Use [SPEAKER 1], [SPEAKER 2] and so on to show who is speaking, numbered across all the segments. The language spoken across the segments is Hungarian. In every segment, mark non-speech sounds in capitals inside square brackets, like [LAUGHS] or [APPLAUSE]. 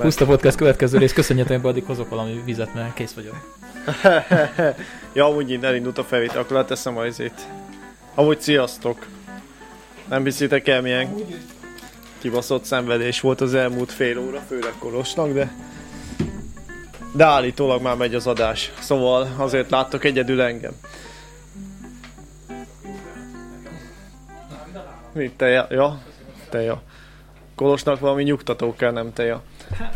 [SPEAKER 1] Puszta Podcast következő rész, köszönjetek be, addig hozok valami vizet, mert kész vagyok.
[SPEAKER 2] ja, amúgy innen elindult a felvétel, akkor leteszem az itt. Amúgy sziasztok. Nem hiszitek el, milyen kibaszott szenvedés volt az elmúlt fél óra, főleg Kolosnak, de... De állítólag már megy az adás, szóval azért láttok egyedül engem. Mi teja? Ja, teja. Kolosnak valami nyugtató kell, nem teja.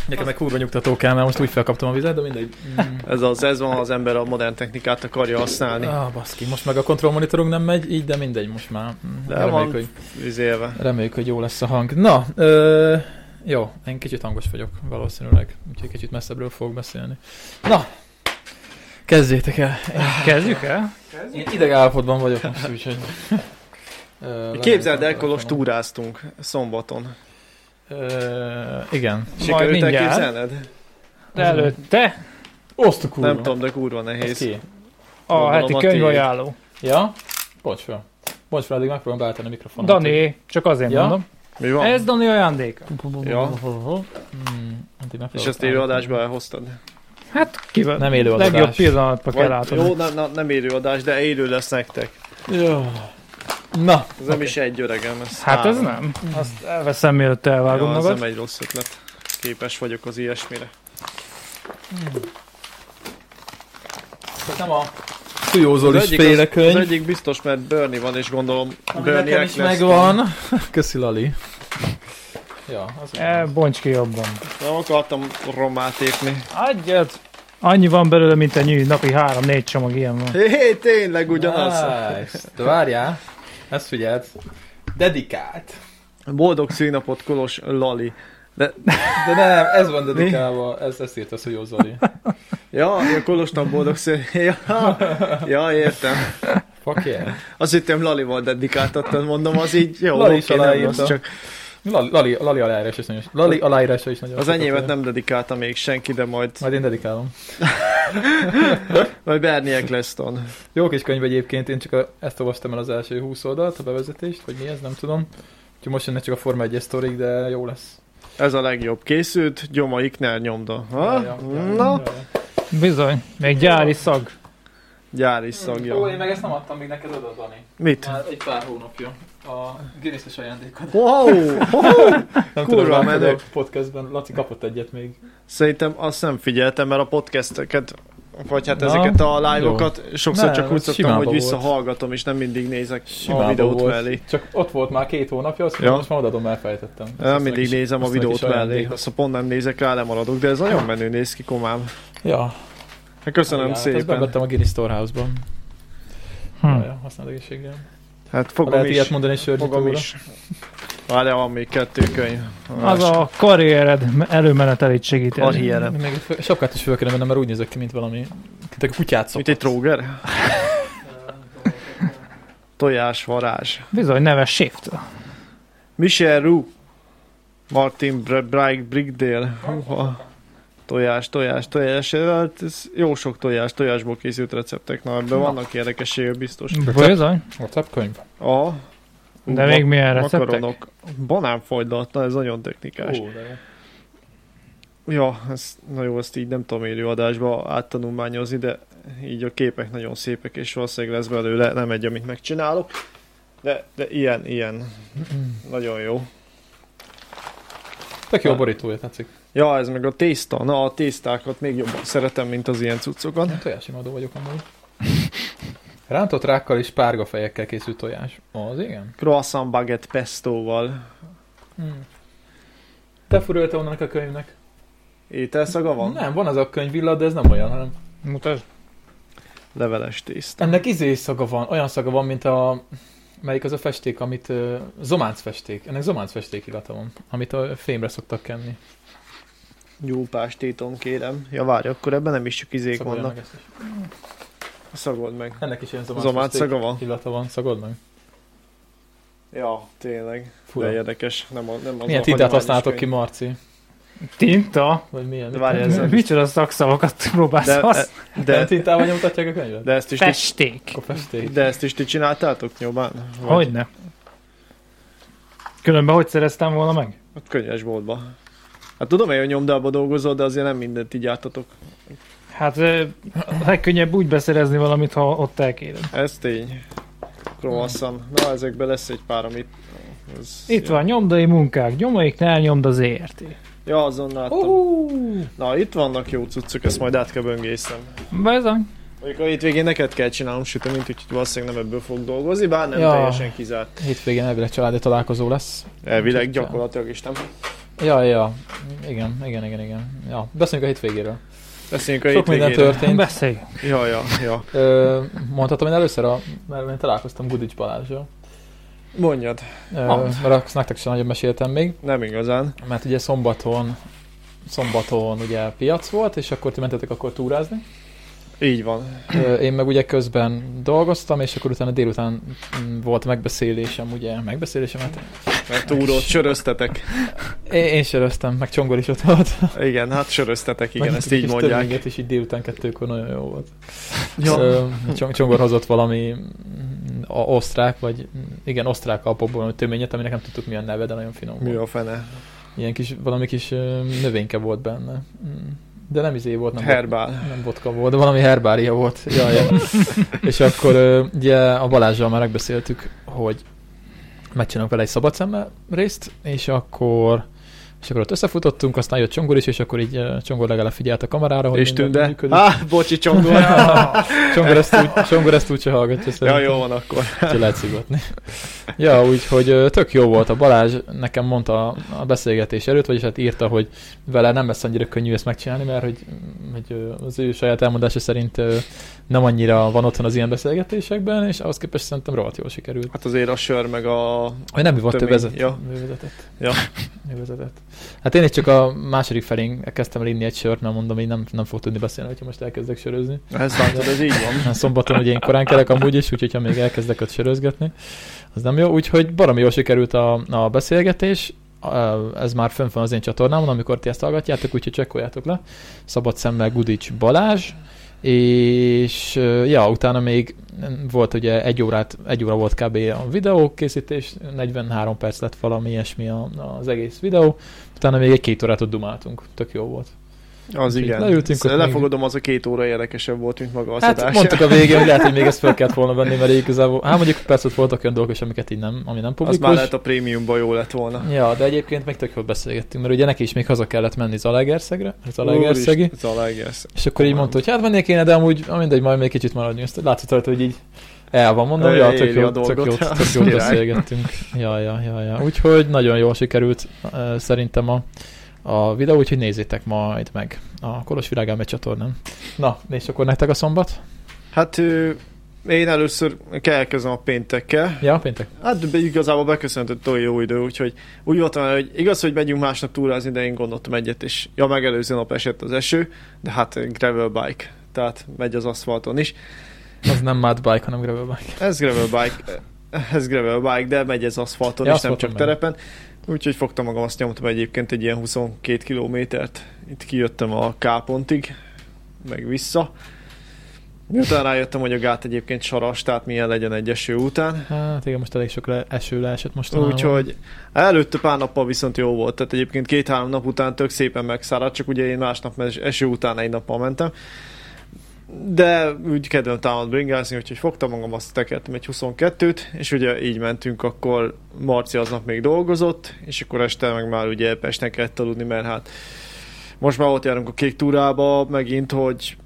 [SPEAKER 1] Nekem meg kurva nyugtató kell, mert most úgy felkaptam a vizet, de mindegy. Mm.
[SPEAKER 2] Ez az, ez van, ha az ember a modern technikát akarja használni.
[SPEAKER 1] Ah, baszki, most meg a kontrollmonitorunk nem megy, így, de mindegy, most már. Mm.
[SPEAKER 2] De
[SPEAKER 1] reméljük,
[SPEAKER 2] van
[SPEAKER 1] hogy,
[SPEAKER 2] vizélve.
[SPEAKER 1] reméljük, hogy jó lesz a hang. Na, ö, jó, én kicsit hangos vagyok, valószínűleg, úgyhogy kicsit messzebbről fogok beszélni. Na, kezdjétek el. Én,
[SPEAKER 3] Kezdjük el?
[SPEAKER 1] én ideg állapotban vagyok most, úgyhogy... Ö,
[SPEAKER 2] Képzeld el,
[SPEAKER 1] lementem a
[SPEAKER 2] Kolos,
[SPEAKER 1] telefonom.
[SPEAKER 2] túráztunk szombaton.
[SPEAKER 1] Ö, igen.
[SPEAKER 2] Sikerült
[SPEAKER 3] mindjárt.
[SPEAKER 2] elképzelned?
[SPEAKER 3] De előtte
[SPEAKER 1] Oszta kurva.
[SPEAKER 2] Nem tudom, de kurva
[SPEAKER 1] Ez
[SPEAKER 2] nehéz.
[SPEAKER 1] ki?
[SPEAKER 2] Gondolom,
[SPEAKER 3] a
[SPEAKER 2] a
[SPEAKER 3] heti
[SPEAKER 2] tiéd.
[SPEAKER 3] könyvajánló.
[SPEAKER 1] Ja? Bocs fel. Bocs fel, addig megpróbálom beállítani a mikrofonot.
[SPEAKER 3] Dani, csak azért
[SPEAKER 1] Ja?
[SPEAKER 3] mondom.
[SPEAKER 2] Mi van?
[SPEAKER 3] Ez Dani ajándéka.
[SPEAKER 1] Mm,
[SPEAKER 2] Ja.
[SPEAKER 1] addig megpróbálok
[SPEAKER 2] És ezt élő adásba elhoztad.
[SPEAKER 3] Hát kivel?
[SPEAKER 1] Nem élő adás.
[SPEAKER 3] Legjobb pillanatba kell
[SPEAKER 2] Vagy,
[SPEAKER 3] átadni.
[SPEAKER 2] jó, na, na, nem élő adás, de élő lesz nektek.
[SPEAKER 1] Jó. Na,
[SPEAKER 2] Ez nem is egy öregem, ez
[SPEAKER 3] Hát ez
[SPEAKER 2] három.
[SPEAKER 3] nem. Azt elveszem, mielőtt elvágom
[SPEAKER 2] Ja, ez
[SPEAKER 3] magad.
[SPEAKER 2] nem egy rossz ötlet. Képes vagyok az ilyesmire.
[SPEAKER 1] csak nem a Tujózol
[SPEAKER 2] Az
[SPEAKER 1] is
[SPEAKER 2] egyik,
[SPEAKER 1] féle
[SPEAKER 2] az, az
[SPEAKER 1] könyv,
[SPEAKER 2] egyik biztos, mert Bernie van, és gondolom
[SPEAKER 1] ami nekem is
[SPEAKER 2] Bernie-ek lesznek.
[SPEAKER 1] megvan. [LAUGHS] Köszi Lali. Ja, az
[SPEAKER 3] E, bonts ki jobban.
[SPEAKER 2] Nem akartam romát épni.
[SPEAKER 3] Adjad! Annyi van belőle, mint egy nyű, napi három-négy csomag ilyen van.
[SPEAKER 2] Hé, hé, tényleg ugyanaz.
[SPEAKER 1] Nice. De várjál, ezt figyeld. Dedikált.
[SPEAKER 2] Boldog színapot, Kolos Lali.
[SPEAKER 1] De nem, ez van dedikálva, ez, ezt írt a Szújó Zoli.
[SPEAKER 2] Ja, ja Kolosnak boldog szín... [LAUGHS] Ja, ja, értem.
[SPEAKER 1] Fuck yeah.
[SPEAKER 2] Azt hittem Lalival dedikáltattad, mondom, az így jó.
[SPEAKER 1] Lali is
[SPEAKER 2] oké, nem
[SPEAKER 1] aláírta.
[SPEAKER 2] rossz, csak
[SPEAKER 1] Lali, Lali, Lali aláírása is nagyon, Lali aláírása is nagyon
[SPEAKER 2] az
[SPEAKER 1] sokat
[SPEAKER 2] enyémet
[SPEAKER 1] ér.
[SPEAKER 2] nem dedikálta még senki, de majd,
[SPEAKER 1] Majd én dedikálom.
[SPEAKER 2] majd Bernie Eccleston.
[SPEAKER 1] Jó kis könyv egyébként, én csak a, ezt olvastam el az első 20 oldalt, a bevezetést, vagy mi ez, nem tudom. Úgyhogy most jönnek csak a Forma 1 sztorik, de jó lesz.
[SPEAKER 2] Ez a legjobb. Készült, Gyoma Ikner nyomda. Ha?
[SPEAKER 1] Ja, ja, ja,
[SPEAKER 2] Ah, Na,
[SPEAKER 1] ja, ja.
[SPEAKER 3] Bizony, még gyári szag.
[SPEAKER 2] gyári
[SPEAKER 1] Ó, én
[SPEAKER 2] szagja.
[SPEAKER 1] meg ezt nem adtam még neked oda, Dani.
[SPEAKER 2] Mit?
[SPEAKER 1] Már egy pár hónapja. A Guinness-es ajándékod.
[SPEAKER 2] Wow!
[SPEAKER 1] Nem
[SPEAKER 2] Kurva
[SPEAKER 1] tudom, láttad
[SPEAKER 2] menő.
[SPEAKER 1] a podcastben Laci kapott egyet még.
[SPEAKER 2] Szerintem azt nem figyeltem, mert a podcasteket, vagy hát
[SPEAKER 1] Na,
[SPEAKER 2] ezeket a live-okat sokszor
[SPEAKER 1] Nem,
[SPEAKER 2] csak úgy
[SPEAKER 1] az
[SPEAKER 2] szoktam,
[SPEAKER 1] simába
[SPEAKER 2] hogy
[SPEAKER 1] volt.
[SPEAKER 2] visszahallgatom, és nem mindig nézek a
[SPEAKER 1] Simában
[SPEAKER 2] videót
[SPEAKER 1] volt.
[SPEAKER 2] mellé.
[SPEAKER 1] Csak ott volt már két hónapja, azt
[SPEAKER 2] Ja.
[SPEAKER 1] mondom, most már odadom, elfelejtettem. Ezt-
[SPEAKER 2] Nem
[SPEAKER 1] ezt meg
[SPEAKER 2] mindig
[SPEAKER 1] is-
[SPEAKER 2] nézem a
[SPEAKER 1] ezt meg is
[SPEAKER 2] videót mellé,
[SPEAKER 1] ajándékhoz.
[SPEAKER 2] azt pont nem nézek rá, lemaradok, de ez nagyon menő néz ki, komám.
[SPEAKER 1] Ja,
[SPEAKER 2] Hát Köszönöm
[SPEAKER 1] igen, hát ezt
[SPEAKER 2] szépen.
[SPEAKER 1] bevettem a Guinness Storehouse-ban.
[SPEAKER 3] Hm.
[SPEAKER 1] Hm. Ja, használd egészségre.
[SPEAKER 2] Hát
[SPEAKER 1] Ha
[SPEAKER 2] fogom
[SPEAKER 1] Lehet ilyet
[SPEAKER 2] is.
[SPEAKER 1] mondani
[SPEAKER 2] Fogom
[SPEAKER 1] sörgyűtőre.
[SPEAKER 2] is. Várjál, van még kettő könyv.
[SPEAKER 3] Az a karriered me- előmenetelét segíti.
[SPEAKER 2] Karrierem.
[SPEAKER 1] Még a fő- sapkát is föl kéne vennem, mert úgy nézek ki, mint valami... Mint egy kutyát
[SPEAKER 2] Mint
[SPEAKER 1] szopott.
[SPEAKER 2] egy tróger? Tojás varázs.
[SPEAKER 3] Bizony, neves shift.
[SPEAKER 2] Michel Roux. Martin Br- Bright Brigdale. Húha. Tojás, tojás, tojás. Hát ez jó sok tojás, tojásból készült receptek. Na, ebben vannak érdekességek biztos.
[SPEAKER 3] Bizony,
[SPEAKER 1] WhatsApp könyv.
[SPEAKER 2] A.
[SPEAKER 3] de még milyen receptek?
[SPEAKER 2] Makaronok. Banánfagylalt, na ez nagyon technikás.
[SPEAKER 1] Ó, de jó.
[SPEAKER 2] Ja, ez, na jó, ezt így nem tudom élő adásba áttanulmányozni, de így a képek nagyon szépek, és valószínűleg lesz belőle, nem egy, amit megcsinálok. De, de ilyen, ilyen. nagyon jó.
[SPEAKER 1] Tök jó a borítója, tetszik.
[SPEAKER 2] Ja, ez meg a tészta. Na, a tésztákat még jobban szeretem, mint az ilyen cuccokat.
[SPEAKER 1] Én tojásimadó vagyok amúgy. Rántott rákkal és párgafejekkel készült tojás. Az igen?
[SPEAKER 2] Croissant baguette pestóval.
[SPEAKER 1] Hmm. Te furulta onnan a könyvnek?
[SPEAKER 2] Ételszaga van?
[SPEAKER 1] Nem, van az a könyv villa, de ez nem olyan, hanem...
[SPEAKER 3] Mutasd.
[SPEAKER 2] Leveles tészta.
[SPEAKER 1] Ennek izé szaga van, olyan szaga van, mint a... Melyik az a festék, amit... ö, Zománc festék. Ennek zománc festék illata van, amit a fémre szoktak kenni.
[SPEAKER 2] Gyúpás téton kérem. Ja, várj, akkor ebben nem is csak izék
[SPEAKER 1] Szagolja
[SPEAKER 2] vannak.
[SPEAKER 1] meg ezt is.
[SPEAKER 2] Szagold meg.
[SPEAKER 1] Ennek is ilyen zománc,
[SPEAKER 2] Zomát
[SPEAKER 1] festék
[SPEAKER 2] szaga van?
[SPEAKER 1] illata van, szagod meg.
[SPEAKER 2] Ja, tényleg.
[SPEAKER 1] Fura.
[SPEAKER 2] De érdekes. Nem, a, nem az
[SPEAKER 1] Milyen
[SPEAKER 2] a
[SPEAKER 1] tintát
[SPEAKER 2] hagyományos
[SPEAKER 1] használtok ki,
[SPEAKER 2] könyv.
[SPEAKER 1] Marci?
[SPEAKER 3] Tinta?
[SPEAKER 1] Vagy milyen?
[SPEAKER 2] De várj, ez nem is.
[SPEAKER 3] Micsoda szakszavakat próbálsz
[SPEAKER 2] De, e,
[SPEAKER 3] használni?
[SPEAKER 1] De...
[SPEAKER 2] de,
[SPEAKER 1] Tintával nyomtatják a könyvet?
[SPEAKER 2] de, ezt is ti,
[SPEAKER 3] Festék.
[SPEAKER 1] Akkor festék.
[SPEAKER 2] de ezt is ti csináltátok nyomán? Vagy
[SPEAKER 3] Hogyne. Különben hogy szereztem volna meg?
[SPEAKER 2] A könyvesboltba. Hát tudom, én, hogy nyomdába dolgozol, de azért nem mindent így ártatok.
[SPEAKER 3] Hát ö, a legkönnyebb úgy beszerezni valamit, ha ott elkéred.
[SPEAKER 2] Ez tény. Croissant. Na, ezekben lesz egy pár, amit... Ez,
[SPEAKER 3] Itt
[SPEAKER 2] ja.
[SPEAKER 3] van nyomdai munkák, nyomaiknál nyomd az ERT.
[SPEAKER 2] Ja, azon láttam.
[SPEAKER 3] Uhú!
[SPEAKER 2] Na, itt vannak jó cuccok, ezt majd át kell böngésznem.
[SPEAKER 3] Bezony.
[SPEAKER 2] Mondjuk a hétvégén neked kell csinálnom süteményt, úgyhogy valószínűleg nem ebből fog dolgozni, bár nem
[SPEAKER 1] Ja.
[SPEAKER 2] ja. teljesen kizárt.
[SPEAKER 1] Hétvégén elvileg családi találkozó lesz.
[SPEAKER 2] Elvileg gyakorlatilag is nem.
[SPEAKER 1] Ja, ja, igen, igen, igen, igen. Ja, beszéljünk a hétvégéről.
[SPEAKER 2] Beszéljünk a
[SPEAKER 1] Sok minden
[SPEAKER 2] hétvégére.
[SPEAKER 1] történt.
[SPEAKER 3] Beszélj.
[SPEAKER 2] Ja, ja, ja.
[SPEAKER 1] Ö, mondhatom én először, a, mert én találkoztam Gudics Balázsra.
[SPEAKER 2] Mondjad,
[SPEAKER 1] Ö,
[SPEAKER 2] Mondd.
[SPEAKER 1] mert azt nektek sem nagyon meséltem még.
[SPEAKER 2] nem igazán.
[SPEAKER 1] Mert ugye szombaton szombaton ugye piac volt, és akkor ti mentetek akkor túrázni.
[SPEAKER 2] Így van.
[SPEAKER 1] Ö, Én meg ugye közben dolgoztam, és akkor utána délután mm, volt megbeszélésem, ugye, megbeszélésem, hát
[SPEAKER 2] Mert túrót söröztetek.
[SPEAKER 1] én, én söröztem, meg Csongor is ott volt.
[SPEAKER 2] Igen, hát söröztetek, igen,
[SPEAKER 1] Meg
[SPEAKER 2] ezt
[SPEAKER 1] egy
[SPEAKER 2] így
[SPEAKER 1] kis
[SPEAKER 2] mondják.
[SPEAKER 1] többinget, és így délután kettőkor nagyon jó volt.
[SPEAKER 2] Ja.
[SPEAKER 1] Ö, Csong- Csongor hozott valami mm, a- osztrák, vagy mm, igen, osztrák alpokból töményet, aminek nem tudtuk mi a neve, de nagyon finom
[SPEAKER 2] Mi
[SPEAKER 1] volt.
[SPEAKER 2] a fene?
[SPEAKER 1] Ilyen kis, valami kis ö, növényke volt benne. Mm. De nem izé volt, nem volt-
[SPEAKER 2] Herbál.
[SPEAKER 1] nem vodka volt, de valami herbária volt. Ja, ja. és akkor ö, ugye a Balázsral már megbeszéltük, hogy megcsinálunk vele egy szabad szemmel részt, és akkor és akkor ott összefutottunk, aztán jött Csongor is, és akkor így ö, Csongor legalább figyelt a kamerára, hogy
[SPEAKER 2] És
[SPEAKER 1] minden
[SPEAKER 2] tünde?
[SPEAKER 1] működik.
[SPEAKER 2] Á,
[SPEAKER 1] [LAUGHS]
[SPEAKER 2] bocsi, csongol.
[SPEAKER 1] Csongor ezt úgy, Csongor ezt úgyse hallgatja,
[SPEAKER 2] ja,
[SPEAKER 1] szerintem.
[SPEAKER 2] jó van akkor.
[SPEAKER 1] Úgyhogy lehet szivatni. Ja, úgyhogy ö, tök jó volt a Balázs, nekem mondta a- a beszélgetés előtt, vagyis hát írta, hogy vele nem lesz annyira könnyű ezt megcsinálni, mert hogy, hogy ö, az ő saját elmondása szerint ö, nem annyira van otthon az ilyen beszélgetésekben, és ahhoz képest szerintem rohadt jól sikerült.
[SPEAKER 2] Hát azért a sör meg a...
[SPEAKER 1] Vagy nem mi volt, ő
[SPEAKER 2] Tömény,
[SPEAKER 1] vezet,
[SPEAKER 2] ja.
[SPEAKER 1] ő vezetett.
[SPEAKER 2] Ja.
[SPEAKER 1] Ő vezetett. Hát én is csak a második felén kezdtem el inni egy sört, mert mondom, hogy nem, nem fog tudni beszélni, hogyha most elkezdek sörözni.
[SPEAKER 2] Ezt látod, ez így van.
[SPEAKER 1] Na, szombaton ugye én korán kelek amúgy is, úgyhogy ha még elkezdek ott sörözgetni, az nem jó. Úgyhogy baromi jól sikerült a, a beszélgetés, Ö, ez már fönn van az én csatornámon, amikor ti ezt hallgatjátok, úgyhogy csekkoljátok le. Szabad szemmel Gudics Balázs, és ö, ja, utána még volt ugye egy, órát, egy óra volt kb. a videókészítés, 43 perc lett valami ilyesmi a- az egész videó, utána még egy két órát ott dumáltunk, tök jó volt.
[SPEAKER 2] Az
[SPEAKER 1] Így
[SPEAKER 2] igen.
[SPEAKER 1] leültünk
[SPEAKER 2] Ezt
[SPEAKER 1] ott még.
[SPEAKER 2] Lefogadom, az a két óra érdekesebb volt, mint maga az
[SPEAKER 1] Hát
[SPEAKER 2] adás.
[SPEAKER 1] mondtuk a végén, hogy
[SPEAKER 2] [LAUGHS]
[SPEAKER 1] lehet, hogy még ezt fel kellett volna venni, mert igazából, hát mondjuk persze ott voltak olyan dolgok is, amiket így nem, ami nem
[SPEAKER 2] Az
[SPEAKER 1] publikus.
[SPEAKER 2] már lehet a prémiumban jó lett volna.
[SPEAKER 1] Ja, de egyébként meg tök jól beszélgettünk, mert ugye neki is még haza kellett menni Zalaegerszegre, Zalaegerszegi,
[SPEAKER 2] Úristen, Zalaegerszeg.
[SPEAKER 1] és akkor így mondta, hogy hát mennék én, de amúgy ah, mindegy, majd még kicsit maradjunk. Azt látszott rajta, hogy így el van, mondom,
[SPEAKER 2] Ő
[SPEAKER 1] ja, tök
[SPEAKER 2] éli a
[SPEAKER 1] jó, tök
[SPEAKER 2] dolgot.
[SPEAKER 1] jó, tök
[SPEAKER 2] Az
[SPEAKER 1] jó
[SPEAKER 2] király.
[SPEAKER 1] beszélgettünk. Ja, ja, ja, ja. Úgyhogy nagyon jól sikerült eh, szerintem a, a videó, úgyhogy nézzétek majd meg a Kolos Virágálme csatornán. Na, és akkor nektek a szombat?
[SPEAKER 2] Hát ö, én először elkezdem a péntekkel.
[SPEAKER 1] Ja, péntek?
[SPEAKER 2] Hát be, igazából beköszöntött olyan jó idő, úgyhogy úgy voltam el, hogy igaz, hogy megyünk másnap túrázni, de én gondoltam egyet, és ja, megelőző nap esett az eső, de hát gravel bike, tehát megy az aszfalton is.
[SPEAKER 1] Az nem mad bike, hanem gravel bike.
[SPEAKER 2] Ez gravel bike, ez gravel bike, de megy ez aszfalton
[SPEAKER 1] Ja,
[SPEAKER 2] ja, is, nem
[SPEAKER 1] aszfalton
[SPEAKER 2] csak
[SPEAKER 1] megy.
[SPEAKER 2] terepen. Úgyhogy fogtam magam, azt nyomtam egyébként egy ilyen 22 kilométert. Itt kijöttem a K pontig, meg vissza. Miután rájöttem, hogy a gát egyébként saras, tehát milyen legyen egy eső után.
[SPEAKER 1] Hát igen, most elég sok le, eső leesett mostanában.
[SPEAKER 2] Úgyhogy előtte pár nappal viszont jó volt, tehát egyébként két-három nap után tök szépen megszáradt, csak ugye én másnap mert eső után egy nappal mentem. De úgy kedvem támad bringázni, úgyhogy fogtam magam, azt tekertem egy 22-t, és ugye így mentünk, akkor Marci aznap még dolgozott, és akkor este meg már ugye Pesten kellett aludni, mert hát most már ott járunk a kék túrába, megint, hogy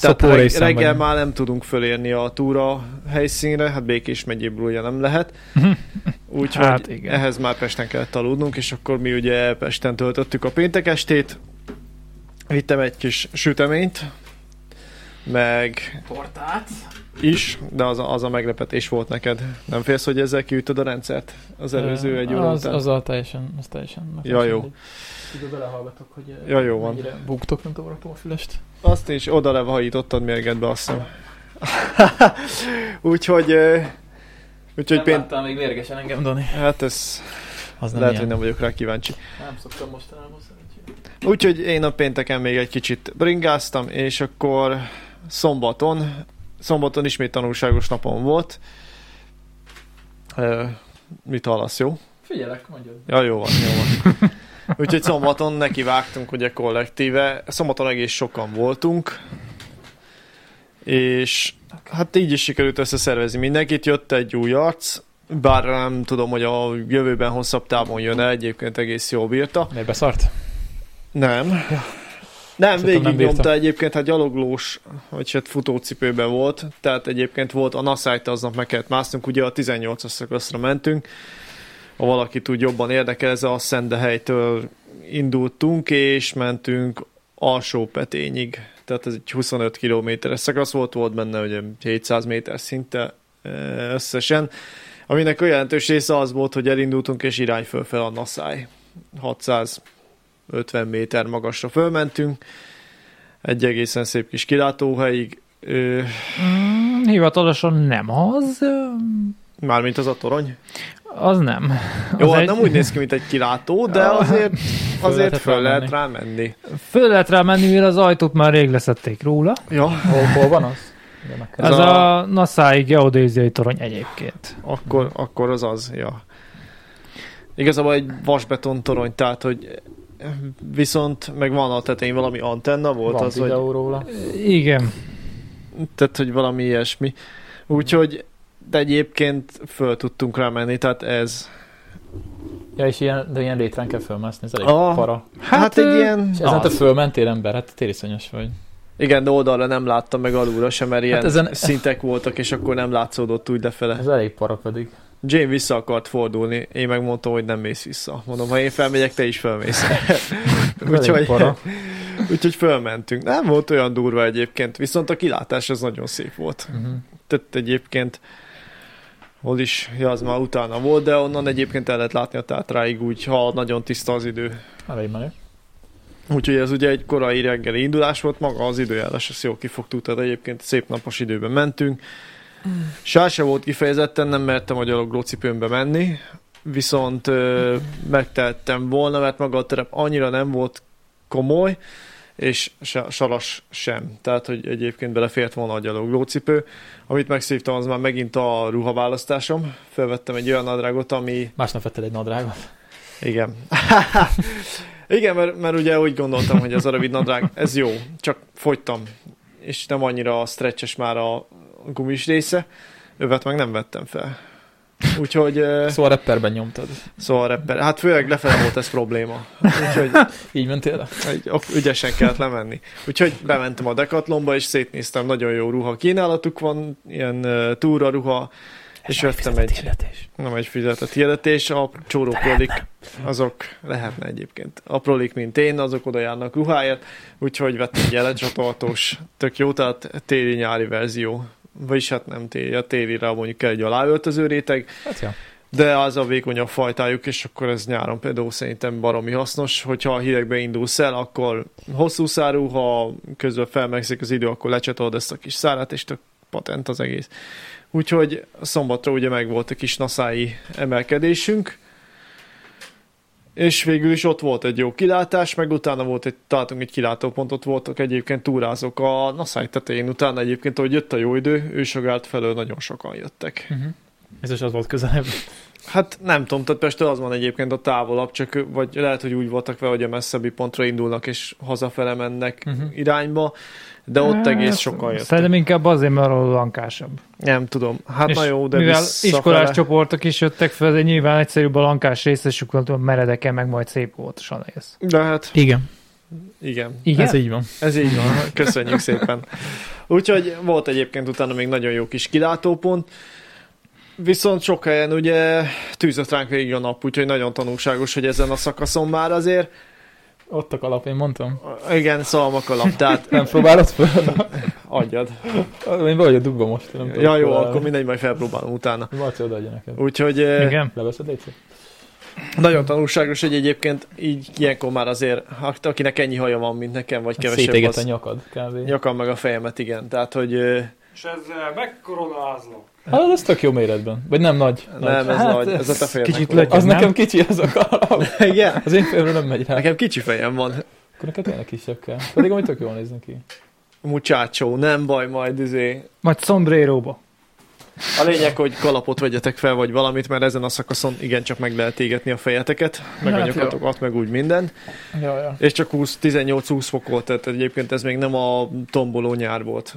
[SPEAKER 2] tehát
[SPEAKER 1] Szopó
[SPEAKER 2] reg-
[SPEAKER 1] részen
[SPEAKER 2] reggel
[SPEAKER 1] vagyunk.
[SPEAKER 2] már nem tudunk fölérni a túra helyszínre, hát Békés megyéből ugye nem lehet.
[SPEAKER 1] [LAUGHS]
[SPEAKER 2] Úgyhogy
[SPEAKER 3] Hát
[SPEAKER 2] hát
[SPEAKER 3] igen.
[SPEAKER 2] ehhez már Pesten kellett aludnunk, és akkor mi ugye Pesten töltöttük a péntek estét, vittem egy kis süteményt, meg
[SPEAKER 1] Portát?
[SPEAKER 2] is, de az a, az a meglepetés volt neked. Nem félsz, hogy ezzel kiütöd a rendszert az előző egy óra
[SPEAKER 1] az,
[SPEAKER 2] után?
[SPEAKER 1] az, a teljesen, az teljesen.
[SPEAKER 2] Ja, jó.
[SPEAKER 1] Ide belehallgatok, hogy eh,
[SPEAKER 2] Ja, jó van.
[SPEAKER 1] mennyire buktok, nem tudom, rakom a fülest.
[SPEAKER 2] Azt is oda levajítottad mérgedbe, azt hiszem. [LAUGHS] úgyhogy, ö, úgyhogy
[SPEAKER 1] nem
[SPEAKER 2] pént...
[SPEAKER 1] láttál még mérgesen engem, Dani.
[SPEAKER 2] Hát ez
[SPEAKER 1] Az nem
[SPEAKER 2] lehet,
[SPEAKER 1] ilyen.
[SPEAKER 2] hogy nem vagyok rá kíváncsi.
[SPEAKER 1] nem szoktam mostanában szerencsére.
[SPEAKER 2] Úgyhogy én a pénteken még egy kicsit bringáztam, és akkor szombaton, szombaton ismét tanulságos napom volt. Ö, mit hallasz, jó?
[SPEAKER 1] Figyelek, mondjad.
[SPEAKER 2] Ja, jó van, jó van. Úgyhogy szombaton nekivágtunk ugye kollektíve. Szombaton egész sokan voltunk. És hát így is sikerült összeszervezni mindenkit. Jött egy új arc, bár nem tudom, hogy a jövőben hosszabb távon jön el, egyébként egész jól bírta.
[SPEAKER 1] Miért beszart?
[SPEAKER 2] Nem. Nem,
[SPEAKER 1] Szerintem nem
[SPEAKER 2] végig
[SPEAKER 1] bírtam.
[SPEAKER 2] nyomta egyébként, hát gyaloglós, vagy hát futócipőben volt, tehát egyébként volt a naszájt aznap meg kellett másznunk, ugye a 18-as szakaszra mentünk, ha valakit úgy jobban érdekel, ez a Szendehelytől indultunk, és mentünk alsó petényig, tehát ez egy 25 kilométeres szakasz volt, volt benne ugye 700 méter szinte eh, összesen, aminek a jelentős része az volt, hogy elindultunk és irány fölfel a naszáj. 600 50 méter magasra fölmentünk, egy egészen szép kis kilátóhelyig, ö,
[SPEAKER 3] Mm, Hivatalosan nem az. ö,
[SPEAKER 2] mármint az a torony.
[SPEAKER 3] Az nem.
[SPEAKER 2] Jó,
[SPEAKER 3] az
[SPEAKER 2] hát
[SPEAKER 3] egy-
[SPEAKER 2] nem úgy néz ki, mint egy kilátó, de azért, azért
[SPEAKER 1] lehetett
[SPEAKER 2] föl lehet
[SPEAKER 1] rámenni.
[SPEAKER 2] rá menni.
[SPEAKER 3] Föl lehet rá menni, mivel az ajtót már rég leszették róla.
[SPEAKER 2] Ja,
[SPEAKER 1] Hol, hol van az? Igen, meg kell-
[SPEAKER 3] Ez,
[SPEAKER 2] Ez a-
[SPEAKER 3] a, a Nassai geodéziai torony egyébként.
[SPEAKER 2] akkor, akkor az az, ja. Igazából egy vasbeton torony, tehát, hogy viszont meg van a tetején valami antenna volt,
[SPEAKER 1] van
[SPEAKER 2] az, hogy
[SPEAKER 1] videó róla.
[SPEAKER 3] Igen.
[SPEAKER 2] tehát hogy valami ilyesmi. Úgyhogy, de egyébként föl tudtunk rá menni, tehát ez.
[SPEAKER 1] Ja, és ilyen, de ilyen létrán kell fölmászni, ez elég
[SPEAKER 2] Ah.
[SPEAKER 1] para.
[SPEAKER 2] Hát, hát
[SPEAKER 3] ö,
[SPEAKER 2] egy ilyen...
[SPEAKER 1] És ezen te
[SPEAKER 2] az.
[SPEAKER 1] fölmentél ember, hát tériszonyos vagy.
[SPEAKER 2] Igen, de oldalra nem láttam, meg alulra sem, mert ilyen
[SPEAKER 1] Hát ezen-
[SPEAKER 2] ezen... szintek voltak, és akkor nem látszódott úgy lefele.
[SPEAKER 1] Ez elég para pedig.
[SPEAKER 2] Jane vissza akart fordulni, én megmondtam, hogy nem mész vissza. Mondom, ha én felmegyek, te is felmész.
[SPEAKER 1] Ez [LAUGHS] elég
[SPEAKER 2] úgyhogy,
[SPEAKER 1] para.
[SPEAKER 2] úgyhogy felmentünk. Nem volt olyan durva egyébként, viszont a kilátás az nagyon szép volt.
[SPEAKER 1] Mhm.
[SPEAKER 2] Tehát egyébként hol is, ja, az már utána volt, de onnan egyébként el lehet látni a tátráig úgy, ha nagyon tiszta az idő.
[SPEAKER 1] Elég menő.
[SPEAKER 2] Úgyhogy ez ugye egy korai reggeli indulás volt, maga az időjárás, ezt jól kifogtuk, tehát egyébként szép napos időben mentünk. Sár se volt kifejezetten, nem mertem a gyalogló cipőmbe menni, viszont ö, megtehettem volna, mert maga a terep annyira nem volt komoly, és se, saras sem. Tehát, hogy egyébként belefért volna a gyalogló cipő. Amit megszívtam, az már megint a ruhaválasztásom. Felvettem egy olyan nadrágot, ami
[SPEAKER 1] Másnap vetted egy nadrágot.
[SPEAKER 2] igen. [LAUGHS] Igen, mert, mert ugye úgy gondoltam, hogy az a rövid nadrág, ez jó, csak fogytam, és nem annyira stretches már a gumis része, övet meg nem vettem fel. Úgyhogy,
[SPEAKER 1] [LAUGHS]
[SPEAKER 2] eh,
[SPEAKER 1] Szóval rapperben nyomtad.
[SPEAKER 2] szóval repper, hát főleg lefele volt ez probléma, úgyhogy
[SPEAKER 1] Így mentél le?
[SPEAKER 2] egy, ok, ügyesen kellett lemenni. Úgyhogy bementem a Decathlonba, és szétnéztem, nagyon jó ruha kínálatuk van, ilyen eh, túraruha, és vettem egy,
[SPEAKER 1] Hirdetés.
[SPEAKER 2] nem egy fizetett hirdetés, a csóró prolik, azok lehetne egyébként. A prolik, mint én, azok oda járnak ruháért, úgyhogy vettem egy elecsatoltós, tök jó, tehát téli-nyári verzió. Vagyis hát nem téli, a télire mondjuk kell egy aláöltöző réteg,
[SPEAKER 1] Hát ja.
[SPEAKER 2] de az a vékonyabb fajtájuk, és akkor ez nyáron például szerintem baromi hasznos, hogyha a hidegbe indulsz el, akkor hosszú szárú, ha közben felmegszik az idő, akkor lecsatolod ezt a kis szárát, és tök patent az egész. Úgyhogy szombatra ugye meg volt a kis naszái emelkedésünk, és végül is ott volt egy jó kilátás, meg utána volt egy, találtunk egy kilátópontot, voltak egyébként túrázók a Naszály tetején, utána egyébként, hogy jött a jó idő, ősagát felől nagyon sokan jöttek.
[SPEAKER 1] Uh-huh. Ez is az volt közelebb.
[SPEAKER 2] Hát nem tudom, tehát Pestől az van egyébként a távolabb, csak ő- vagy lehet, hogy úgy voltak vele, hogy a messzebbi pontra indulnak és hazafele mennek
[SPEAKER 1] Mhm.
[SPEAKER 2] uh-huh. irányba, de
[SPEAKER 3] Hát,
[SPEAKER 2] ott egész sokan jöttek.
[SPEAKER 3] Szerintem inkább azért, mert arról lankásabb.
[SPEAKER 2] Nem tudom, hát
[SPEAKER 3] És
[SPEAKER 2] na jó, de
[SPEAKER 3] mivel
[SPEAKER 2] visszafele-
[SPEAKER 3] iskolás csoportok is jöttek fel, de nyilván egyszerűbb a lankás rész, és akkor tudom, meredeken meg majd szép volt, Sanesz.
[SPEAKER 2] De hát
[SPEAKER 1] Igen.
[SPEAKER 2] igen,
[SPEAKER 3] Igen?
[SPEAKER 1] Ez így van.
[SPEAKER 2] ez így van,
[SPEAKER 3] [LAUGHS]
[SPEAKER 2] köszönjük szépen. Úgyhogy volt egyébként utána még nagyon jó kis kilátópont, viszont sok helyen ugye tűzött ránk végig a nap, úgyhogy nagyon tanulságos, hogy ezen a szakaszon már azért,
[SPEAKER 1] Ott a kalap, én mondtam.
[SPEAKER 2] igen, szalmak alap,
[SPEAKER 3] [LAUGHS]
[SPEAKER 2] tehát
[SPEAKER 1] Nem próbálod föl? [LAUGHS]
[SPEAKER 2] adjad.
[SPEAKER 1] Én valahogy a dugba most. Nem tudom
[SPEAKER 2] Ja jó,
[SPEAKER 1] próbálni.
[SPEAKER 2] akkor mindegy, majd felpróbálom utána.
[SPEAKER 1] Marci odaadja neked.
[SPEAKER 2] Úgyhogy eh,
[SPEAKER 3] Igen?
[SPEAKER 1] Leveszed légy
[SPEAKER 2] nagyon tanulságos, hogy egyébként így ilyenkor már azért, ha- akinek ennyi haja van, mint nekem, vagy kevesebb,
[SPEAKER 1] Szétéget Hát a
[SPEAKER 2] az
[SPEAKER 1] nyakad kb.
[SPEAKER 2] nyakam meg a fejemet, igen. Tehát, hogy eh,
[SPEAKER 3] És ezzel megkoronázlak.
[SPEAKER 1] Hát ez tök jó méretben. Vagy nem nagy. nagy.
[SPEAKER 2] nem, ez,
[SPEAKER 3] Hát,
[SPEAKER 2] nagy, ez a te fejed.
[SPEAKER 3] kicsit
[SPEAKER 1] Az
[SPEAKER 3] Nem?
[SPEAKER 1] nekem kicsi az a [LAUGHS] kalap.
[SPEAKER 2] [LAUGHS] Igen.
[SPEAKER 1] Az én fejemre nem megy rá.
[SPEAKER 2] Nekem kicsi fejem van.
[SPEAKER 1] Akkor neked tényleg kisebb kell. Pedig amúgy tök jól néznek ki.
[SPEAKER 2] Mucsácsó, nem baj, majd izé.
[SPEAKER 3] Majd szombréróba.
[SPEAKER 2] A lényeg, hogy kalapot vegyetek fel, vagy valamit, mert ezen a szakaszon igencsak meg lehet égetni a fejeteket, meg
[SPEAKER 1] Hát
[SPEAKER 2] a
[SPEAKER 1] jó.
[SPEAKER 2] nyakatokat, meg úgy minden.
[SPEAKER 1] Ja, ja.
[SPEAKER 2] És csak 20, 18-20 fok volt, tehát egyébként ez még nem a tomboló nyár volt.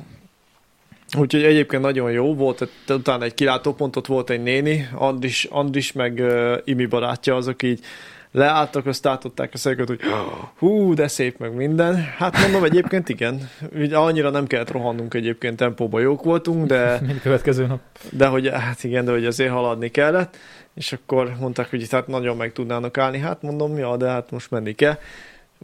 [SPEAKER 2] Úgyhogy egyébként nagyon jó volt, tehát utána egy kilátópont, ott volt egy néni, Andis, Andis meg uh, Imi barátja, azok így leálltak, azt átadták a szegőt, hogy hú, de szép meg minden. Hát mondom, egyébként igen. Ugye annyira nem kellett rohannunk egyébként, tempóban jók voltunk, de
[SPEAKER 1] Mind következő nap.
[SPEAKER 2] de hogy, hát igen, de hogy azért haladni kellett, és akkor mondták, hogy itt hát nagyon meg tudnának állni, hát mondom, ja, de hát most menni kell.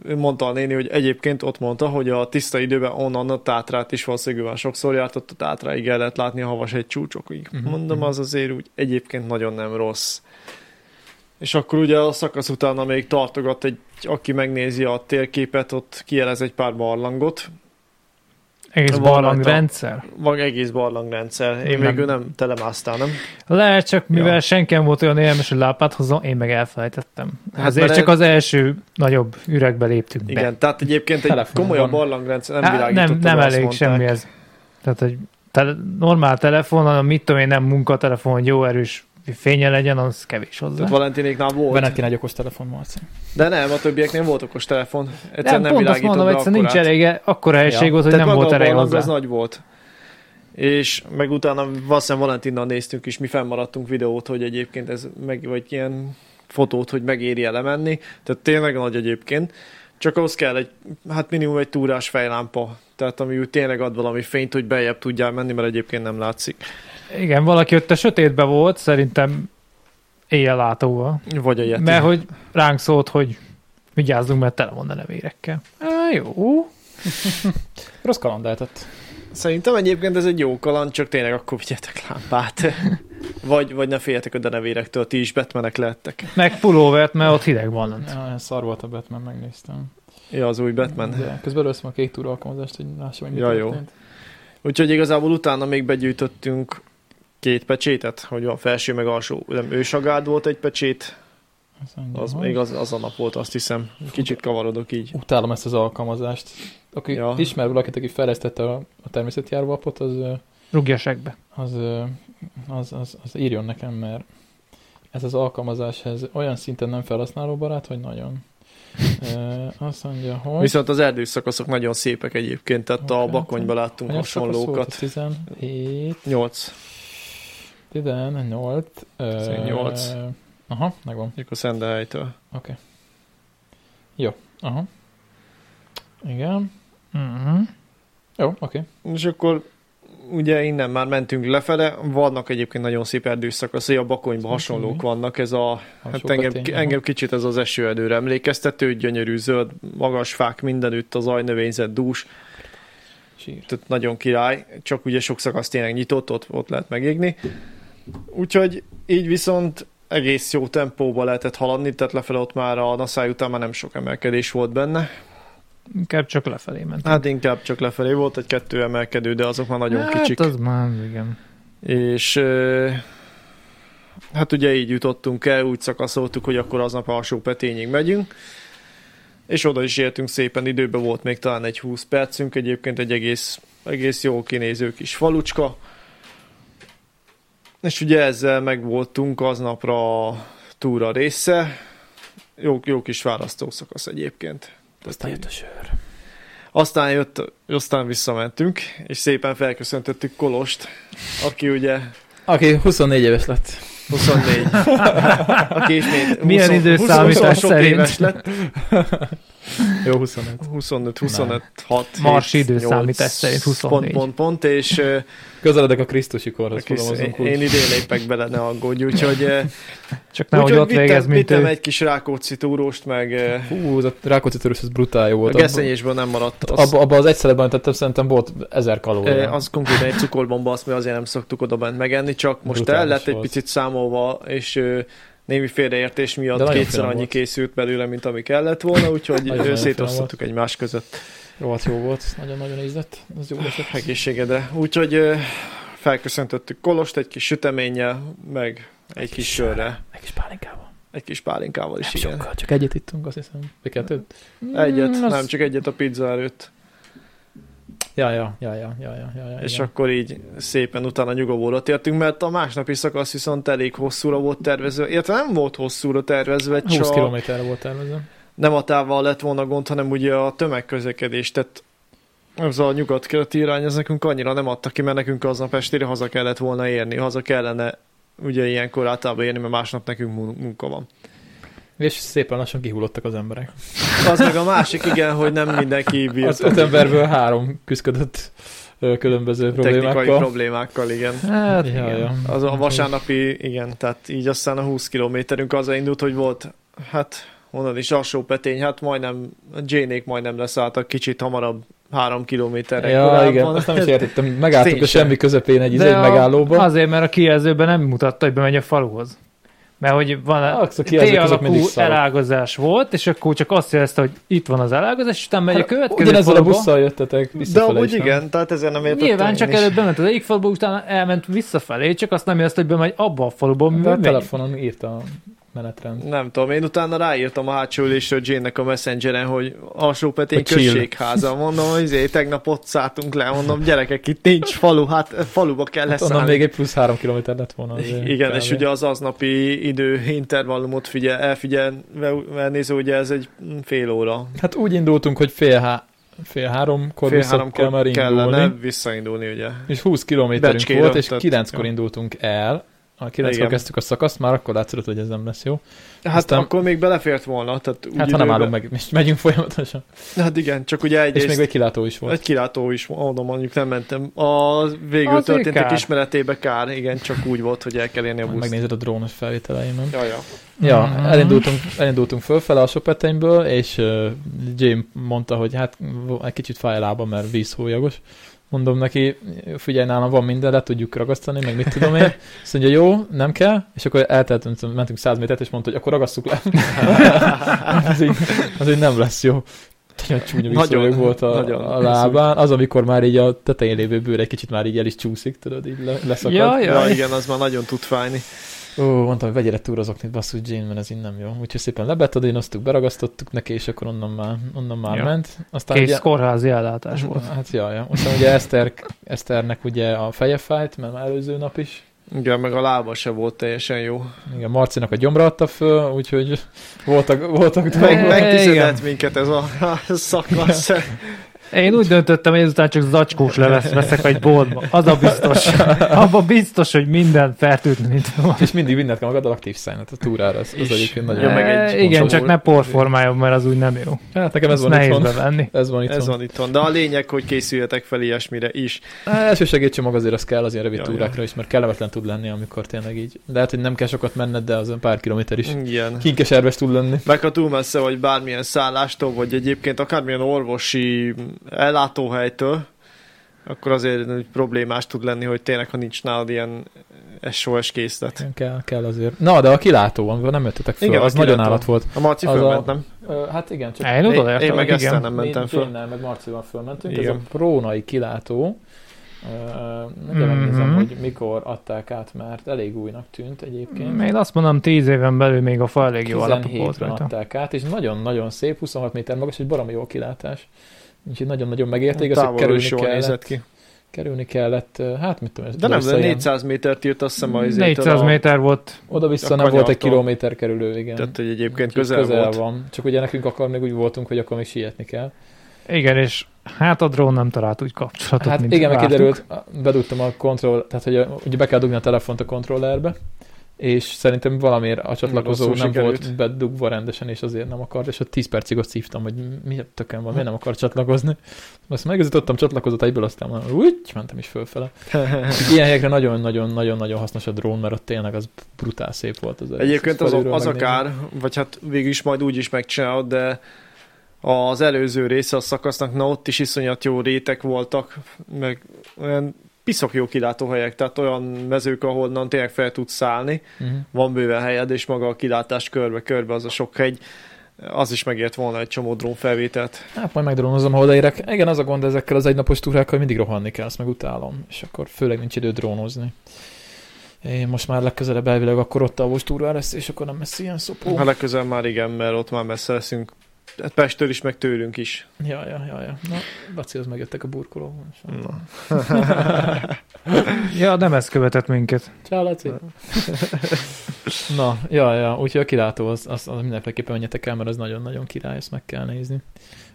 [SPEAKER 2] Ő Mondta a néni, hogy egyébként ott mondta, hogy a tiszta időben onnan a tátrát is valószínűleg már sokszor jártott, a tátráig el lehet látni a havas egy csúcsokig.
[SPEAKER 1] Mhm,
[SPEAKER 2] Mondom,
[SPEAKER 1] mhm.
[SPEAKER 2] az azért úgy egyébként nagyon nem rossz. És akkor ugye a szakasz utána még tartogat egy, aki megnézi a térképet, ott kijelez egy pár barlangot,
[SPEAKER 3] Egész
[SPEAKER 2] Van
[SPEAKER 3] barlangrendszer.
[SPEAKER 2] van egész barlangrendszer. Én
[SPEAKER 3] Nem.
[SPEAKER 2] végül nem telemásztál, nem?
[SPEAKER 3] Lehet csak, mivel
[SPEAKER 2] Ja.
[SPEAKER 3] ja. senki nem volt olyan élmes, hogy lápát hozzon, én meg elfelejtettem.
[SPEAKER 2] Hát
[SPEAKER 3] Hát Ezért
[SPEAKER 2] mert
[SPEAKER 3] csak
[SPEAKER 2] ez-
[SPEAKER 3] az első nagyobb üregbe léptünk
[SPEAKER 2] Igen,
[SPEAKER 3] be.
[SPEAKER 2] Be. tehát egyébként egy
[SPEAKER 1] Telefonban.
[SPEAKER 2] komolyabb barlangrendszer nem
[SPEAKER 3] Hát
[SPEAKER 2] világított.
[SPEAKER 3] nem, nem elég
[SPEAKER 2] Hát
[SPEAKER 3] semmi ez. Tehát egy tel- normál telefon, hanem mit tudom én, nem munkatelefon, hogy jó erős fénye legyen, az kevés hozzá.
[SPEAKER 2] Tehát Valentinéknál volt,
[SPEAKER 1] Benned kéne egy okos telefon, Marci.
[SPEAKER 2] de nem, a többieknél volt okos telefon. Egyszerűen nem,
[SPEAKER 3] nem, pont azt
[SPEAKER 2] világított
[SPEAKER 3] mondom,
[SPEAKER 2] be
[SPEAKER 3] egyszerűen nincs
[SPEAKER 2] akkorát.
[SPEAKER 3] elég, e- akkora helység
[SPEAKER 1] Ja.
[SPEAKER 3] volt, hogy
[SPEAKER 2] Tehát
[SPEAKER 3] nem
[SPEAKER 2] maga
[SPEAKER 3] volt
[SPEAKER 2] a
[SPEAKER 3] elég
[SPEAKER 2] barlang
[SPEAKER 3] hozzá.
[SPEAKER 2] az nagy volt. És meg utána valószínűleg Valentinnal néztünk is, mi fennmaradtunk videót, hogy egyébként ez meg, vagy ilyen fotót, hogy megéri elemenni. Tehát tényleg nagy egyébként. Csak ahhoz kell egy, hát minimum egy túrás fejlámpa. Tehát ami úgy tényleg ad valami fényt, hogy beljebb tudjál menni, mert egyébként nem látszik.
[SPEAKER 3] Igen, valaki ott a sötétbe volt, szerintem éjjel látóval.
[SPEAKER 2] Vagy a Yeti.
[SPEAKER 3] Mert hogy ránk szólt, hogy vigyázzunk, mert tele van a nevérekkel. Á, jó.
[SPEAKER 1] Rossz kaland lehetett.
[SPEAKER 2] Szerintem egyébként ez egy jó kaland, csak tényleg akkor vigyetek
[SPEAKER 1] [LAUGHS]
[SPEAKER 2] lámpát. Vagy, vagy ne féljetek a denevérektől, ti is betmenek lehettek.
[SPEAKER 3] Meg pulóvert, mert ott hideg van lent.
[SPEAKER 1] Ja, olyan szar volt a Batman, megnéztem.
[SPEAKER 2] Ja, az új Batman.
[SPEAKER 1] De közben először a két túra alkalmazást, hogy lássam, hogy mi
[SPEAKER 2] Ja, jó.
[SPEAKER 1] történt.
[SPEAKER 2] Úgyhogy igazából utána még begyűjtöttünk két pecsétet, hogy a felső meg alsó, nem ősagád volt egy pecsét,
[SPEAKER 1] Azt mondja,
[SPEAKER 2] az
[SPEAKER 1] hogy-
[SPEAKER 2] még az, az a nap volt, azt hiszem. Kicsit kavarodok így.
[SPEAKER 1] Utálom ezt az alkalmazást. Aki
[SPEAKER 2] Ja.
[SPEAKER 1] ja. ismer valakit, aki fejlesztette a, a természetjáró appot, az, ö,
[SPEAKER 3] Rúgja segbe.
[SPEAKER 1] az, ö, az, az, az, írjon nekem, mert ez az alkalmazás ez olyan szinten nem felhasználó barát, hogy nagyon. Ö, Azt mondja, hogy...
[SPEAKER 2] Viszont az erdős szakaszok nagyon szépek egyébként, tehát a
[SPEAKER 1] Oké,
[SPEAKER 2] bakonyba láttunk
[SPEAKER 1] Anyag szakasz volt,
[SPEAKER 2] hasonlókat.
[SPEAKER 1] az 17,
[SPEAKER 2] 8.
[SPEAKER 1] 18. ö,
[SPEAKER 2] 18.
[SPEAKER 1] Aha, megvan.
[SPEAKER 2] Mikor Szendehelytől.
[SPEAKER 1] Jó, aha. Igen.
[SPEAKER 3] Uh-huh.
[SPEAKER 1] Jó, oké. Okay.
[SPEAKER 2] És akkor ugye innen már mentünk lefele, vannak egyébként nagyon szép erdőszakaszai, a Bakonyban hasonlók vannak, ez a, hát engem, engem kicsit ez az esőerdőre emlékeztető, gyönyörű zöld, magas fák mindenütt, az ajnövényzet dús,
[SPEAKER 1] Sír.
[SPEAKER 2] tehát nagyon király, csak ugye sok szakasz tényleg nyitott, ott, ott lehet megégni. Úgyhogy így viszont egész jó tempóba lehetett haladni, tehát lefele ott már a Naszály után már nem sok emelkedés volt benne.
[SPEAKER 3] Inkább csak lefelé ment.
[SPEAKER 2] Hát inkább csak lefelé volt egy-kettő emelkedő, de azok már nagyon
[SPEAKER 3] hát
[SPEAKER 2] kicsik.
[SPEAKER 3] az már, igen.
[SPEAKER 2] És ö, hát ugye így jutottunk el, úgy szakaszoltuk, hogy akkor aznap alsó petényig megyünk, és oda is értünk szépen, időben volt még talán egy 20 percünk, egyébként egy egész, egész jó kinéző kis falucska. És ugye ezzel megvoltunk aznapra a túra része, jó, jó kis választószakasz egyébként.
[SPEAKER 1] Aztán jött a sör.
[SPEAKER 2] Aztán jött, aztán visszamentünk, és szépen felköszöntöttük Kolost, aki ugye
[SPEAKER 1] Aki 24 éves lett. [LAUGHS]
[SPEAKER 2] 24. Aki ismét
[SPEAKER 3] Milyen
[SPEAKER 2] 20
[SPEAKER 3] időszámítás
[SPEAKER 2] 20 sok
[SPEAKER 3] szerint?
[SPEAKER 2] éves lett.
[SPEAKER 1] Jó, 25.
[SPEAKER 2] 25, 25, 6,
[SPEAKER 3] Mars időszámítás szerint
[SPEAKER 2] Pont,
[SPEAKER 3] 24.
[SPEAKER 2] pont, pont, és ö,
[SPEAKER 1] Közeledek a Krisztusi korhoz,
[SPEAKER 2] aki sz-
[SPEAKER 1] fogalmazunk
[SPEAKER 2] én
[SPEAKER 1] úgy.
[SPEAKER 2] idén lépek bele, ne aggódj, úgyhogy, ö,
[SPEAKER 3] Csak nehogy
[SPEAKER 2] úgyhogy
[SPEAKER 3] ott végez,
[SPEAKER 2] vittem,
[SPEAKER 3] mint
[SPEAKER 2] vittem
[SPEAKER 3] ő.
[SPEAKER 2] egy kis Rákóczi túróst, meg ö,
[SPEAKER 1] Hú, az a Rákóczi törős, az brutál jó
[SPEAKER 2] a
[SPEAKER 1] volt.
[SPEAKER 2] geszenyésből nem maradt.
[SPEAKER 1] Abba,
[SPEAKER 2] Az,
[SPEAKER 1] abba, abba az egyszerben tettem, szerintem volt ezer
[SPEAKER 2] ö,
[SPEAKER 1] kalória.
[SPEAKER 2] az konkrétan egy cukorbomba, azt mi azért nem szoktuk oda bent megenni, csak most el
[SPEAKER 1] Brutális
[SPEAKER 2] lett egy
[SPEAKER 1] volt.
[SPEAKER 2] picit számolva, és ö, némi félreértés
[SPEAKER 1] De
[SPEAKER 2] miatt
[SPEAKER 1] nagyon
[SPEAKER 2] kétszer
[SPEAKER 1] finom
[SPEAKER 2] annyi
[SPEAKER 1] volt.
[SPEAKER 2] készült belőle, mint ami kellett volna, úgyhogy
[SPEAKER 1] Nagyon-nagyon
[SPEAKER 2] ö,
[SPEAKER 1] finom
[SPEAKER 2] szétosztottuk egymás között.
[SPEAKER 1] Rohadt jó volt, nagyon-nagyon ízlett. Az jó esett.
[SPEAKER 2] egészségedre. Úgyhogy ö, felköszöntöttük Kolost egy kis süteménnyel, meg egy kis sörre,
[SPEAKER 1] Egy kis pálinkával.
[SPEAKER 2] egy kis pálinkával is,
[SPEAKER 1] Nem
[SPEAKER 2] igen.
[SPEAKER 1] sokkal, csak egyet ittunk, azt hiszem. Vagy kettőt?
[SPEAKER 2] Egyet,
[SPEAKER 1] Mm, az-
[SPEAKER 2] nem csak egyet a pizza előtt.
[SPEAKER 1] Ja, ja, ja, ja, ja, ja, ja, ja
[SPEAKER 2] És
[SPEAKER 1] igen.
[SPEAKER 2] akkor így szépen utána nyugovóra tértünk, mert a másnapi szakasz viszont elég hosszúra volt tervezve, illetve nem volt hosszúra tervezve,
[SPEAKER 1] 20
[SPEAKER 2] csak
[SPEAKER 1] kilométerre volt tervezve.
[SPEAKER 2] nem a távval lett volna gond, hanem ugye a tömegközlekedés, tehát ez a nyugat-keleti irány, ez nekünk annyira nem adta ki, mert nekünk aznap estére haza kellett volna érni, haza kellene ugye ilyenkor általában érni, mert másnap nekünk mun- munka van.
[SPEAKER 1] És szépen lassan kihullottak az emberek.
[SPEAKER 2] Az meg a másik, igen, hogy nem mindenki bírt
[SPEAKER 1] Az öt emberből három küzdött ö, különböző
[SPEAKER 2] technikai
[SPEAKER 1] problémákkal.
[SPEAKER 2] problémákkal, igen.
[SPEAKER 3] Hát,
[SPEAKER 1] Ja,
[SPEAKER 3] igen.
[SPEAKER 1] ja.
[SPEAKER 2] Az a vasárnapi, igen, tehát így aztán a 20 kilométerünk az indult, hogy volt, hát onnan is alsó petény, hát majdnem, a Jane-ék majdnem leszálltak kicsit hamarabb három kilométerre
[SPEAKER 1] Ja,
[SPEAKER 2] korábban.
[SPEAKER 1] igen, azt
[SPEAKER 2] [LAUGHS]
[SPEAKER 1] nem is értettem. Megálltuk
[SPEAKER 2] Én
[SPEAKER 1] a
[SPEAKER 2] sem.
[SPEAKER 1] semmi közepén egy izé
[SPEAKER 3] De a-
[SPEAKER 1] megállóba.
[SPEAKER 2] hát,
[SPEAKER 3] Azért, mert a kijelzőben nem mutatta, hogy bemegy a faluhoz. Mert hogy van
[SPEAKER 1] Azok a kijelzők, azok mindig
[SPEAKER 3] T-alakú
[SPEAKER 1] szarok.
[SPEAKER 3] elágazás volt, és akkor csak azt jelezte, hogy itt van az elágazás, és utána megy a következő
[SPEAKER 1] Ugyanezzel Hát, a
[SPEAKER 3] faluba.
[SPEAKER 1] busszal jöttetek
[SPEAKER 2] De
[SPEAKER 1] visszafele
[SPEAKER 2] amúgy
[SPEAKER 1] is, nem? Hát,
[SPEAKER 2] igen, tehát ezen nem értettem
[SPEAKER 3] Nyilván
[SPEAKER 2] én
[SPEAKER 3] csak
[SPEAKER 2] is.
[SPEAKER 3] előbb bement az egyik faluba, utána elment visszafelé, csak azt nem jelezte, hogy bemegy abba a faluba,
[SPEAKER 1] De a
[SPEAKER 3] mi megy.
[SPEAKER 1] telefonon írta a menetrend. Hát
[SPEAKER 2] Nem tudom, én utána ráírtam a hátsó ülésről Jane-nek a messengeren, hogy alsó petény
[SPEAKER 1] Hogy chill.
[SPEAKER 2] községháza. Mondom, hogy izé, tegnap ott szálltunk le, mondom, gyerekek, itt nincs falu, hát faluba kell
[SPEAKER 1] Hát onnan
[SPEAKER 2] leszállni.
[SPEAKER 1] még egy plusz három kilométer lett volna. azért
[SPEAKER 2] Igen,
[SPEAKER 1] kb.
[SPEAKER 2] és ugye az aznapi idő intervallumot figyel, elfigyelve néző, ugye ez egy fél óra.
[SPEAKER 1] Hát úgy indultunk, hogy fél, há... fél háromkor
[SPEAKER 2] fél
[SPEAKER 1] vissza kell már
[SPEAKER 2] háromkor kellene
[SPEAKER 1] indulni.
[SPEAKER 2] visszaindulni, ugye.
[SPEAKER 1] És 20 kilométerünk
[SPEAKER 2] Becskéről,
[SPEAKER 1] volt, és
[SPEAKER 2] tehát-
[SPEAKER 1] 9-kor
[SPEAKER 2] jó.
[SPEAKER 1] indultunk el. A 9-kor
[SPEAKER 2] Igen.
[SPEAKER 1] kezdtük a szakaszt, már akkor látszott, hogy ez nem lesz jó.
[SPEAKER 2] Hát
[SPEAKER 1] Aztán-
[SPEAKER 2] Aztán... akkor még belefért volna. Tehát úgy
[SPEAKER 1] Hát ha nem
[SPEAKER 2] időben-
[SPEAKER 1] állunk meg, és megyünk folyamatosan.
[SPEAKER 2] Hát igen, csak ugye
[SPEAKER 1] És még
[SPEAKER 2] egyrészt
[SPEAKER 1] egy kilátó is volt.
[SPEAKER 2] egy kilátó is, mondom, mondjuk nem mentem. A végül
[SPEAKER 3] Azért
[SPEAKER 2] történtek
[SPEAKER 3] kár.
[SPEAKER 2] ismeretébe kár, igen, csak úgy volt, hogy el kell érni a buszt.
[SPEAKER 1] Megnézed a drónos felvételeimen.
[SPEAKER 2] Ja, ja.
[SPEAKER 1] Ja,
[SPEAKER 3] Mhm.
[SPEAKER 1] elindultunk, elindultunk fölfele a sopeteinyből, és uh, Jim mondta, hogy hát egy kicsit fáj a lába, mert vízhólyagos. Mondom neki, figyelj, nálam van minden, le tudjuk ragasztani, meg mit tudom én. Azt mondja, jó, nem kell, és akkor elteltünk, mentünk 100 métert, és mondta, hogy akkor ragasszuk le. [LAUGHS] az, így, az így nem lesz jó. Nagyon csúnya vízhólyag
[SPEAKER 2] Nagyon,
[SPEAKER 1] volt a,
[SPEAKER 2] nagyon.
[SPEAKER 1] a lábán. Az, amikor már így a tetején lévő bőr egy kicsit már így el is csúszik, tudod, így le, leszakad.
[SPEAKER 3] Ja,
[SPEAKER 2] ja,
[SPEAKER 3] Jaj.
[SPEAKER 2] igen, az már nagyon tud fájni.
[SPEAKER 1] Ó, mondtam, hogy vegyél túrozoknit, basszus Jane, mert ez így nem jó. Úgyhogy szépen lebetadénoztuk, beragasztottuk neki, és akkor onnan már, onnan már
[SPEAKER 3] Ja.
[SPEAKER 1] ment. Aztán
[SPEAKER 3] Kész kórházi ellátás
[SPEAKER 1] ugye,
[SPEAKER 3] volt.
[SPEAKER 1] [LAUGHS] hát ja, ja. Aztán ugye Eszter, Eszternek ugye a feje fájt, mert már előző nap is.
[SPEAKER 2] Igen, meg a lába se volt teljesen jó.
[SPEAKER 1] Igen, Marcinak a gyomra adta föl, úgyhogy voltak, voltak
[SPEAKER 2] Meg,
[SPEAKER 1] dolgok.
[SPEAKER 2] megtiszedett minket ez a, [LAUGHS] a szakasz.
[SPEAKER 3] Én úgy döntöttem, hogy ezután csak zacskós levesz veszek egy boltba. Az a
[SPEAKER 1] [LAUGHS]
[SPEAKER 3] biztos. Abban biztos, hogy minden fertőt, mint van.
[SPEAKER 1] És mindig vinned kell magad a aktív szájnat a túrára, az, az
[SPEAKER 2] És-
[SPEAKER 1] egyébként nagyon...
[SPEAKER 2] Ja, meg egy
[SPEAKER 3] Eh, Igen,
[SPEAKER 2] pontról.
[SPEAKER 3] csak ne porformáljon, mert az úgy nem jó.
[SPEAKER 1] Hát nekem ez
[SPEAKER 3] Ezt
[SPEAKER 1] van
[SPEAKER 3] nehéz
[SPEAKER 1] itthon.
[SPEAKER 3] bevenni.
[SPEAKER 1] Ez van itthon.
[SPEAKER 2] Ez van itthon. De a lényeg, hogy készüljetek fel ilyesmire is.
[SPEAKER 1] Á, Hát, Első segédcsomag azért az kell az ilyen rövid
[SPEAKER 2] Ja,
[SPEAKER 1] túrákra is, mert kellemetlen tud lenni, amikor tényleg így. Lehet, hogy nem kell sokat menned, de azon pár kilométer is
[SPEAKER 2] Igen.
[SPEAKER 1] kinkeserves tud lenni.
[SPEAKER 2] Meg ha túl messze vagy bármilyen szállástól, vagy egyébként akármilyen orvosi ellátóhelytől, akkor azért úgy problémás tud lenni, hogy tényleg, ha nincs nálad ilyen SOS készlet.
[SPEAKER 1] Kell, kell azért. Na, de a kilátó, amivel nem jöttetek fel,
[SPEAKER 2] Igen,
[SPEAKER 1] igen,
[SPEAKER 2] a
[SPEAKER 1] az nagyon
[SPEAKER 2] kilátó.
[SPEAKER 1] állat volt.
[SPEAKER 2] A Marci
[SPEAKER 1] Az
[SPEAKER 2] fölment,
[SPEAKER 1] a-
[SPEAKER 2] nem?
[SPEAKER 1] Ö, hát igen, csak
[SPEAKER 3] Én oda
[SPEAKER 2] Én, én meg
[SPEAKER 3] igen.
[SPEAKER 2] ezt nem mentem föl.
[SPEAKER 1] Jénnel, meg Marcival fölmentünk.
[SPEAKER 2] Igen.
[SPEAKER 1] Ez a prónai kilátó. Uh, mm-hmm.
[SPEAKER 3] Mhm.
[SPEAKER 1] megnézem, hogy mikor adták át, mert elég újnak tűnt egyébként.
[SPEAKER 3] Én azt mondom, tíz éven belül még a fa elég jó alapok volt
[SPEAKER 1] 17-ben
[SPEAKER 3] rajta.
[SPEAKER 1] adták át, és nagyon-nagyon szép, 26 méter magas, egy baromi jó kilátás. Úgyhogy nagyon-nagyon megérték, az, Hát hogy
[SPEAKER 2] Hát Távolról
[SPEAKER 1] kerülni
[SPEAKER 2] is jól
[SPEAKER 1] kellett,
[SPEAKER 2] nézett ki.
[SPEAKER 1] kerülni kellett, ö, hát mit tudom, ez
[SPEAKER 2] De nem, de
[SPEAKER 1] oda-vissza ilyen-
[SPEAKER 2] 400 métert írt azt hiszem a izétől
[SPEAKER 3] 400
[SPEAKER 2] a-
[SPEAKER 3] méter volt.
[SPEAKER 1] Oda-vissza
[SPEAKER 2] a
[SPEAKER 1] nem volt egy
[SPEAKER 2] kanyartól.
[SPEAKER 1] kilométer kerülő, igen.
[SPEAKER 2] Tehát, hogy egyébként
[SPEAKER 1] Úgyhogy
[SPEAKER 2] közel, közel volt.
[SPEAKER 1] van. Csak ugye nekünk akkor még úgy voltunk, hogy akkor még sietni kell.
[SPEAKER 3] Igen, és hát a drón nem talált úgy kapcsolatot,
[SPEAKER 1] Hát
[SPEAKER 3] mint
[SPEAKER 1] igen, meg
[SPEAKER 3] vártuk.
[SPEAKER 1] kiderült, bedugtam a kontroll, tehát hogy a- ugye be kell dugni a telefont a kontrollerbe, és szerintem valamiért a csatlakozó
[SPEAKER 2] Rosszul
[SPEAKER 1] nem
[SPEAKER 2] sikerült.
[SPEAKER 1] volt bedugva rendesen, és azért nem akart, és ott 10 percig ott szívtam, hogy mi a tökön van, miért nem akar csatlakozni. Azt megizítottam csatlakozót egyből, aztán már úgy mentem is
[SPEAKER 2] [LAUGHS]
[SPEAKER 1] fölfele. Ilyen helyekre nagyon-nagyon-nagyon-nagyon hasznos a drón, mert ott tényleg az brutál szép volt az egész.
[SPEAKER 2] Egyébként
[SPEAKER 1] Ezt
[SPEAKER 2] az,
[SPEAKER 1] felülről
[SPEAKER 2] az a
[SPEAKER 1] megnézni.
[SPEAKER 2] kár, vagy hát végül is majd úgy is megcsinálod, de az előző része a szakasznak, na ott is iszonyat jó rétek voltak, meg olyan piszok jó kilátóhelyek, tehát olyan mezők, ahonnan tényleg fel tudsz szállni,
[SPEAKER 1] Mhm.
[SPEAKER 2] van bőven helyed, és maga a kilátás körbe-körbe az a sok hegy, az is megért volna egy csomó drónfelvételt.
[SPEAKER 1] Hát majd megdrónozom, ha odaérek. Igen, az a gond ezekkel az egynapos túrákkal, hogy mindig rohanni kell, azt meg utálom. És akkor főleg nincs idő drónozni. Én most már legközelebb
[SPEAKER 2] Hát
[SPEAKER 1] elvileg akkor ott alvos túrá lesz, és akkor nem lesz ilyen szopó.
[SPEAKER 2] Ha legközelebb már igen, mert ott már messze leszünk. Hát Pestől is, meg tőlünk is.
[SPEAKER 1] Ja, ja, ja, ja. Na, Lacihoz megjöttek a burkoló.
[SPEAKER 2] Na.
[SPEAKER 3] Ja, nem ez követett minket.
[SPEAKER 1] [LAUGHS] Ciao, Laci! Na, ja, ja, úgyhogy a kilátó, az, az, az mindenféleképpen menjetek el, mert az nagyon-nagyon király, ezt meg kell nézni.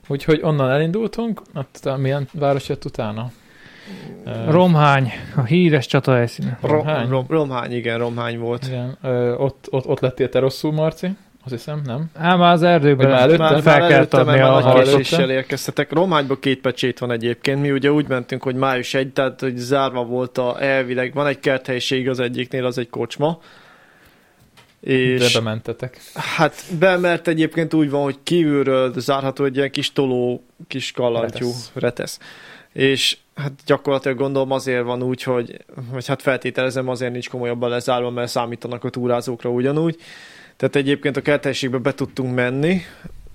[SPEAKER 1] Úgyhogy onnan elindultunk, hát te- milyen város jött utána? Ö,
[SPEAKER 3] Romhány, a híres csata helyszíne.
[SPEAKER 2] Rom,
[SPEAKER 1] Romhány?
[SPEAKER 2] rom, romhány, igen, romhány volt.
[SPEAKER 1] Igen, ö, ott, ott, ott lettél te rosszul, Marci, azt hiszem, nem?
[SPEAKER 3] Á, már az erdőben
[SPEAKER 1] Vagy már előtte?
[SPEAKER 3] fel kell adni
[SPEAKER 2] mert
[SPEAKER 3] a
[SPEAKER 2] már nagy
[SPEAKER 1] harcot,
[SPEAKER 2] késéssel érkeztetek. Romhányban két pecsét van egyébként. Mi ugye úgy mentünk, hogy május 1, tehát hogy zárva volt a elvileg. Van egy kerthelyiség az egyiknél, az egy kocsma.
[SPEAKER 1] És...
[SPEAKER 2] És
[SPEAKER 1] De bementetek.
[SPEAKER 2] hát be, mert egyébként úgy van, hogy kívülről zárható egy ilyen kis toló, kis kalantyú,
[SPEAKER 1] Retesz.
[SPEAKER 2] retesz. retesz. És hát gyakorlatilag gondolom azért van úgy, hogy, vagy hát feltételezem azért nincs komolyabban lezárva, mert számítanak a túrázókra ugyanúgy. Tehát egyébként a kertelségbe be tudtunk menni,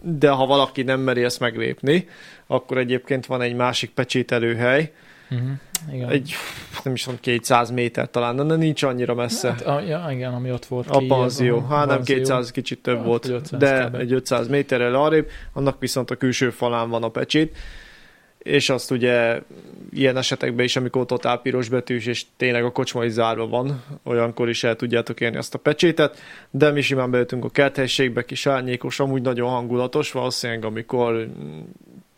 [SPEAKER 2] de ha valaki nem meri ezt meglépni, akkor egyébként van egy másik pecsételőhely,
[SPEAKER 1] Uh-huh. Igen.
[SPEAKER 2] egy, nem is tudom, 200 méter talán, de nincs annyira messze.
[SPEAKER 1] Hát, a, ja, igen, ami ott volt.
[SPEAKER 2] A
[SPEAKER 1] ki,
[SPEAKER 2] panzió.
[SPEAKER 1] az a-
[SPEAKER 2] Hát nem
[SPEAKER 1] panzió.
[SPEAKER 2] 200, kicsit több
[SPEAKER 1] Hát,
[SPEAKER 2] volt,
[SPEAKER 1] vagy 500
[SPEAKER 2] de
[SPEAKER 1] kb.
[SPEAKER 2] egy 500 méterrel arrébb, annak viszont a külső falán van a pecsét, és azt ugye ilyen esetekben is, amikor totál piros betűs, és tényleg a kocsma is zárva van, olyankor is el tudjátok érni azt a pecsétet, de mi simán bejöttünk a kerthelységbe, kis árnyékos, amúgy nagyon hangulatos, valószínűleg amikor mm,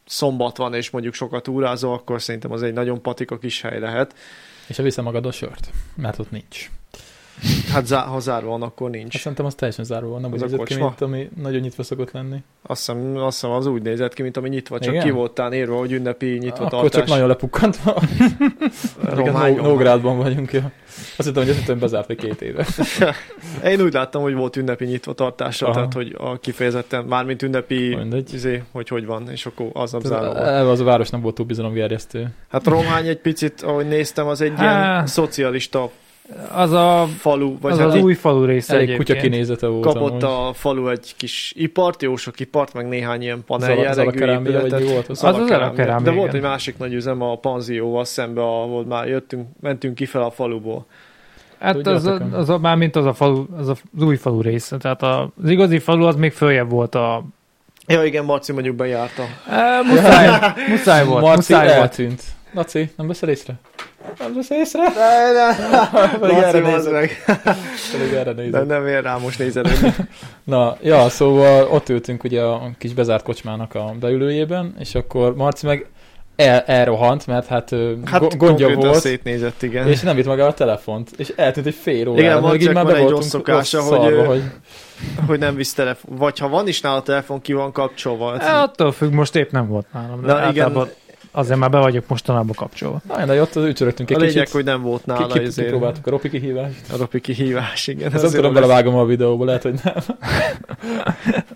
[SPEAKER 2] szombat van, és mondjuk sokat úrázol, akkor szerintem az egy nagyon patika kis hely lehet.
[SPEAKER 1] És ha vissza magad a sört, mert ott nincs.
[SPEAKER 2] Hát zá- ha zárva van, akkor nincs.
[SPEAKER 1] Hát szerintem az teljesen zárva van, nem
[SPEAKER 2] Az
[SPEAKER 1] úgy
[SPEAKER 2] a
[SPEAKER 1] nézett ki,
[SPEAKER 2] kocsma.
[SPEAKER 1] mint ami nagyon nyitva szokott lenni.
[SPEAKER 2] Azt hiszem, azt hiszem az úgy nézett ki, mint ami nyitva, csak
[SPEAKER 1] Igen?
[SPEAKER 2] Igen? ki voltál írva, hogy ünnepi nyitva
[SPEAKER 1] Akkor
[SPEAKER 2] tartás.
[SPEAKER 1] csak nagyon
[SPEAKER 2] [LAUGHS]
[SPEAKER 1] lepukkantva.
[SPEAKER 2] Román,
[SPEAKER 1] Igen, Nó- Nógrádban vagyunk. Ja. Azt hittem, hogy ezt hittem bezárt egy két éve.
[SPEAKER 2] Én úgy láttam, hogy volt ünnepi nyitva tartása,
[SPEAKER 1] Aha.
[SPEAKER 2] tehát hogy a kifejezetten, mármint ünnepi,
[SPEAKER 1] Mindegy.
[SPEAKER 2] izé, hogy hogy van, és akkor aznap zárva volt.
[SPEAKER 1] Eleve az a város nem volt túl bizalomgerjesztő.
[SPEAKER 2] Hát Romhány egy picit, ahogy néztem, az egy
[SPEAKER 3] Há.
[SPEAKER 2] ilyen szocialista
[SPEAKER 3] Az a
[SPEAKER 2] falu, vagy
[SPEAKER 3] az,
[SPEAKER 2] hát
[SPEAKER 3] az
[SPEAKER 2] így
[SPEAKER 3] új falu része
[SPEAKER 1] Elég kutya
[SPEAKER 3] egyébként.
[SPEAKER 1] kinézete volt.
[SPEAKER 2] kapott a falu egy kis ipart, jó sok ipart, meg néhány ilyen panel jellegű
[SPEAKER 1] Zalakerámia, vagy
[SPEAKER 2] épületet.
[SPEAKER 1] mi volt?
[SPEAKER 2] Az
[SPEAKER 1] az?
[SPEAKER 3] Az-
[SPEAKER 2] Alakerámia.
[SPEAKER 3] Alakerámia,
[SPEAKER 2] De
[SPEAKER 3] igen.
[SPEAKER 2] volt egy másik nagy üzem a panzióval szembe, ahol már jöttünk, mentünk kifel a faluból.
[SPEAKER 3] Hát az,
[SPEAKER 1] Tudjátok,
[SPEAKER 3] a- az a, már mint az a falu, az, a, az új falu része. Tehát a, az igazi falu az még följebb volt a...
[SPEAKER 2] Ja igen, Marci mondjuk bejárta.
[SPEAKER 3] E, muszáj, muszáj volt,
[SPEAKER 1] Marci
[SPEAKER 2] eh.
[SPEAKER 3] muszáj volt.
[SPEAKER 1] eltűnt. Laci, nem veszel észre? Nem veszel észre?
[SPEAKER 2] Ne, ne,
[SPEAKER 1] Pedig erre
[SPEAKER 2] Marci, bazd
[SPEAKER 1] nézek.
[SPEAKER 2] meg.
[SPEAKER 1] Pedig erre
[SPEAKER 2] De
[SPEAKER 1] nézek.
[SPEAKER 2] nem ér rá most nézelődni.
[SPEAKER 1] [LAUGHS] Na, ja, szóval ott ültünk ugye a kis bezárt kocsmának a beülőjében, és akkor Marci meg el, elrohant, mert hát, hát
[SPEAKER 2] Hát
[SPEAKER 1] gondja
[SPEAKER 2] konkrétan
[SPEAKER 1] volt,
[SPEAKER 2] szétnézett, igen.
[SPEAKER 1] és nem vitt maga a telefont, és eltűnt egy fél órára.
[SPEAKER 2] Igen,
[SPEAKER 1] még
[SPEAKER 2] Marcinak van egy rossz szokása, hogy
[SPEAKER 1] szarva,
[SPEAKER 2] ő-
[SPEAKER 1] hogy
[SPEAKER 2] Hogy nem visz telefon. Vagy ha van is nála telefon, ki van kapcsolva.
[SPEAKER 1] Hát,
[SPEAKER 3] E, attól függ, most épp nem volt nálam. De
[SPEAKER 2] Na igen,
[SPEAKER 3] általában azért már be vagyok mostanában kapcsolva.
[SPEAKER 1] Na, de ott az ücsörögtünk egy
[SPEAKER 2] a lényeg,
[SPEAKER 1] kicsit.
[SPEAKER 2] hogy nem volt
[SPEAKER 1] Ki,
[SPEAKER 2] nála.
[SPEAKER 1] ki,
[SPEAKER 2] ezért.
[SPEAKER 1] kipróbáltuk a Ropi kihívást.
[SPEAKER 2] A ropi kihívás, igen.
[SPEAKER 1] Ezt nem
[SPEAKER 2] azért
[SPEAKER 1] tudom,
[SPEAKER 2] lesz.
[SPEAKER 1] belevágom a videóba, lehet, hogy nem.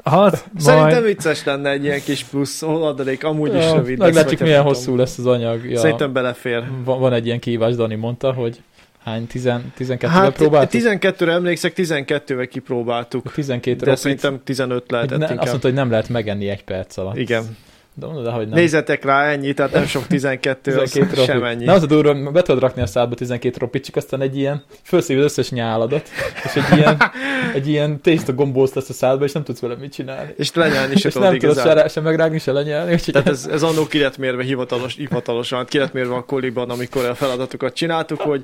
[SPEAKER 3] Hát,
[SPEAKER 2] [LAUGHS] Szerintem
[SPEAKER 3] majd,
[SPEAKER 2] vicces lenne egy ilyen kis plusz adalék, amúgy is
[SPEAKER 1] Ja,
[SPEAKER 2] rövid. lesz, vagy
[SPEAKER 1] Meglátjuk,
[SPEAKER 2] hát
[SPEAKER 1] milyen
[SPEAKER 2] nem
[SPEAKER 1] hosszú
[SPEAKER 2] tudom.
[SPEAKER 1] lesz az anyag. Ja,
[SPEAKER 2] Szerintem belefér.
[SPEAKER 1] van, van egy ilyen kihívás, Dani mondta, hogy hány, 10, 12 hát,
[SPEAKER 2] Hát
[SPEAKER 1] próbáltuk?
[SPEAKER 2] 12-re emlékszek, 12-vel kipróbáltuk.
[SPEAKER 1] 12
[SPEAKER 2] De
[SPEAKER 1] ropit.
[SPEAKER 2] szerintem 15
[SPEAKER 1] Hogy ne,
[SPEAKER 2] lehetett
[SPEAKER 1] azt
[SPEAKER 2] inkább.
[SPEAKER 1] mondta, hogy nem lehet megenni egy perc alatt.
[SPEAKER 2] Igen.
[SPEAKER 1] De mondod, hogy nem.
[SPEAKER 2] Nézzetek rá, ennyi, tehát nem sok 12, [LAUGHS] 12 az
[SPEAKER 1] ropit.
[SPEAKER 2] sem ennyi.
[SPEAKER 1] Na az a durva, be tudod rakni a szádba 12 ropit, csak aztán egy ilyen, felszívod az összes nyáladat, és egy
[SPEAKER 2] [LAUGHS]
[SPEAKER 1] ilyen, egy ilyen tészta gombóc lesz a szádba, és nem tudsz vele mit csinálni.
[SPEAKER 2] És lenyelni
[SPEAKER 1] [LAUGHS]
[SPEAKER 2] se
[SPEAKER 1] és
[SPEAKER 2] tudod
[SPEAKER 1] nem tudod
[SPEAKER 2] igazán.
[SPEAKER 1] se, se megrágni, se lenyelni. Úgyhogy
[SPEAKER 2] Tehát ez, ez annó kiretmérve hivatalos, hivatalosan, hát kiretmérve a koliban, amikor a feladatokat csináltuk, hogy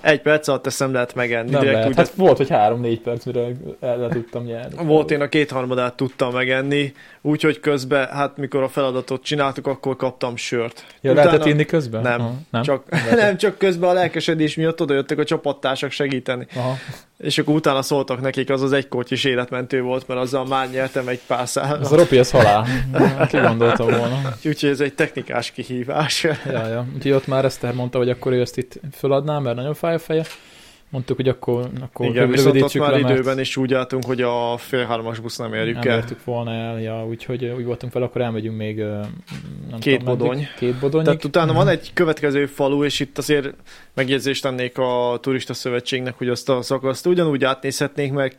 [SPEAKER 2] egy perc alatt ezt nem lehet megenni.
[SPEAKER 1] nem
[SPEAKER 2] Direkt
[SPEAKER 1] lehet.
[SPEAKER 2] úgy,
[SPEAKER 1] Hát volt, hogy 3-4 perc, mire el le tudtam nyelni.
[SPEAKER 2] Volt én a kétharmadát tudtam megenni, úgyhogy közben, hát mikor a feladatot csináltuk, akkor kaptam sört.
[SPEAKER 1] Ja,
[SPEAKER 2] Utána-
[SPEAKER 1] lehetett inni közben?
[SPEAKER 2] Nem.
[SPEAKER 1] Aha, nem.
[SPEAKER 2] Csak, [LAUGHS]
[SPEAKER 1] Lehetett.
[SPEAKER 2] nem, csak közben a lelkesedés miatt odajöttek a csapattársak segíteni.
[SPEAKER 1] Aha.
[SPEAKER 2] És akkor utána szóltak nekik, az az egykortyis életmentő volt, mert azzal már nyertem egy pászál.
[SPEAKER 1] Ez a Ropi, ez halál. Ki gondolta volna.
[SPEAKER 2] Úgyhogy ez egy technikás kihívás.
[SPEAKER 1] Ja, ja. Úgyhogy ott már Eszter mondta, hogy akkor ő ezt itt föladná, mert nagyon fáj a feje. Mondtuk, hogy akkor, akkor
[SPEAKER 2] Igen, viszont ott
[SPEAKER 1] rövidítsük
[SPEAKER 2] már
[SPEAKER 1] le, mert
[SPEAKER 2] időben is úgy álltunk, hogy a fél hármas busz nem érjük
[SPEAKER 1] nem
[SPEAKER 2] el.
[SPEAKER 1] értük volna el, ja, úgyhogy ö, úgy voltunk fel, akkor elmegyünk még ö, nem
[SPEAKER 2] Két
[SPEAKER 1] tudom, meddig.
[SPEAKER 2] bodony.
[SPEAKER 1] Két bodony.
[SPEAKER 2] Tehát utána van
[SPEAKER 1] Mhm.
[SPEAKER 2] egy következő falu, és itt azért megjegyzést tennék a Turista Szövetségnek, hogy azt a szakaszt ugyanúgy átnézhetnénk, mert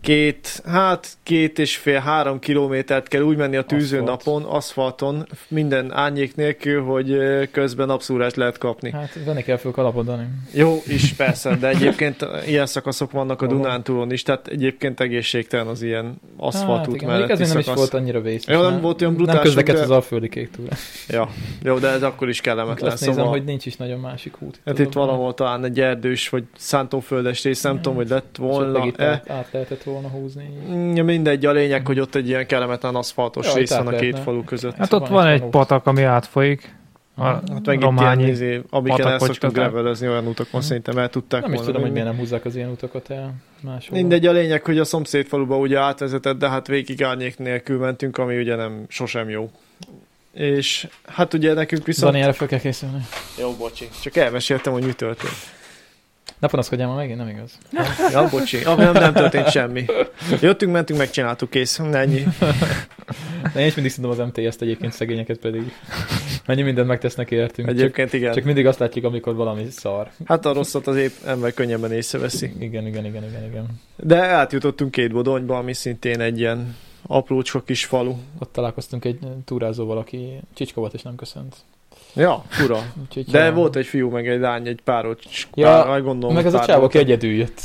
[SPEAKER 2] két, hát két és fél, három kilométert kell úgy menni a tűző
[SPEAKER 1] Aszfalt.
[SPEAKER 2] napon, aszfalton, minden árnyék nélkül, hogy ö, közben napszúrást lehet kapni.
[SPEAKER 1] Hát venni kell föl kalapod, Dani.
[SPEAKER 2] Jó is, persze, de egyébként ilyen szakaszok vannak a
[SPEAKER 1] Való.
[SPEAKER 2] Dunántúlon is, tehát egyébénként egészségtelen az ilyen aszfaltút
[SPEAKER 1] Hát, igen,
[SPEAKER 2] melletti
[SPEAKER 1] mondjuk ezért nem is
[SPEAKER 2] szakasz.
[SPEAKER 1] volt annyira vészes.
[SPEAKER 2] Jó, nem volt olyan brutális,
[SPEAKER 1] Nem közlekedt
[SPEAKER 2] de-
[SPEAKER 1] az alföldi kék túl.
[SPEAKER 2] Ja, jó, de ez akkor is
[SPEAKER 1] Azt
[SPEAKER 2] kellemetlen,
[SPEAKER 1] nézem,
[SPEAKER 2] szóval...
[SPEAKER 1] hogy nincs is nagyon másik út.
[SPEAKER 2] Hát itt valahol talán egy erdős, vagy szántóföldes rész, nem
[SPEAKER 1] Ja.
[SPEAKER 2] tudom, hogy lett volna.
[SPEAKER 1] Itt
[SPEAKER 2] E,
[SPEAKER 1] át, át lehetett volna húzni.
[SPEAKER 2] Mm, mindegy, a lényeg, hogy ott egy ilyen kellemetlen aszfaltos
[SPEAKER 1] Jaj,
[SPEAKER 2] rész van a
[SPEAKER 1] tehát
[SPEAKER 2] két
[SPEAKER 1] lehetne.
[SPEAKER 2] falu között.
[SPEAKER 3] Hát
[SPEAKER 1] Szóval
[SPEAKER 3] ott
[SPEAKER 1] itt
[SPEAKER 3] van
[SPEAKER 1] van
[SPEAKER 3] egy
[SPEAKER 1] út.
[SPEAKER 3] patak, ami átfolyik. A
[SPEAKER 2] Hát
[SPEAKER 3] hát
[SPEAKER 2] meg itt ilyen
[SPEAKER 3] rományi.
[SPEAKER 2] izé, amiken el
[SPEAKER 3] patakocska,
[SPEAKER 2] szoktunk
[SPEAKER 3] tehát-
[SPEAKER 2] gravelözni, olyan utakon
[SPEAKER 1] Mm.
[SPEAKER 2] szerintem el tudták
[SPEAKER 1] Nem is
[SPEAKER 2] volna
[SPEAKER 1] tudom, hogy
[SPEAKER 2] vinni.
[SPEAKER 1] miért nem húzzák az ilyen utakat el máshol.
[SPEAKER 2] Mindegy, a lényeg, hogy a szomszéd faluba ugye átvezetett, de hát végig árnyék nélkül mentünk, ami ugye nem sosem jó. És hát ugye nekünk viszont...
[SPEAKER 1] Dani, erre fel kell készülni.
[SPEAKER 2] Jó, bocsi. Csak elmeséltem, hogy mi történt.
[SPEAKER 1] Ne panaszkodjál már megint, nem igaz.
[SPEAKER 2] Ja, bocsi. Ah, nem, nem történt semmi. Jöttünk, mentünk, megcsináltuk, kész. Na, Ennyi.
[SPEAKER 1] De én is mindig szerintem az MTS-t egyébként szegényeket pedig. Mennyi mindent megtesznek értünk. Csak,
[SPEAKER 2] Egyébként igen.
[SPEAKER 1] csak mindig azt látjuk, amikor valami szar.
[SPEAKER 2] Hát a rosszat az épp ember könnyebben észreveszi.
[SPEAKER 1] Igen, igen, igen, igen, igen.
[SPEAKER 2] De átjutottunk két bodonyba, ami szintén egy ilyen aprócska kis falu.
[SPEAKER 1] Ott találkoztunk egy túrázóval, aki csicska volt és nem köszönt.
[SPEAKER 2] Ja, fura.
[SPEAKER 1] Úgyhogy,
[SPEAKER 2] De
[SPEAKER 1] ja.
[SPEAKER 2] volt egy fiú, meg egy lány, egy párocs.
[SPEAKER 1] Ja,
[SPEAKER 2] Ja, pár, gondolom,
[SPEAKER 1] Meg az a
[SPEAKER 2] pár
[SPEAKER 1] csávó,
[SPEAKER 2] volt.
[SPEAKER 1] aki egyedül jött.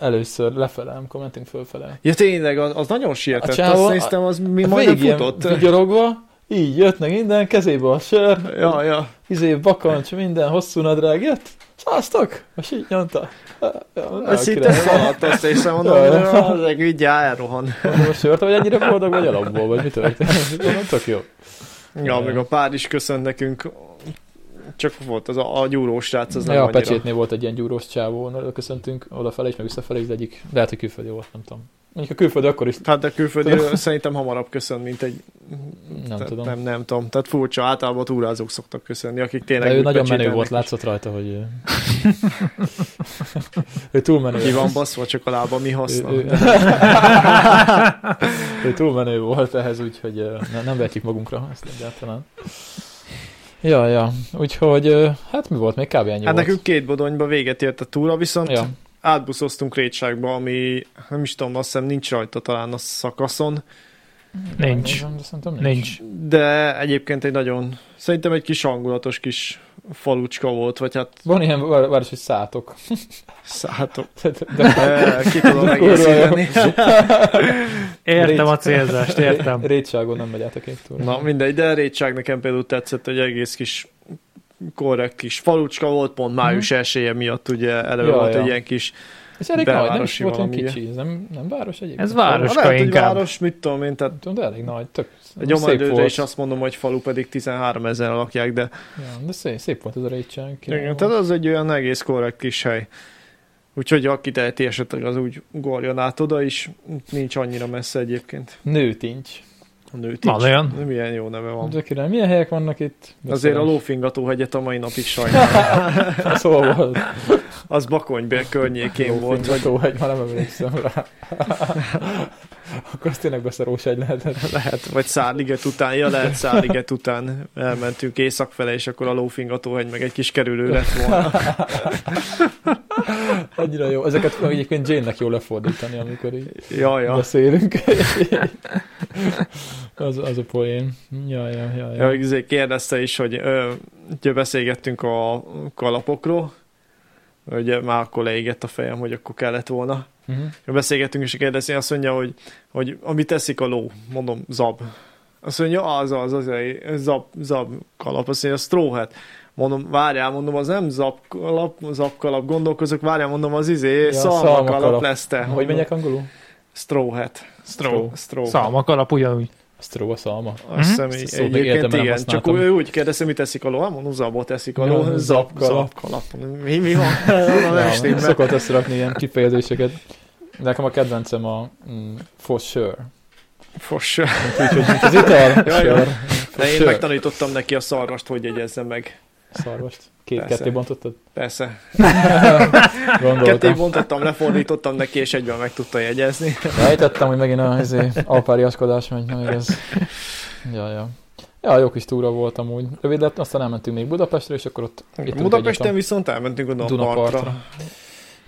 [SPEAKER 1] Először lefele, amikor mentünk fölfele.
[SPEAKER 2] Ja tényleg, az, az nagyon sietett.
[SPEAKER 1] A csávó-
[SPEAKER 2] Azt néztem, az mi
[SPEAKER 1] Hát
[SPEAKER 2] majdnem
[SPEAKER 1] végig ilyen
[SPEAKER 2] futott.
[SPEAKER 1] Vigyorogva, így jött meg minden, kezébe a sör,
[SPEAKER 2] Ja, ja.
[SPEAKER 1] izé bakancs, minden, hosszú nadrág jött. Száztok? Most így nyomta. Ja, ja,
[SPEAKER 2] Azt hittem,
[SPEAKER 1] király.
[SPEAKER 2] szaladt, azt hiszem, mondom,
[SPEAKER 1] Ja,
[SPEAKER 2] hogy
[SPEAKER 1] ja.
[SPEAKER 2] az vigyá, elrohan.
[SPEAKER 1] Mondom, most sört, vagy ennyire boldog vagy alapból, vagy mi történt? Mondom, tök jó.
[SPEAKER 2] Ja, meg a pár is köszönt nekünk. Csak volt az a, a gyúrós srác, az nem
[SPEAKER 1] ja, a
[SPEAKER 2] annyira.
[SPEAKER 1] pecsétnél volt egy ilyen gyúrós csávó, na, köszöntünk odafelé is, meg visszafelé is, de egyik, lehet, hogy külföldi volt, nem tudom. Mondjuk a külföldi akkor is,
[SPEAKER 2] Hát a külföldiről szerintem hamarabb köszön, mint egy...
[SPEAKER 1] nem
[SPEAKER 2] Te-
[SPEAKER 1] tudom.
[SPEAKER 2] Nem, nem tudom. Tehát furcsa, általában a túrázók szoktak köszönni, akik tényleg...
[SPEAKER 1] De ő
[SPEAKER 2] úgy
[SPEAKER 1] nagyon menő
[SPEAKER 2] pecsételnek,
[SPEAKER 1] volt, látszott rajta, hogy ő- [LAUGHS] ő túl menő.
[SPEAKER 2] hogy Ki van baszva, csak a lába mi
[SPEAKER 1] ő,
[SPEAKER 2] haszna. Hát
[SPEAKER 1] ő,
[SPEAKER 3] [LAUGHS]
[SPEAKER 1] ő túl menő volt ehhez, úgyhogy ö, ne, nem vetjük magunkra ezt egyáltalán. Ja, ja. Úgyhogy, ö, hát mi volt? Még kb. ennyi
[SPEAKER 2] Hát
[SPEAKER 1] volt.
[SPEAKER 2] nekünk két bodonyba véget ért a túra, viszont
[SPEAKER 1] Ja.
[SPEAKER 2] átbuszoztunk Rétságba, ami nem is tudom, azt hiszem nincs rajta talán a szakaszon,
[SPEAKER 3] Nincs.
[SPEAKER 1] Megnézem, de szerintem
[SPEAKER 3] Nincs.
[SPEAKER 2] de egyébként egy nagyon, szerintem egy kis hangulatos kis falucska volt, vagy hát
[SPEAKER 1] Van ilyen vár- város, hogy szátok. [LAUGHS]
[SPEAKER 2] szálltok.
[SPEAKER 1] De, de,
[SPEAKER 2] Eh,
[SPEAKER 1] [LAUGHS]
[SPEAKER 2] Ki tudom
[SPEAKER 1] De kurva jó.
[SPEAKER 2] egészíteni.
[SPEAKER 3] [LAUGHS] Értem
[SPEAKER 1] Récs.
[SPEAKER 3] a célzást, értem.
[SPEAKER 1] Rétságon nem megy át a két túra.
[SPEAKER 2] [LAUGHS] Na mindegy, de Rétság nekem például tetszett, hogy egész kis korrekt kis falucska volt, pont május esélye miatt ugye eleve
[SPEAKER 1] Mhm. Ja,
[SPEAKER 2] volt
[SPEAKER 1] ja.
[SPEAKER 2] egy ilyen kis
[SPEAKER 1] Ez elég nagy, nem is
[SPEAKER 2] belvárosi
[SPEAKER 1] volt olyan
[SPEAKER 2] valami,
[SPEAKER 1] kicsi. Ez nem, nem város egyébként.
[SPEAKER 3] Ez város. Városka
[SPEAKER 2] lehet, hogy
[SPEAKER 3] inkább.
[SPEAKER 2] város, mit tudom én, tehát
[SPEAKER 1] Nem tudom, de elég nagy. Tök, szép
[SPEAKER 2] egy nyomadőre
[SPEAKER 1] volt.
[SPEAKER 2] is azt mondom, hogy falu pedig 13 ezeren lakják, de
[SPEAKER 1] Ja, de szép, szép volt ez a rétság. király
[SPEAKER 2] igen,
[SPEAKER 1] volt.
[SPEAKER 2] tehát az egy olyan egész korrekt kis hely. Úgyhogy aki teheti esetleg, az úgy ugorjon át oda is, nincs annyira messze egyébként.
[SPEAKER 1] Nőtincs.
[SPEAKER 2] A nőt
[SPEAKER 3] Van
[SPEAKER 2] is.
[SPEAKER 3] olyan?
[SPEAKER 2] Milyen jó neve van.
[SPEAKER 1] De király, milyen helyek vannak itt?
[SPEAKER 2] Azért a lófingató hegyet a mai napig sajnálom.
[SPEAKER 1] [LAUGHS] Szóval volt.
[SPEAKER 2] Az Bakonybe környékén volt, hogy
[SPEAKER 1] Lófingató hegy, már nem emlékszem rá. [LAUGHS] Akkor az tényleg beszarós egy lehetett. [LAUGHS]
[SPEAKER 2] lehet, vagy Szárliget után, ja lehet Szárliget után elmentünk észak fele, és akkor a lófingatóhegy meg egy kis kerülő lett volna.
[SPEAKER 1] Annyira jó. Ezeket egyébként Jane-nek jó lefordítani, amikor így
[SPEAKER 2] Ja,
[SPEAKER 1] ja.
[SPEAKER 2] ja.
[SPEAKER 1] beszélünk. [LAUGHS] az, az a poén. Ja, ja, ja, Mhm.
[SPEAKER 2] Ja,
[SPEAKER 1] ja.
[SPEAKER 2] meg izé kérdezte is, hogy ö, ugye beszélgettünk a kalapokról, ugye már akkor leégett a fejem, hogy akkor kellett volna.
[SPEAKER 1] Mhm.
[SPEAKER 2] Ja, Beszélgettünk és kérdezi, azt mondja, hogy, hogy amit eszik a ló, mondom, zab. Azt mondja, az az, az, az zab, zab kalap, azt mondja, stróhet. Mondom, várjál, mondom, az nem zab kalap, zab kalap, gondolkozok, várjál, mondom, az izé, ja, szalma,
[SPEAKER 1] szalma
[SPEAKER 2] kalap,
[SPEAKER 1] kalap.
[SPEAKER 2] lesz te.
[SPEAKER 1] Mhm. Hogy mondják angolul?
[SPEAKER 2] Stróhet.
[SPEAKER 3] Straw.
[SPEAKER 2] Stró.
[SPEAKER 3] Szalmak alap ugyanúgy.
[SPEAKER 1] A Stró a szalma.
[SPEAKER 2] Azt hiszem,
[SPEAKER 1] Ezt a
[SPEAKER 2] így-
[SPEAKER 1] szót még
[SPEAKER 2] egyébként
[SPEAKER 1] életemben nem
[SPEAKER 2] igen. Csak
[SPEAKER 1] használtam.
[SPEAKER 2] ő úgy kérdezte, mit eszik a ló, hát mondom, zabot eszik a
[SPEAKER 1] Ja,
[SPEAKER 2] ló, zab,
[SPEAKER 1] zabkalap.
[SPEAKER 2] zab kalap. Mi, mi van? Na, nem
[SPEAKER 1] [LAUGHS] Ja,
[SPEAKER 2] stimmel.
[SPEAKER 1] szokott összerakni ilyen kifejezéseket. Nekem a kedvencem a mm, for sure.
[SPEAKER 2] Fos.
[SPEAKER 1] Úgyhogy Hát mint az ital,
[SPEAKER 2] Ja, ja.
[SPEAKER 1] sure.
[SPEAKER 2] De én
[SPEAKER 1] sure.
[SPEAKER 2] megtanítottam neki a szarvast, hogy jegyezze meg.
[SPEAKER 1] Szarvast. Két
[SPEAKER 2] Persze.
[SPEAKER 1] ketté bontottad?
[SPEAKER 2] Persze. Ketté
[SPEAKER 1] Gondoltam.
[SPEAKER 2] bontottam, lefordítottam neki, és egyben meg tudta jegyezni.
[SPEAKER 1] Rejtettem, hogy megint a izé, alpáriaskodás megy, nem igaz. Ja, ja. Ja, jó kis túra volt amúgy. Rövid lett, aztán elmentünk még Budapestre, és akkor ott ittunk
[SPEAKER 2] Budapesten
[SPEAKER 1] egyet
[SPEAKER 2] viszont elmentünk oda
[SPEAKER 1] a
[SPEAKER 2] a
[SPEAKER 1] Dunapartra.
[SPEAKER 2] partra.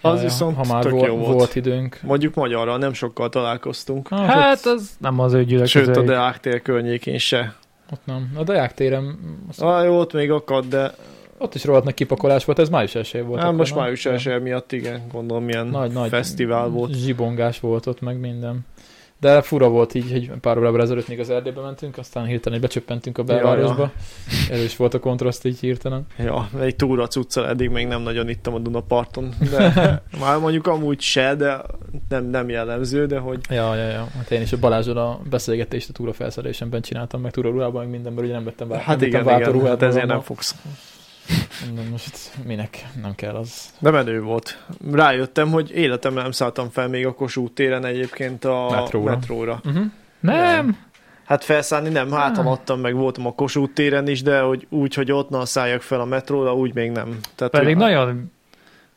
[SPEAKER 2] Az viszont
[SPEAKER 1] ha már
[SPEAKER 2] tök
[SPEAKER 1] volt,
[SPEAKER 2] jó volt.
[SPEAKER 1] volt időnk.
[SPEAKER 2] Mondjuk magyarral nem sokkal találkoztunk.
[SPEAKER 1] Ah,
[SPEAKER 3] Hát
[SPEAKER 1] ott, az...
[SPEAKER 3] az nem az ő gyülekező.
[SPEAKER 2] Sőt, a Deák tér környékén se.
[SPEAKER 1] ott nem. A Deák téren, az,
[SPEAKER 2] Ah, jó, ott még akad, de
[SPEAKER 1] ott is rohadt nagy kipakolás volt, ez május esély volt.
[SPEAKER 2] hát
[SPEAKER 1] akkor,
[SPEAKER 2] most
[SPEAKER 1] nem?
[SPEAKER 2] május első miatt igen, gondolom milyen
[SPEAKER 1] Nagy, nagy
[SPEAKER 2] fesztivál volt.
[SPEAKER 1] Zsibongás volt ott, meg minden. De fura volt így, hogy pár órával ezelőtt még az erdébe mentünk, aztán hirtelen így becsöppentünk a belvárosba. Erős volt a kontraszt így hirtelen.
[SPEAKER 2] Ja, egy túra cuccal eddig még nem nagyon ittam a Dunaparton.
[SPEAKER 3] [LAUGHS]
[SPEAKER 2] De már mondjuk amúgy se, de nem, nem jellemző, de hogy
[SPEAKER 1] Ja, ja, ja. Hát én is a Balázsról a beszélgetést a túrafelszerelésemben csináltam, meg túrarúában, meg mindenben, ugye nem vettem vá-
[SPEAKER 2] Hát
[SPEAKER 1] nem
[SPEAKER 2] igen,
[SPEAKER 1] vettem
[SPEAKER 2] igen,
[SPEAKER 1] ruhát
[SPEAKER 2] hát ezért nem
[SPEAKER 1] magammal.
[SPEAKER 2] fogsz.
[SPEAKER 1] Nem, most minek, nem kell az.
[SPEAKER 2] De menő volt. Rájöttem, hogy életemben nem szálltam fel még a Kossuth téren egyébként a
[SPEAKER 1] Metróra.
[SPEAKER 2] metróra. metróra.
[SPEAKER 1] Uh-huh.
[SPEAKER 3] Mhm. Nem,
[SPEAKER 2] Hát felszállni nem, hátam adtam, meg voltam a Kossuth téren is, de hogy úgy, hogy ott na szálljak fel a metróra, úgy még nem. Tehát,
[SPEAKER 3] pedig
[SPEAKER 2] hogy,
[SPEAKER 3] nagyon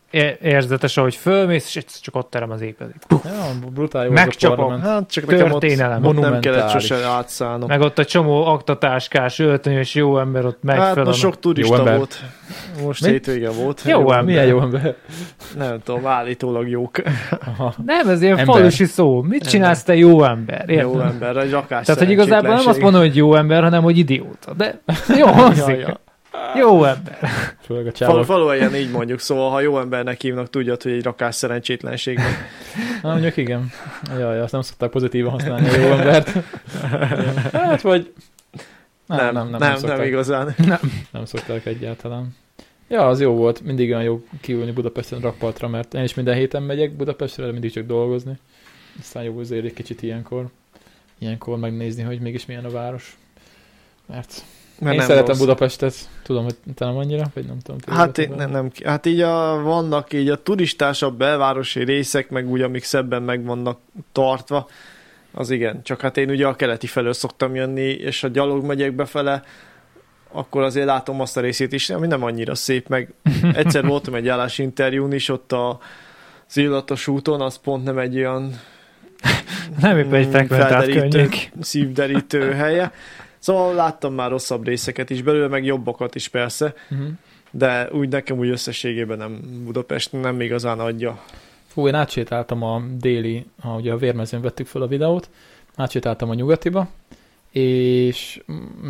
[SPEAKER 3] é- érzetes, ahogy fölmész, és egyszer csak ott terem az épedik.
[SPEAKER 1] Ja, brutál jó
[SPEAKER 3] Megcsapom.
[SPEAKER 1] az a parlament.
[SPEAKER 2] Hát csak nekem ott,
[SPEAKER 3] Történelem.
[SPEAKER 2] ott nem kellett
[SPEAKER 1] Monumentális.
[SPEAKER 2] sose átszállnom.
[SPEAKER 3] Meg ott a csomó aktatáskás, öltönyös jó ember ott megy
[SPEAKER 2] Hát
[SPEAKER 3] fel.
[SPEAKER 2] most
[SPEAKER 3] a-
[SPEAKER 2] sok turista
[SPEAKER 1] Jó ember.
[SPEAKER 2] volt. Most
[SPEAKER 1] Mi?
[SPEAKER 2] hétvége volt.
[SPEAKER 3] Jó ember.
[SPEAKER 1] Milyen jó ember.
[SPEAKER 2] Nem tudom, állítólag jók.
[SPEAKER 1] Aha.
[SPEAKER 3] Nem, ez ilyen
[SPEAKER 1] Ember.
[SPEAKER 3] falusi szó. Mit
[SPEAKER 2] Ember.
[SPEAKER 3] csinálsz te jó ember? Érted?
[SPEAKER 2] Jó ember, egy rakás
[SPEAKER 3] Tehát, hogy igazából nem azt mondom, hogy jó ember, hanem, hogy idióta. De
[SPEAKER 2] [LAUGHS]
[SPEAKER 3] jó,
[SPEAKER 2] ja,
[SPEAKER 3] hangzik.
[SPEAKER 2] ja.
[SPEAKER 3] Jó ember.
[SPEAKER 1] Főleg a
[SPEAKER 2] Fal,
[SPEAKER 1] csávok.
[SPEAKER 2] valójában így mondjuk, szóval ha jó embernek hívnak, tudjad, hogy egy rakás szerencsétlenség
[SPEAKER 3] [LAUGHS]
[SPEAKER 2] van.
[SPEAKER 1] Na, mondjuk igen. Jaj, azt nem szokták pozitívan használni a jó embert. Hát vagy... Nem, nem, nem, nem,
[SPEAKER 2] nem,
[SPEAKER 1] szokták,
[SPEAKER 2] nem igazán.
[SPEAKER 1] nem szokták egyáltalán. Ja, az jó volt. Mindig olyan jó kiülni Budapesten rakpartra, mert én is minden héten megyek Budapestre, de mindig csak dolgozni. Aztán jó azért egy kicsit ilyenkor. Ilyenkor megnézni, hogy mégis milyen a város. Mert
[SPEAKER 2] Mert
[SPEAKER 1] én
[SPEAKER 2] nem
[SPEAKER 1] szeretem
[SPEAKER 2] rossz.
[SPEAKER 1] Budapestet. Tudom, hogy te nem annyira, vagy nem tudom. ti
[SPEAKER 2] Hát, én,
[SPEAKER 1] igazából.
[SPEAKER 2] nem, nem, hát így a, vannak így a turistásabb belvárosi részek, meg úgy, amik szebben meg vannak tartva, az igen. Csak hát én ugye a keleti felől szoktam jönni, és ha gyalog megyek befele, akkor azért látom azt a részét is, ami nem annyira szép, meg egyszer voltam egy állásinterjún is, ott a az illatos úton, az pont nem egy olyan
[SPEAKER 3] Nem épp egy
[SPEAKER 2] Mm,
[SPEAKER 3] frekventált
[SPEAKER 2] felderítő.
[SPEAKER 3] környék.
[SPEAKER 2] szívderítő helye. Szóval láttam már rosszabb részeket is belőle, meg jobbakat is persze,
[SPEAKER 1] Mhm.
[SPEAKER 2] de úgy nekem úgy összességében nem Budapest nem igazán adja.
[SPEAKER 1] Fú, én átsétáltam a déli, a, ugye a vérmezőn vettük fel a videót, átsétáltam a nyugatiba, és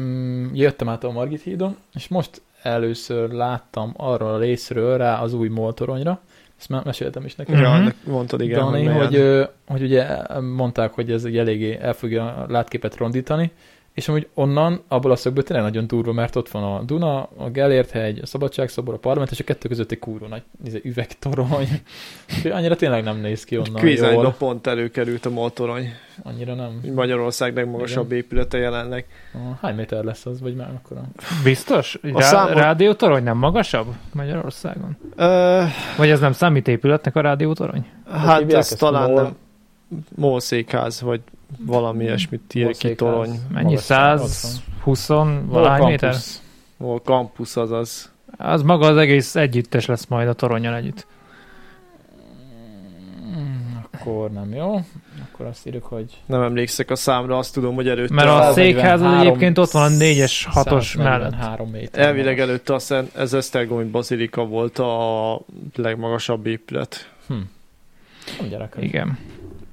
[SPEAKER 1] mm, jöttem át a Margit hídon, és most először láttam arról a részről rá az új moltoronyra, ezt már meséltem is neked.
[SPEAKER 3] Mhm.
[SPEAKER 2] Ja, annak mondtad igen,
[SPEAKER 1] Dani,
[SPEAKER 2] melyen.
[SPEAKER 1] hogy, ö, hogy ugye mondták, hogy ez egy eléggé el fogja a látképet rondítani, és amúgy onnan, abból a szögből tényleg nagyon durva, mert ott van a Duna, a Gellért hegy, a Szabadságszobor, a Parlament, és a kettő között egy kúró nagy izé, üvegtorony.
[SPEAKER 3] [LAUGHS]
[SPEAKER 1] Úgyhogy annyira tényleg nem néz ki onnan
[SPEAKER 2] Kvízányba
[SPEAKER 1] jól.
[SPEAKER 2] pont előkerült a motorony,
[SPEAKER 1] Annyira nem.
[SPEAKER 2] Magyarország legmagasabb épülete jelenleg.
[SPEAKER 1] Ah, Hány méter lesz az, vagy már akkor?
[SPEAKER 3] Biztos? Rá,
[SPEAKER 2] számot-
[SPEAKER 3] Rádiótorony nem magasabb Magyarországon?
[SPEAKER 2] Ö,
[SPEAKER 3] Vagy ez nem számít épületnek a rádiótorony?
[SPEAKER 2] hát
[SPEAKER 1] hívják
[SPEAKER 2] ez
[SPEAKER 1] ezt?
[SPEAKER 2] talán
[SPEAKER 1] Mol- Mhm.
[SPEAKER 2] nem Molszékház, vagy valami ilyesmit ír ki
[SPEAKER 1] Molszékház.
[SPEAKER 2] torony.
[SPEAKER 3] Mennyi?
[SPEAKER 1] Magas,
[SPEAKER 3] 120 valány méter?
[SPEAKER 2] Mol kampusz azaz.
[SPEAKER 3] Az maga az egész együttes lesz majd a toronyon együtt.
[SPEAKER 1] Akkor nem jó. Akkor azt írjuk, hogy...
[SPEAKER 2] Nem emlékszek a számra, azt tudom, hogy előtte.
[SPEAKER 3] Mert a
[SPEAKER 2] a...
[SPEAKER 1] az-
[SPEAKER 3] székház az
[SPEAKER 1] 143
[SPEAKER 3] egyébként ott van a 4-es, 6-os mellett.
[SPEAKER 1] 143 méter.
[SPEAKER 2] Elvileg előtte a Szent, ez Esztergomi Bazilika volt a legmagasabb épület.
[SPEAKER 1] Nem gyerekek.
[SPEAKER 3] Igen.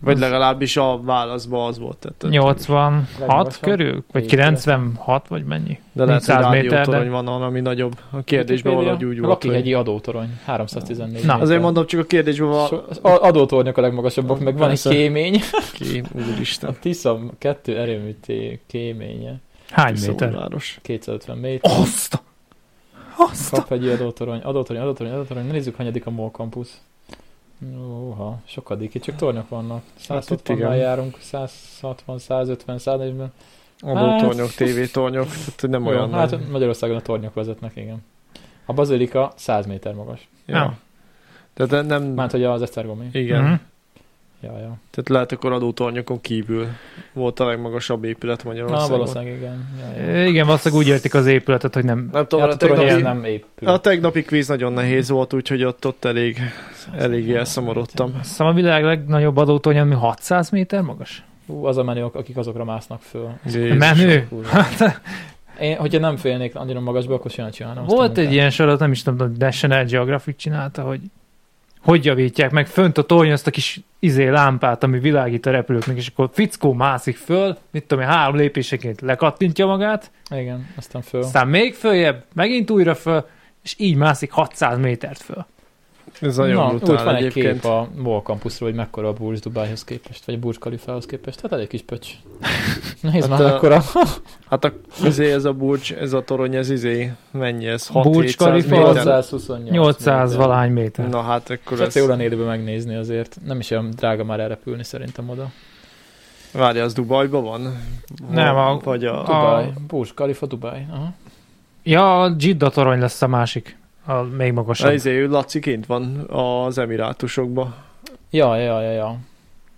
[SPEAKER 2] Vagy
[SPEAKER 3] Az-
[SPEAKER 2] legalábbis a válaszban az volt. Tehát,
[SPEAKER 3] 86
[SPEAKER 1] legmagasabb
[SPEAKER 3] körül? Vagy
[SPEAKER 1] épület.
[SPEAKER 3] 96 vagy mennyi?
[SPEAKER 2] De lehet, hogy
[SPEAKER 3] 400 méter,
[SPEAKER 2] rádiótorony
[SPEAKER 3] de-
[SPEAKER 2] van, ami nagyobb. A kérdésben valahogy úgy volt. Hogy...
[SPEAKER 1] Lakihegyi adótorony, 314
[SPEAKER 3] Na,
[SPEAKER 1] méter.
[SPEAKER 2] Azért mondom, csak a kérdésben
[SPEAKER 1] So,
[SPEAKER 2] van.
[SPEAKER 1] az a- adótornyok a legmagasabbak, meg van egy
[SPEAKER 2] Persze.
[SPEAKER 1] kémény.
[SPEAKER 2] Ki,
[SPEAKER 1] A
[SPEAKER 2] úristen.
[SPEAKER 1] Tisza kettő erőműté kéménye,
[SPEAKER 3] Hány méter?
[SPEAKER 2] Szóváros.
[SPEAKER 1] 250 méter.
[SPEAKER 3] Azt! Azt!
[SPEAKER 1] Kap egy adótorony, adótorony, adótorony, adótorony. Ne nézzük, hanyadik a MOL campus. Óha, sokadik, itt csak tornyok vannak.
[SPEAKER 2] Hát itt
[SPEAKER 1] 160
[SPEAKER 2] igen.
[SPEAKER 1] nál járunk, 160, 150, 140.
[SPEAKER 2] Adótornyok, tévétornyok, tehát hogy nem
[SPEAKER 1] Jó,
[SPEAKER 2] olyan. nagy.
[SPEAKER 1] hát Magyarországon a tornyok vezetnek, igen. A bazilika 100 méter magas.
[SPEAKER 2] Ja. Tehát de nem...
[SPEAKER 1] Mert hogy az Esztergomi.
[SPEAKER 2] Igen.
[SPEAKER 3] Mhm.
[SPEAKER 1] Ja, ja.
[SPEAKER 2] Tehát lehet akkor adótornyokon kívül volt a legmagasabb épület
[SPEAKER 1] Na,
[SPEAKER 2] Magyarországon.
[SPEAKER 1] valószínűleg igen. Ja, ja.
[SPEAKER 3] Ö, Igen, valószínűleg úgy értik az épületet, hogy nem...
[SPEAKER 2] Nem tudom,
[SPEAKER 1] Ja,
[SPEAKER 2] a
[SPEAKER 1] a torony
[SPEAKER 2] tegnapi-
[SPEAKER 1] ez Hát nem épül.
[SPEAKER 2] A tegnapi kvíz nagyon nehéz volt, úgyhogy ott, ott elég, eléggé elszomorodtam.
[SPEAKER 3] Azt hiszem a világ legnagyobb adótony, ami 600 méter magas.
[SPEAKER 1] Ú, az a menő, akik azokra másznak föl.
[SPEAKER 2] Jézus,
[SPEAKER 3] Menő.
[SPEAKER 2] kurva.
[SPEAKER 1] Én, hogyha nem félnék annyira magasba, akkor simán csinálnám. azt a
[SPEAKER 3] Volt
[SPEAKER 1] munkát.
[SPEAKER 3] egy ilyen sorozat, nem is tudom, hogy National Geographic csinálta, hogy hogy javítják meg fönt a tornyon azt a kis izé lámpát, ami világít a repülőknek, és akkor fickó mászik föl, mit tudom én, három lépéseként lekattintja magát,
[SPEAKER 1] Igen, aztán föl.
[SPEAKER 3] aztán még följebb, megint újra föl, és így mászik 600 métert föl.
[SPEAKER 2] Ez nagyon
[SPEAKER 1] Na,
[SPEAKER 2] Na,
[SPEAKER 1] úgy
[SPEAKER 2] brutál
[SPEAKER 1] van egy
[SPEAKER 2] egyébként.
[SPEAKER 1] kép a MOL campusról, hogy mekkora a Burj Dubájhoz képest, vagy a Burj Khalifához képest. Hát elég kis
[SPEAKER 2] [LAUGHS]
[SPEAKER 1] pöcs. Nézd
[SPEAKER 2] Hát
[SPEAKER 1] már,
[SPEAKER 2] a-
[SPEAKER 1] mekkora.
[SPEAKER 2] Hát a izé, ez a burcs, ez a torony, ez izé, mennyi ez?
[SPEAKER 3] Burj
[SPEAKER 2] 6-700
[SPEAKER 3] Khalifa az
[SPEAKER 2] méter?
[SPEAKER 1] 828
[SPEAKER 3] 800
[SPEAKER 1] Hát, méter.
[SPEAKER 3] valány méter.
[SPEAKER 2] Na hát akkor
[SPEAKER 1] Hát
[SPEAKER 2] ez...
[SPEAKER 1] jól lenne időben megnézni azért. Nem is olyan drága már elrepülni szerintem oda.
[SPEAKER 2] Várja, az Dubajban van?
[SPEAKER 3] Nem, a-
[SPEAKER 2] Vagy a...
[SPEAKER 3] a-
[SPEAKER 1] Dubaj. Burj Khalifa Dubaj. Aha.
[SPEAKER 3] Ja, a Jeddah torony lesz a másik, a még magasabb.
[SPEAKER 2] Az izé, ő Laci kint van az Emirátusokban.
[SPEAKER 1] Ja, ja, ja, ja.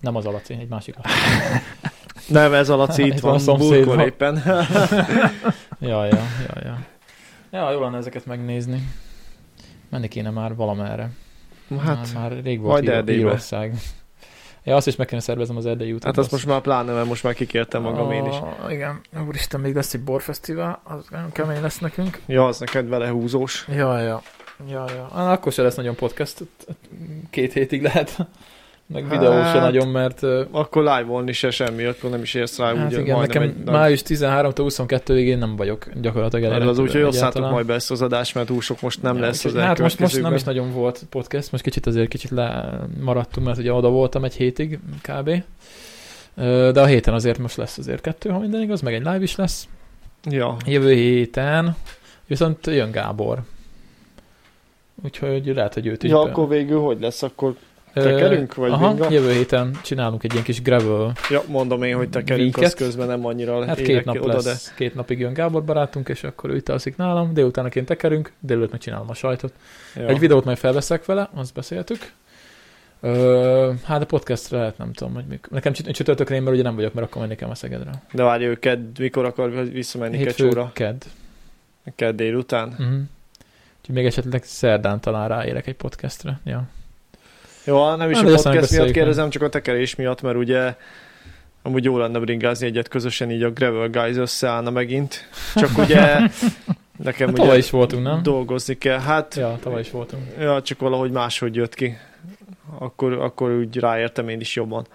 [SPEAKER 1] Nem az alaci, egy másik.
[SPEAKER 2] [LAUGHS]
[SPEAKER 1] Alaci.
[SPEAKER 2] Nem, ez a Laci itt
[SPEAKER 1] Itt Hát van a
[SPEAKER 2] van,
[SPEAKER 1] szomszédban.
[SPEAKER 2] burkol éppen. [LAUGHS]
[SPEAKER 1] Ja, ja, ja, ja. Ja, jó lenne ezeket megnézni. Menni kéne már valamerre. Hát,
[SPEAKER 2] Hát,
[SPEAKER 1] már, már rég
[SPEAKER 2] majd
[SPEAKER 1] volt Ír-
[SPEAKER 2] Erdélybe.
[SPEAKER 1] Írország. Ja, azt is meg kéne szervezem az erdei utat.
[SPEAKER 2] hát azt most már pláne, mert most már kikértem magam én is.
[SPEAKER 1] Igen, úristen, még lesz egy borfesztivál, az nagyon kemény lesz nekünk.
[SPEAKER 2] Ja, az neked vele húzós.
[SPEAKER 1] Ja, ja. Ja, ja. Hát, akkor se lesz nagyon podcast, két hétig lehet. Meg videó hát, se
[SPEAKER 2] Hát,
[SPEAKER 1] nagyon, mert... ö,
[SPEAKER 2] Akkor live-olni se semmi, akkor nem is érsz rá,
[SPEAKER 1] Hát
[SPEAKER 2] ugye
[SPEAKER 1] igen, nekem
[SPEAKER 2] majdnem egy
[SPEAKER 1] egy,
[SPEAKER 2] nagy-
[SPEAKER 1] május 13-tól 22-ig én nem vagyok gyakorlatilag
[SPEAKER 2] Ez az
[SPEAKER 1] elérhető
[SPEAKER 2] úgy, hogy osszátok
[SPEAKER 1] egyáltalán.
[SPEAKER 2] majd be ezt az adást, mert túl sok most nem
[SPEAKER 1] Ja,
[SPEAKER 2] lesz
[SPEAKER 1] úgyhogy-
[SPEAKER 2] az
[SPEAKER 1] Hát most, most nem is
[SPEAKER 2] elkövetkezőkben.
[SPEAKER 1] nagyon volt podcast, most kicsit azért kicsit lemaradtunk, mert ugye oda voltam egy hétig kb. Ö, De a héten azért most lesz azért kettő, ha minden igaz, meg egy live is lesz.
[SPEAKER 2] Ja,
[SPEAKER 1] Jövő héten viszont jön Gábor. Úgyhogy lehet, hogy őt is
[SPEAKER 2] ja
[SPEAKER 1] be-
[SPEAKER 2] akkor végül hogy lesz? Akkor,
[SPEAKER 1] Ö,
[SPEAKER 2] tekerünk, vagy
[SPEAKER 1] aha,
[SPEAKER 2] bingo?
[SPEAKER 1] jövő héten csinálunk egy ilyen kis gravel.
[SPEAKER 2] ja, mondom én, hogy tekerünk, az
[SPEAKER 1] Minket?
[SPEAKER 2] közben nem annyira
[SPEAKER 1] Hát két
[SPEAKER 2] érek
[SPEAKER 1] nap
[SPEAKER 2] oda,
[SPEAKER 1] lesz.
[SPEAKER 2] de
[SPEAKER 1] Két napig jön Gábor barátunk, és akkor ő itt alszik nálam. Délutánaként tekerünk, délelőtt megcsinálom a sajtot.
[SPEAKER 2] Ja.
[SPEAKER 1] Egy videót majd felveszek vele, azt beszéltük. Ö, hát a podcastra lehet, nem tudom, hogy mik. Nekem csüt- csütörtökre én, mert ugye nem vagyok, mert akkor menni kell a Szegedre.
[SPEAKER 2] De várj, ő kedd, mikor akar visszamenni
[SPEAKER 1] Hétfő,
[SPEAKER 2] Kecsóra?
[SPEAKER 1] kedd.
[SPEAKER 2] Kedd délután?
[SPEAKER 1] Uh-huh. Úgyhogy még esetleg szerdán talán ráérek egy podcastra. Ja.
[SPEAKER 2] Jó, nem is
[SPEAKER 1] Hát,
[SPEAKER 2] a
[SPEAKER 1] de aztán
[SPEAKER 2] podcast miatt
[SPEAKER 1] megbeszéljük
[SPEAKER 2] kérdezem, csak a tekerés miatt, mert ugye amúgy jó lenne bringázni egyet közösen, így a Gravel Guys összeállna megint.
[SPEAKER 1] [LAUGHS]
[SPEAKER 2] Csak ugye nekem
[SPEAKER 1] Hát,
[SPEAKER 2] ugye
[SPEAKER 1] tavaly is voltunk, nem?
[SPEAKER 2] dolgozni kell. Hát,
[SPEAKER 1] Ja, tavaly is voltunk.
[SPEAKER 2] ja, csak valahogy máshogy jött ki. Akkor, akkor úgy ráértem én is jobban.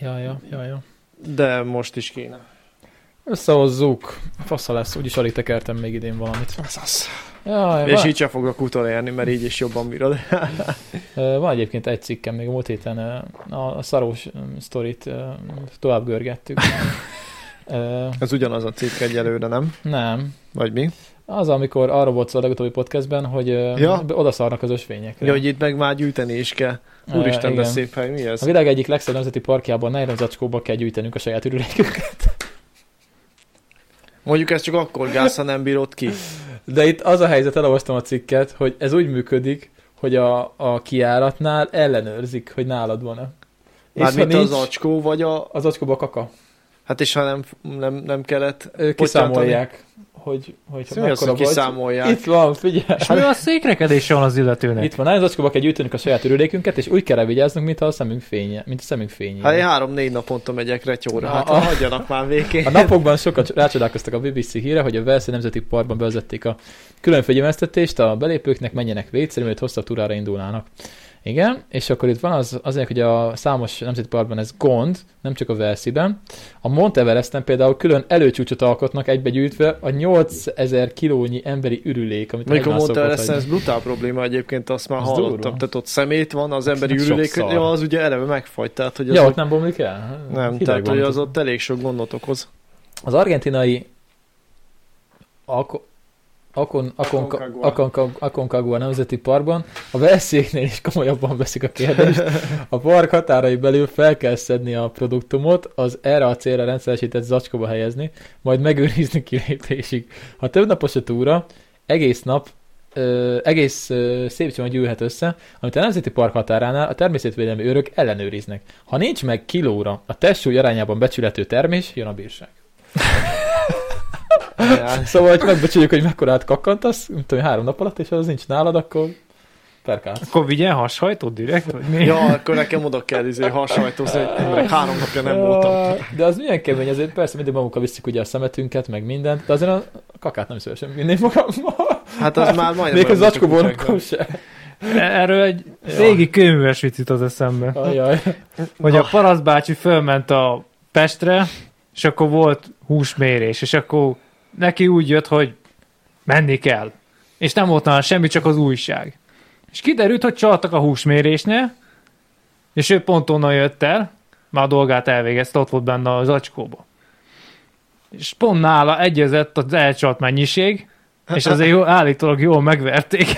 [SPEAKER 1] Ja, ja, ja, ja.
[SPEAKER 2] De most is kéne.
[SPEAKER 1] Összehozzuk. Fasza lesz, úgyis alig tekertem még idén valamit. Ja,
[SPEAKER 2] És
[SPEAKER 1] van,
[SPEAKER 2] így sem foglak utolérni, mert így is jobban bírod.
[SPEAKER 1] ö, van egyébként egy cikkem, még a múlt héten ö, a, a szarós ö, sztorit ö, tovább [LAUGHS] görgettük. Ö,
[SPEAKER 2] Ez ugyanaz a cikk egyelőre, nem?
[SPEAKER 1] nem,
[SPEAKER 2] Vagy mi?
[SPEAKER 1] Az, amikor arról volt szó a legutóbbi podcastben, hogy
[SPEAKER 2] Ja.
[SPEAKER 1] ja. odaszarnak az ösvényekre.
[SPEAKER 2] Ja, hogy itt meg már gyűjteni is kell.
[SPEAKER 1] Ö,
[SPEAKER 2] Úristen, de
[SPEAKER 1] igen.
[SPEAKER 2] szép hely, mi ez?
[SPEAKER 1] A világ egyik legszebb nemzeti parkjában Nairon zacskóba kell gyűjtenünk a saját ürülékünket.
[SPEAKER 2] Mondjuk ez csak akkor gáz, ha nem bírod ki.
[SPEAKER 1] De itt az a helyzet, elolvastam a cikket, hogy ez úgy működik, hogy a, a kiáratnál ellenőrzik, hogy nálad van-e. És ha
[SPEAKER 2] Mármint
[SPEAKER 1] nincs,
[SPEAKER 2] az
[SPEAKER 1] az,
[SPEAKER 2] acskó, vagy a...
[SPEAKER 1] az acskóba kaka.
[SPEAKER 2] Hát és ha nem, nem, nem kellett...
[SPEAKER 1] Ők kiszámolják, hogy, hogy
[SPEAKER 2] Hogy Szóval mi az, hogy kiszámolják?
[SPEAKER 1] Itt van, figyelj!
[SPEAKER 3] És mi a székrekedése van az illetőnek?
[SPEAKER 1] Itt van, Nylon zacskóba kell gyűjtenünk a saját ürülékünket, és úgy kell rá vigyáznunk, mint a szemünk fénye, mint a szemünk fénye.
[SPEAKER 2] Hát én három-négy naponta megyek retyóra, hát
[SPEAKER 1] Na, a-
[SPEAKER 2] hagyjanak már végén.
[SPEAKER 1] A napokban sokat rácsodálkoztak a BBC híre, hogy a Velszi Nemzeti Parkban bevezették a külön figyelmeztetést, a belépőknek menjenek vécére, mielőtt hosszabb túrára indulnának. Igen, és akkor itt van az, azért, hogy a számos nemzeti parkban ez gond, nem csak a Velsziben. A Mount Everesten például külön előcsúcsot alkotnak egybegyűjtve a 8000 kilónyi emberi ürülék, amit
[SPEAKER 2] Mikor
[SPEAKER 1] egymás
[SPEAKER 2] mondta
[SPEAKER 1] szokott
[SPEAKER 2] ezt, ez
[SPEAKER 1] hagyni.
[SPEAKER 2] brutál probléma egyébként, azt már
[SPEAKER 1] Az durva.
[SPEAKER 2] hallottam. Tehát ott szemét van, az emberi
[SPEAKER 1] Meg sok
[SPEAKER 2] ürülék,
[SPEAKER 1] szar.
[SPEAKER 2] ja, az ugye eleve megfagy, tehát hogy az
[SPEAKER 1] Ja,
[SPEAKER 2] ott,
[SPEAKER 1] ott nem bomlik el?
[SPEAKER 2] nem,
[SPEAKER 1] Hideg
[SPEAKER 2] tehát
[SPEAKER 1] van,
[SPEAKER 2] hogy az ott elég sok gondot okoz.
[SPEAKER 1] Az argentinai Alko- Akon, Akonka,
[SPEAKER 2] Aconcagua.
[SPEAKER 1] Akonka, Aconcagua Nemzeti Parkban a veszélyeknél is komolyabban veszik a kérdést. A park határai belül fel kell szedni a produktumot, az erre a célra rendszeresített zacskóba helyezni, majd megőrizni kilépésig. Ha több napos a túra, egész nap ö, egész ö, szép csomag gyűlhet össze, amit a Nemzeti Park határánál a természetvédelmi őrök ellenőriznek. Ha nincs meg kilóra a testsúly arányában becsülető termés, jön a bírság.
[SPEAKER 2] Ja,
[SPEAKER 1] Szóval, hogy megbecsüljük, hogy mekkorát kakkantasz, mint tudom, három nap alatt, és ha az nincs nálad, akkor perkál.
[SPEAKER 3] Akkor vigyen hashajtót direkt? Vagy mi?
[SPEAKER 2] ja, akkor nekem oda kell izé, hasonlítózni, hogy emberek három napja nem voltam.
[SPEAKER 1] De az milyen kemény, azért persze mindig magunkkal viszik ugye a szemetünket, meg mindent, de azért a kakát nem szívesen vinném magammal.
[SPEAKER 2] Hát az már majdnem
[SPEAKER 1] Még
[SPEAKER 2] olyan,
[SPEAKER 1] az
[SPEAKER 2] mint a kutyáknak.
[SPEAKER 1] acskóborokon se.
[SPEAKER 3] Erről egy Régi kőműves vicc jut az eszembe.
[SPEAKER 1] Ajaj.
[SPEAKER 3] Hogy a Parasz bácsi fölment a Pestre, és akkor volt húsmérés, és akkor neki úgy jött, hogy menni kell. És nem volt nála semmi, csak az újság. És kiderült, hogy csaltak a húsmérésnél, és ő pont onnan jött el, már a dolgát elvégezte, ott volt benne az acskóba. És pont nála egyezett az elcsalt mennyiség, és azért jó, állítólag jól megverték.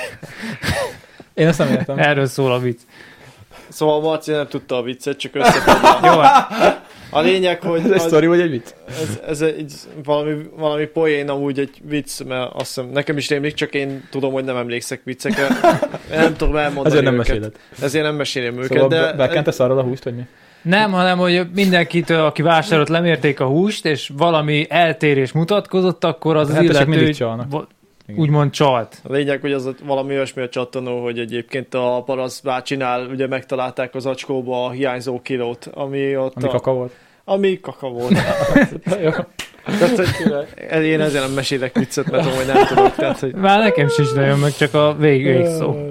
[SPEAKER 1] Én ezt nem értem.
[SPEAKER 3] Erről szól a vicc.
[SPEAKER 2] Szóval Marci nem tudta a viccet, csak összefoglalta.
[SPEAKER 3] Jó, hát
[SPEAKER 2] A lényeg, hogy
[SPEAKER 1] Ez egy
[SPEAKER 2] az,
[SPEAKER 1] sztori vagy egy vicc?
[SPEAKER 2] ez, ez egy, valami, valami poén amúgy egy vicc, mert azt hiszem, nekem is rémlik, csak én tudom, hogy nem emlékszek viccekre. Nem tudom elmondani
[SPEAKER 1] Ezért nem
[SPEAKER 2] őket.
[SPEAKER 1] meséled.
[SPEAKER 2] Ezért nem mesélem őket,
[SPEAKER 1] Szóval
[SPEAKER 2] de...
[SPEAKER 1] be- bekentesz arról a húst, vagy mi?
[SPEAKER 3] Nem, hanem hogy mindenkitől, aki vásárolt, lemérték a húst, és valami eltérés mutatkozott, akkor az,
[SPEAKER 1] Hát
[SPEAKER 3] az
[SPEAKER 1] ezek mindig
[SPEAKER 3] illető
[SPEAKER 1] csalnak.
[SPEAKER 3] vo-
[SPEAKER 1] Igen.
[SPEAKER 3] úgymond csalt.
[SPEAKER 2] A lényeg, hogy az a- valami olyasmi a csattanó, hogy egyébként a parasz bácsinál ugye megtalálták az acskóba a hiányzó kilót, ami ott
[SPEAKER 1] Ami kaka volt.
[SPEAKER 2] a, ami kaka volt.
[SPEAKER 1] Jó.
[SPEAKER 2] [LAUGHS] tehát, hogy én ezért nem mesélek viccet, mert tudom, hogy nem tudok. Tehát, hogy
[SPEAKER 3] Már nekem sincs nagyon meg, csak a végig szó.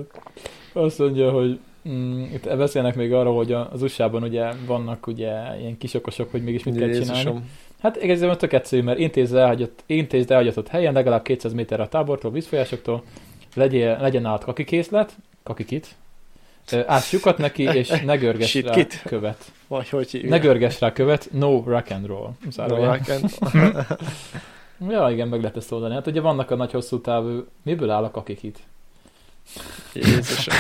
[SPEAKER 1] Azt mondja, hogy mm, itt beszélnek még arról, hogy az USA-ban ugye vannak ugye ilyen kisokosok, hogy mégis mit kell csinálni.
[SPEAKER 2] Jézusom.
[SPEAKER 1] Hát igazából tök egyszerű, mert intézd elhagyatott, intézd elhagyatott helyen, legalább 200 méterre a tábortól, vízfolyásoktól, legyél, legyen nálad kakikészlet, kakikit, Ö, áss lyukat neki,
[SPEAKER 2] [LAUGHS]
[SPEAKER 1] és ne görgess
[SPEAKER 2] Shit
[SPEAKER 1] rá
[SPEAKER 2] kit.
[SPEAKER 1] követ.
[SPEAKER 2] Vagy hogy hívják.
[SPEAKER 1] Ne görgess rá követ, no rock and roll.
[SPEAKER 2] Roll
[SPEAKER 1] Zárójel.
[SPEAKER 2] rock and-
[SPEAKER 1] Ja, igen, meg lehet ezt oldani. Hát ugye vannak a nagy hosszú távú, miből áll a kakikit?
[SPEAKER 2] Jézusom.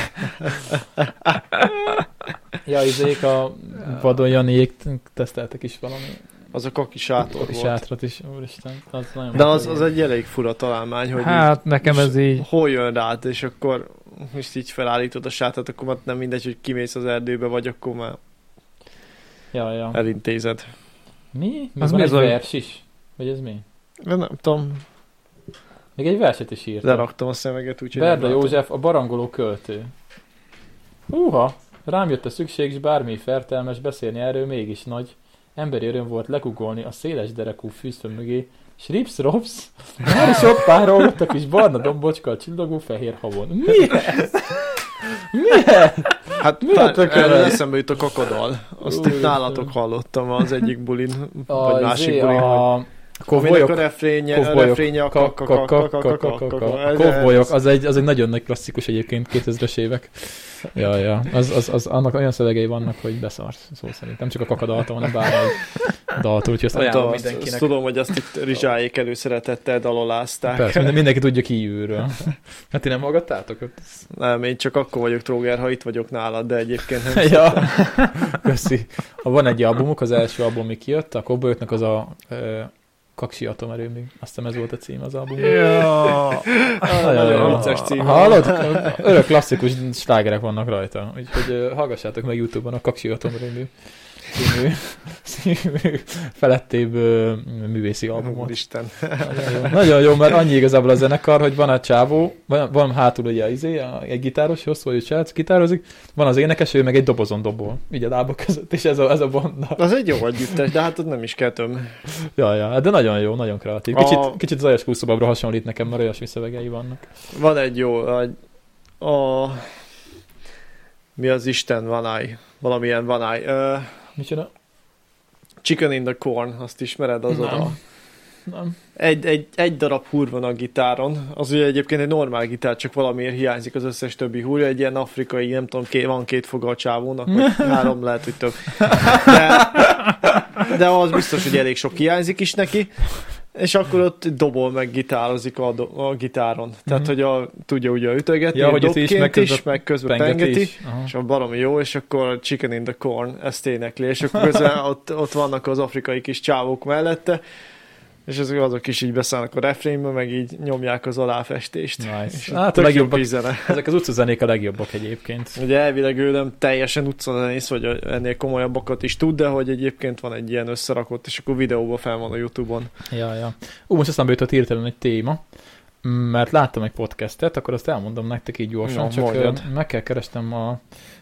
[SPEAKER 1] Ja, izék a vadon Janiék teszteltek is valami
[SPEAKER 2] Az a kaki sátor
[SPEAKER 1] kis
[SPEAKER 2] Hát, volt.
[SPEAKER 1] átrat is, úristen. Az nagyon
[SPEAKER 2] De az, az egy elég fura találmány, hogy így
[SPEAKER 3] Hát nekem ez így.
[SPEAKER 2] hol jön rád, és akkor most így felállítod a sátrat, akkor már nem mindegy, hogy kimész az erdőbe, vagy akkor már
[SPEAKER 1] Ja,
[SPEAKER 2] Hát,
[SPEAKER 1] ja.
[SPEAKER 2] elintézed.
[SPEAKER 1] Mi? Mi
[SPEAKER 3] Az
[SPEAKER 1] az van
[SPEAKER 3] mi
[SPEAKER 1] egy
[SPEAKER 3] az, hogy-
[SPEAKER 1] vers is? Vagy ez mi?
[SPEAKER 2] De nem tudom,
[SPEAKER 1] Még egy verset is írt.
[SPEAKER 2] leraktam a szemeget, úgyhogy nem
[SPEAKER 1] Berda
[SPEAKER 2] látom.
[SPEAKER 1] József, a barangoló költő. Húha, rám jött a szükség, és bármi fertelmes beszélni erről mégis nagy. Emberi öröm volt lekugolni a széles derekú fűszön mögé, s rips rops, már is ott párolgott a kis barna dombocska a csillogó fehér havon. Mi ez? Mi ez?
[SPEAKER 2] Hát
[SPEAKER 1] Mi
[SPEAKER 2] mi
[SPEAKER 1] a
[SPEAKER 2] a
[SPEAKER 1] tököm
[SPEAKER 2] erről
[SPEAKER 1] ez?
[SPEAKER 2] eszembe jut a kakadal. Azt
[SPEAKER 1] Úristen.
[SPEAKER 2] itt nálatok hallottam az egyik bulin,
[SPEAKER 1] A,
[SPEAKER 2] vagy másik
[SPEAKER 1] izé,
[SPEAKER 2] bulin, hogy
[SPEAKER 1] a
[SPEAKER 2] aminek a
[SPEAKER 1] konvojok.
[SPEAKER 2] refrénje, a
[SPEAKER 1] kovbolyok.
[SPEAKER 2] refrénje a
[SPEAKER 1] Ka- ka- ka- ka- ka- ka- ka- Kovbolyok, az egy, az egy nagyon nagy klasszikus egyébként 2000-es évek. Ja, ja. Az, az, az, annak olyan szövegei vannak, hogy beszarsz, szó szerint. Nem csak a kakadalta, hanem bármely daltól, úgyhogy ezt ajánlom
[SPEAKER 2] Azt
[SPEAKER 1] mindenkinek.
[SPEAKER 2] tudom, hogy azt itt Rizsáék előszeretettel dalolázták.
[SPEAKER 1] Persze, minden, mindenki tudja kívülről. Hát ti nem hallgattátok?
[SPEAKER 2] Nem, én csak akkor vagyok tróger, ha itt vagyok nálad, de egyébként nem.
[SPEAKER 1] ja. Köszi. Ha van egy albumuk, az első album, ami kijött, a Cowboyoknak az a ö, Kaksi Atomerőmű. Azt hiszem ez volt a cím az album.
[SPEAKER 3] Ja.
[SPEAKER 2] Nagyon vicces cím.
[SPEAKER 1] Hallod? Örök klasszikus slágerek vannak rajta. Úgyhogy ö, hallgassátok meg Youtube-on a Kaksi Atomrémű című, című felettébb ö, művészi albumot.
[SPEAKER 2] Úristen.
[SPEAKER 1] Nagyon jó. Nagyon jó, mert annyi igazából a zenekar, hogy van a csávó, van, van hátul ugye az izé, a- egy gitáros, hosszú, hogy srác gitározik, van az énekes, ő meg egy dobozon dobol, így a lábak között, és ez a, ez a banda.
[SPEAKER 2] Az egy jó együttes, de hát ott nem is kell több.
[SPEAKER 1] Ja, ja, de nagyon jó, nagyon kreatív. Kicsit,
[SPEAKER 2] A-
[SPEAKER 1] kicsit az Ajas Kúszobabra hasonlít nekem, mert olyasmi szövegei vannak.
[SPEAKER 2] Van egy jó, a, a mi az Isten vanáj, valamilyen vanáj. Ö,
[SPEAKER 1] Micsoda?
[SPEAKER 2] Chicken in the Corn, azt ismered az
[SPEAKER 1] Nem.
[SPEAKER 2] oda.
[SPEAKER 1] Nem.
[SPEAKER 2] Egy, egy, egy darab húr van a gitáron, az ugye egyébként egy normál gitár, csak valamiért hiányzik az összes többi húrja, egy ilyen afrikai, nem tudom, ké, van két foga a csávónak, vagy
[SPEAKER 1] [LAUGHS]
[SPEAKER 2] három lehet, hogy több. De, de az biztos, hogy elég sok hiányzik is neki, és akkor ott dobol meg gitározik a, do- a gitáron. Tehát,
[SPEAKER 1] Mhm.
[SPEAKER 2] hogy a, tudja ugye ütögetni,
[SPEAKER 1] Ja,
[SPEAKER 2] ja,
[SPEAKER 1] hogy ezt
[SPEAKER 2] dobként
[SPEAKER 1] is,
[SPEAKER 2] is, meg
[SPEAKER 1] meg
[SPEAKER 2] közben,
[SPEAKER 1] közben
[SPEAKER 2] is, meg közben pengeti,
[SPEAKER 1] Pengeti. Aha.
[SPEAKER 2] és a baromi jó, és akkor Chicken in the Corn, ezt énekli, és akkor
[SPEAKER 1] [LAUGHS]
[SPEAKER 2] közben ott, ott vannak az afrikai kis csávók mellette, és azok, azok is így beszállnak a refrénbe, meg így nyomják az aláfestést.
[SPEAKER 1] Nice.
[SPEAKER 2] Hát
[SPEAKER 1] Hát
[SPEAKER 2] a
[SPEAKER 1] a legjobbak,
[SPEAKER 2] Pizene.
[SPEAKER 1] ezek az utcazenék a legjobbak egyébként.
[SPEAKER 2] Ugye elvileg ő nem teljesen utcazenész, vagy ennél komolyabbakat is tud, de hogy egyébként van egy ilyen összerakott, és akkor videóban fel van a Youtube-on.
[SPEAKER 1] Ja, ja. Ú, most aztán bejutott hirtelen egy téma, mert láttam egy podcastet, akkor azt elmondom nektek így gyorsan,
[SPEAKER 2] Na,
[SPEAKER 1] csak
[SPEAKER 2] mondjad.
[SPEAKER 1] ö, meg kell kerestem a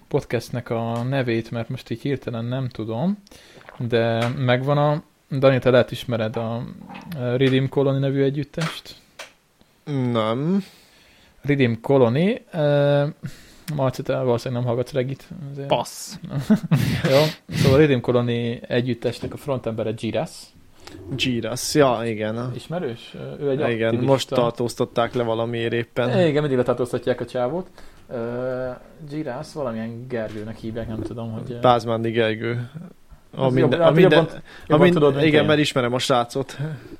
[SPEAKER 1] podcastnek a nevét, mert most így hirtelen nem tudom, de megvan a... Dani, te lehet ismered a ö, Rhythm Colony nevű együttest.
[SPEAKER 2] Nem.
[SPEAKER 1] Rhythm Colony, ö, Marci, te valószínűleg nem hallgatsz regit. Azért.
[SPEAKER 3] Passz.
[SPEAKER 1] Jó. Szóval a Rhythm Colony együttesnek a frontembere Giras.
[SPEAKER 2] Giras, ja, igen.
[SPEAKER 1] Ismerős? Ő egy
[SPEAKER 2] Igen,
[SPEAKER 1] aktivista.
[SPEAKER 2] most tartóztatták le valamiért éppen.
[SPEAKER 1] Igen, mindig letartóztatják a csávót. Uh, Giras valamilyen Gergőnek hívják, nem tudom, hogy...
[SPEAKER 2] Pázmándi Gergő. A
[SPEAKER 1] Az
[SPEAKER 2] minden,
[SPEAKER 1] jobban-
[SPEAKER 2] a
[SPEAKER 1] hát
[SPEAKER 2] minden,
[SPEAKER 1] jobban-
[SPEAKER 2] a
[SPEAKER 1] jobban
[SPEAKER 2] minden,
[SPEAKER 1] tudod, mint
[SPEAKER 2] igen,
[SPEAKER 1] én.
[SPEAKER 2] mert ismerem a srácot.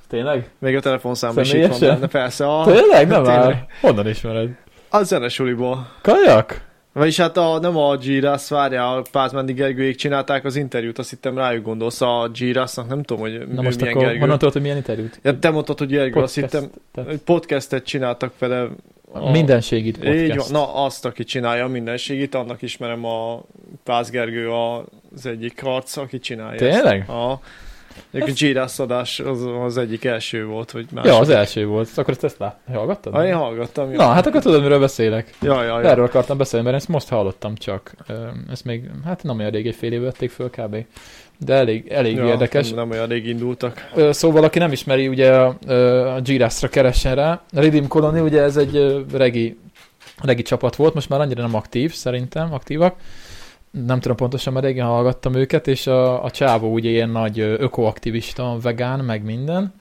[SPEAKER 1] Tényleg?
[SPEAKER 2] Még a telefonszáma is itt van
[SPEAKER 1] Személyesen?
[SPEAKER 2] benne, persze. A,
[SPEAKER 1] Tényleg? Nem
[SPEAKER 2] Ah, tényleg.
[SPEAKER 1] áll. Honnan ismered?
[SPEAKER 2] a zenesuliból.
[SPEAKER 1] Kajak?
[SPEAKER 2] Vagyis hát a, nem a Giras, várjál, a Pázmándi Gergőjék csinálták az interjút, azt hittem rájuk gondolsz a Girasnak, nem tudom, hogy
[SPEAKER 1] Na
[SPEAKER 2] ő
[SPEAKER 1] most
[SPEAKER 2] milyen
[SPEAKER 1] akkor
[SPEAKER 2] Gergő.
[SPEAKER 1] honnan tudod, hogy milyen interjút?
[SPEAKER 2] Ja, te mondtad, hogy Gergő, azt
[SPEAKER 1] Podcast.
[SPEAKER 2] hittem,
[SPEAKER 1] Tehát
[SPEAKER 2] hogy podcastet csináltak vele.
[SPEAKER 1] a... Mindenségit podcast.
[SPEAKER 2] Így van, na azt, aki csinálja a mindenségit, annak ismerem a Pász Gergő az egyik arc, aki csinálja
[SPEAKER 1] Tényleg?
[SPEAKER 2] ezt. A, a Girász adás az, az egyik első volt, hogy más.
[SPEAKER 1] Ja, az első volt. Akkor ezt, ezt lát, hallgattad?
[SPEAKER 2] Ha én hallgattam.
[SPEAKER 1] Na, hát akkor tudod, miről beszélek.
[SPEAKER 2] Ja, Ah, ja, ja.
[SPEAKER 1] Erről akartam beszélni, mert ezt most hallottam csak. Ö, Ezt még, hát nem olyan rég, egy fél éve vették föl kb. De elég, elég
[SPEAKER 2] ja,
[SPEAKER 1] ja, érdekes.
[SPEAKER 2] Nem, nem olyan rég indultak.
[SPEAKER 1] Ö, Szóval, aki nem ismeri, ugye ö, a Girasra keressen rá. Redeem Colony, ugye ez egy ö, regi, regi csapat volt, most már annyira nem aktív, szerintem aktívak. Nem tudom pontosan, mert régen hallgattam őket, és a, a csávó ugye ilyen nagy ö, ökoaktivista, vegán, meg minden.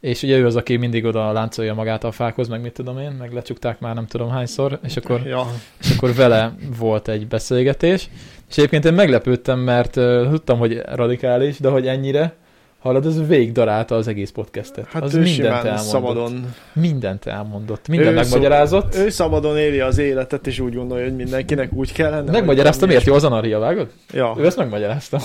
[SPEAKER 1] És ugye ő az, aki mindig oda láncolja magát a fákhoz, meg mit tudom én, meg lecsukták már nem tudom hányszor, és akkor
[SPEAKER 2] Ja,
[SPEAKER 1] és akkor vele volt egy beszélgetés, és egyébként én meglepődtem, mert uh, tudtam, hogy radikális, de hogy ennyire, hallod, ez végigdarálta az egész podcastet.
[SPEAKER 2] hát
[SPEAKER 1] az
[SPEAKER 2] ő
[SPEAKER 1] mindent
[SPEAKER 2] simán
[SPEAKER 1] elmondott.
[SPEAKER 2] szabadon.
[SPEAKER 1] Mindent elmondott, mindent
[SPEAKER 2] ő
[SPEAKER 1] megmagyarázott.
[SPEAKER 2] Szó, ő szabadon éli az életet, és úgy gondolja, hogy mindenkinek úgy kellene.
[SPEAKER 1] Megmagyarázta,
[SPEAKER 2] vagy
[SPEAKER 1] miért
[SPEAKER 2] valami
[SPEAKER 1] jó az anarchia, vágod?
[SPEAKER 2] ilyesmi. Ja.
[SPEAKER 1] Ő ezt megmagyarázta.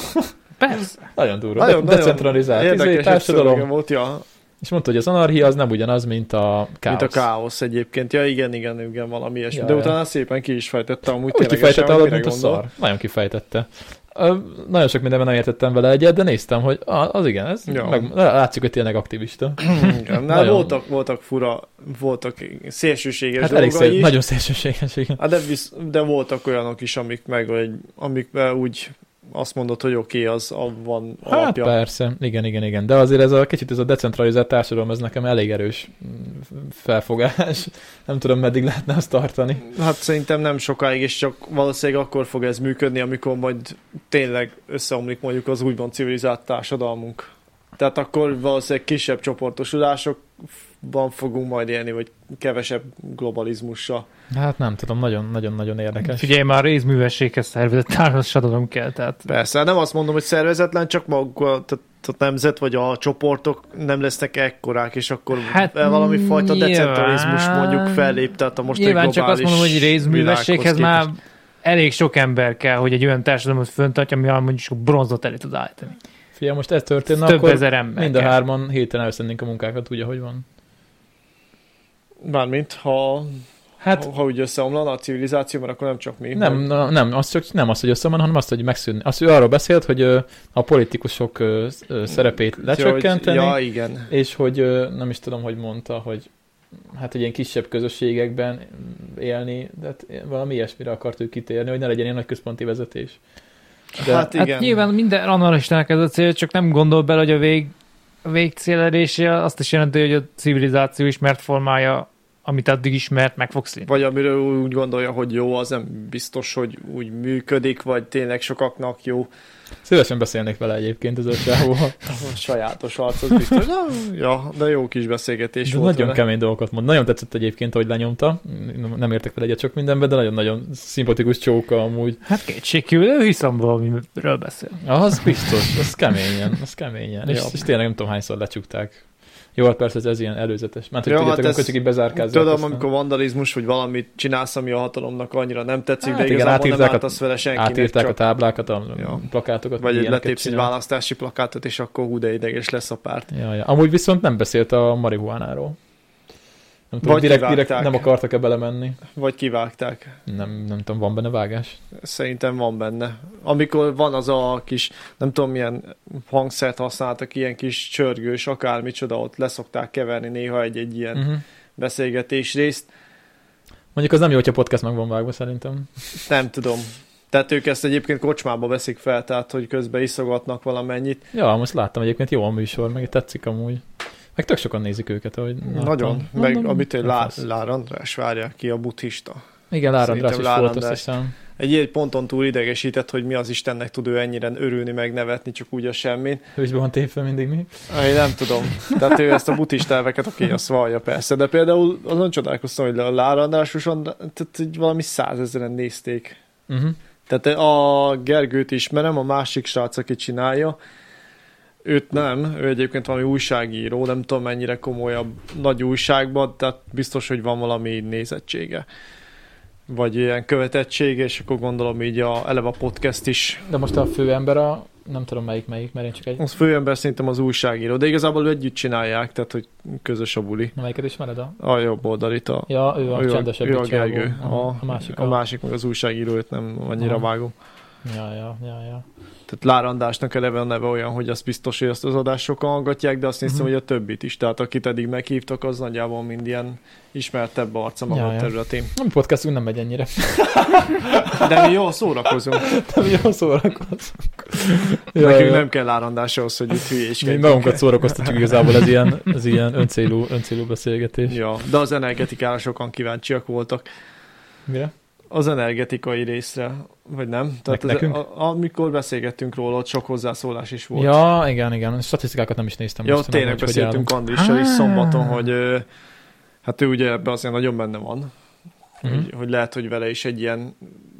[SPEAKER 3] Persze.
[SPEAKER 1] Nagyon durva. Nagyon,
[SPEAKER 2] nagyon
[SPEAKER 1] Decentralizált. izé,
[SPEAKER 2] Érdekes
[SPEAKER 1] társadalom.
[SPEAKER 2] társadalom. volt, ja.
[SPEAKER 1] És mondta, hogy az anarchia az nem ugyanaz, mint a káosz.
[SPEAKER 2] Káosz. Mint a káosz egyébként. Ja, igen, igen, igen, valami ilyesmi.
[SPEAKER 1] Ja,
[SPEAKER 2] Ja, de
[SPEAKER 1] ja.
[SPEAKER 2] utána szépen ki is fejtettem, amúgy
[SPEAKER 1] Úgy
[SPEAKER 2] ténylegesen,
[SPEAKER 1] kifejtette
[SPEAKER 2] hogy
[SPEAKER 1] alatt,
[SPEAKER 2] mire
[SPEAKER 1] mint a
[SPEAKER 2] gondol.
[SPEAKER 1] szar. Nagyon kifejtette. Ö, Nagyon sok mindenben nem értettem vele egyet, de néztem, hogy a- az igen, ez
[SPEAKER 2] Ja.
[SPEAKER 1] meg, látszik, hogy tényleg aktivista.
[SPEAKER 2] [CLEARS THROAT]
[SPEAKER 1] [CLEARS THROAT]
[SPEAKER 2] Igen, Na,
[SPEAKER 1] Nagyon.
[SPEAKER 2] voltak, voltak fura, voltak szélsőséges
[SPEAKER 1] Hát
[SPEAKER 2] hát
[SPEAKER 1] elég
[SPEAKER 2] dolgai
[SPEAKER 1] szép,
[SPEAKER 2] is.
[SPEAKER 1] nagyon szélsőséges, igen.
[SPEAKER 2] Hát de, visz, de voltak olyanok is, amik meg, egy, amikben úgy azt mondod, hogy oké, okay, az a- van
[SPEAKER 1] Hát
[SPEAKER 2] alapja.
[SPEAKER 1] persze, igen, igen, igen. De azért ez a kicsit ez a decentralizált társadalom, ez nekem elég erős mm, felfogás. [LAUGHS] Nem tudom, meddig lehetne azt tartani.
[SPEAKER 2] Hát szerintem nem sokáig, és csak valószínűleg akkor fog ez működni, amikor majd tényleg összeomlik mondjuk az úgymond civilizált társadalmunk. Tehát akkor valószínűleg kisebb csoportosulásokban fogunk majd élni, vagy kevesebb globalizmussal.
[SPEAKER 1] Hát nem tudom, nagyon-nagyon-nagyon érdekes.
[SPEAKER 3] Figyelj, már részművességhez szervezett társadalom kell, tehát
[SPEAKER 2] Persze, hát nem azt mondom, hogy szervezetlen, csak maguk a, tehát a nemzet vagy a csoportok nem lesznek ekkorák, és akkor
[SPEAKER 3] Hát
[SPEAKER 2] hát, valami fajta
[SPEAKER 3] nyilván-
[SPEAKER 2] decentralizmus mondjuk fellép, tehát a most
[SPEAKER 3] nyilván csak azt mondom, hogy részművességhez már elég sok ember kell, hogy egy olyan társadalmat föntartja, ami mondjuk sok bronzot elé tud állítani.
[SPEAKER 1] Figyelj, most ez történne,
[SPEAKER 3] Több
[SPEAKER 1] akkor
[SPEAKER 3] ezer ember
[SPEAKER 1] mind a
[SPEAKER 3] kell.
[SPEAKER 1] hárman héten elveszennénk a munkákat, úgy, ahogy van.
[SPEAKER 2] Mármint, ha
[SPEAKER 1] Hát
[SPEAKER 2] Hát, ha úgy összeomlana a civilizáció, mert akkor nem csak mi.
[SPEAKER 1] Nem,
[SPEAKER 2] meg-
[SPEAKER 1] na- nem, az csak nem az, hogy összeomlan, hanem azt, hogy megszűnni. Azt, ő arról beszélt, hogy ö, a politikusok ö, sz- ö, szerepét lecsökkenteni,
[SPEAKER 2] Ja, hogy- ja, igen.
[SPEAKER 1] és hogy ö, nem is tudom, hogy mondta, hogy hát, hogy ilyen kisebb közösségekben élni, de hát valami ilyesmire akart ő kitérni, hogy ne legyen ilyen nagy központi vezetés. De,
[SPEAKER 2] Hát
[SPEAKER 1] hát,
[SPEAKER 2] igen.
[SPEAKER 3] Hát nyilván minden analistának ez a cél, csak nem gondol bele, hogy a vég a végcél elése azt is jelenti, hogy a civilizáció ismert formája, amit addig ismert, meg fog színni.
[SPEAKER 2] Vagy amiről úgy gondolja, hogy jó, az nem biztos, hogy úgy működik, vagy tényleg sokaknak jó.
[SPEAKER 1] szívesen beszélnék vele egyébként az
[SPEAKER 2] [LAUGHS]
[SPEAKER 1] öcsávóval.
[SPEAKER 2] Sajátos arc, az biztos. Na, ja, de jó kis beszélgetés
[SPEAKER 1] De
[SPEAKER 2] volt.
[SPEAKER 1] nagyon
[SPEAKER 2] vele.
[SPEAKER 1] kemény dolgokat mond. Nagyon tetszett egyébként, hogy lenyomta. Nem- Nem értek vele egyet sok mindenben, de nagyon-nagyon szimpatikus csóka amúgy.
[SPEAKER 3] Hát kétségkívül, ő hiszem valamiről beszél.
[SPEAKER 2] Ah,
[SPEAKER 1] Az biztos, az keményen, az keményen. És,
[SPEAKER 2] Ja.
[SPEAKER 1] és tényleg nem tudom hányszor lecsukták. Jó, hát persze ez, ez ilyen előzetes. Mert hogy
[SPEAKER 2] Ja,
[SPEAKER 1] ja, tudjátok,
[SPEAKER 2] hát
[SPEAKER 1] amikor
[SPEAKER 2] ez-
[SPEAKER 1] csak így bezárkázzák.
[SPEAKER 2] Tudom,
[SPEAKER 1] aztán
[SPEAKER 2] amikor vandalizmus, vagy valamit csinálsz, ami a hatalomnak annyira nem tetszik,
[SPEAKER 1] Hát
[SPEAKER 2] de
[SPEAKER 1] igen,
[SPEAKER 2] igazából nem
[SPEAKER 1] átírták a-
[SPEAKER 2] ártasz vele senkinek.
[SPEAKER 1] Átírták
[SPEAKER 2] csak-
[SPEAKER 1] a táblákat, a
[SPEAKER 2] Ja.
[SPEAKER 1] ja. plakátokat.
[SPEAKER 2] Vagy egy
[SPEAKER 1] ilyeneket
[SPEAKER 2] letépsz egy
[SPEAKER 1] csinál.
[SPEAKER 2] választási plakátot, és akkor hú, de ideges lesz a párt.
[SPEAKER 1] Ja, ja. Amúgy viszont nem beszélt a marihuánáról. Nem tudom,
[SPEAKER 2] Vagy
[SPEAKER 1] direkt, direkt
[SPEAKER 2] kivágták.
[SPEAKER 1] nem akartak-e belemenni.
[SPEAKER 2] Vagy kivágták.
[SPEAKER 1] Nem, nem tudom, van benne vágás?
[SPEAKER 2] Szerintem van benne. Amikor van az a kis, nem tudom milyen hangszert használtak, ilyen kis csörgős, akármicsoda, ott leszokták keverni néha egy-egy ilyen
[SPEAKER 1] Uh-huh.
[SPEAKER 2] beszélgetés részt.
[SPEAKER 1] Mondjuk az nem jó, hogyha podcast meg van vágva szerintem.
[SPEAKER 2] Nem tudom. Tehát ők ezt egyébként kocsmába veszik fel, tehát hogy közben iszogatnak valamennyit.
[SPEAKER 1] Ja, most láttam egyébként jó a műsor, meg tetszik amúgy. Meg tök sokan nézik őket, ahogy láttam.
[SPEAKER 2] Nagyon. Meg
[SPEAKER 1] Mondom,
[SPEAKER 2] amit ő
[SPEAKER 1] nem
[SPEAKER 2] Lá-
[SPEAKER 1] fasz.
[SPEAKER 2] Lár András várja ki, a buddhista.
[SPEAKER 1] Igen, Lárandrás is
[SPEAKER 2] Szerintem
[SPEAKER 1] volt, azt
[SPEAKER 2] Lárandrás.
[SPEAKER 1] hiszem.
[SPEAKER 2] Egy ilyen ponton túl idegesített, hogy mi az Istennek tud ő ennyire örülni, meg nevetni, csak úgy a semmit.
[SPEAKER 1] Ő is be van tépve mindig mi.
[SPEAKER 2] Én nem tudom. Tehát ő ezt a buddhist elveket, oké, azt vallja persze. De például azon csodálkoztam, hogy a Lára Andrásoson, tehát így valami százezeren nézték.
[SPEAKER 1] Uh-huh.
[SPEAKER 2] Tehát a Gergőt ismerem, a másik srác, aki csinálja, őt nem, ő egyébként valami újságíró, nem tudom mennyire komolyabb nagy újságban, tehát biztos, hogy van valami nézettsége vagy ilyen követettsége, és akkor gondolom így a, eleve a podcast is
[SPEAKER 1] De most a fő ember a... Nem tudom melyik melyik, mert én csak egy...
[SPEAKER 2] az főember szerintem az újságíró, de igazából együtt csinálják, tehát hogy közös a buli.
[SPEAKER 1] Na, melyiket ismered a...
[SPEAKER 2] A jobb oldalit a,
[SPEAKER 1] Ja, ő a
[SPEAKER 2] ő
[SPEAKER 1] csendesebb
[SPEAKER 2] ő a
[SPEAKER 1] egy csávó.
[SPEAKER 2] Gergő.
[SPEAKER 1] Aha,
[SPEAKER 2] A,
[SPEAKER 1] A másik
[SPEAKER 2] a másik meg az újságíró, őt nem annyira
[SPEAKER 1] Aha.
[SPEAKER 2] vágom.
[SPEAKER 1] Ja, ja, ja, ja.
[SPEAKER 2] Tehát Lárandásnak eleve a neve olyan, hogy azt biztos, hogy azt az adást sokan hallgatják, de azt néztem,
[SPEAKER 1] Mhm.
[SPEAKER 2] hogy a többit is. Tehát akit eddig meghívtak, az nagyjából mind ilyen ismertebb arca maga
[SPEAKER 1] Ja,
[SPEAKER 2] a
[SPEAKER 1] ja.
[SPEAKER 2] területén.
[SPEAKER 1] Nem podcastunk nem megy ennyire.
[SPEAKER 2] De mi jól szórakozunk.
[SPEAKER 1] Nem jól szórakozunk. [LAUGHS] Ja,
[SPEAKER 2] Nekünk
[SPEAKER 1] ja.
[SPEAKER 2] nem kell lárandás ahhoz, hogy itt
[SPEAKER 1] Mi
[SPEAKER 2] hülyéskedjünk.
[SPEAKER 1] magunkat
[SPEAKER 2] [LAUGHS]
[SPEAKER 1] szórakoztatjuk igazából, ez ilyen, ez ilyen öncélú, öncélú beszélgetés.
[SPEAKER 2] Ja, de az energetikára sokan kíváncsiak voltak.
[SPEAKER 1] Mire?
[SPEAKER 2] az energetikai részre, vagy nem? Tehát ez,
[SPEAKER 1] nekünk?
[SPEAKER 2] a, amikor beszélgettünk róla, ott sok hozzászólás is volt.
[SPEAKER 1] Ja, igen, igen. Statisztikákat nem is néztem.
[SPEAKER 2] ja ott
[SPEAKER 1] most, nem
[SPEAKER 2] tényleg
[SPEAKER 1] tudom, hogy Ah.
[SPEAKER 2] beszéltünk Andrissal is szombaton, hogy ö, hát ő ugye ebbe azért nagyon benne van,
[SPEAKER 1] hogy állunk. Mhm.
[SPEAKER 2] hogy, hogy lehet, hogy vele is egy ilyen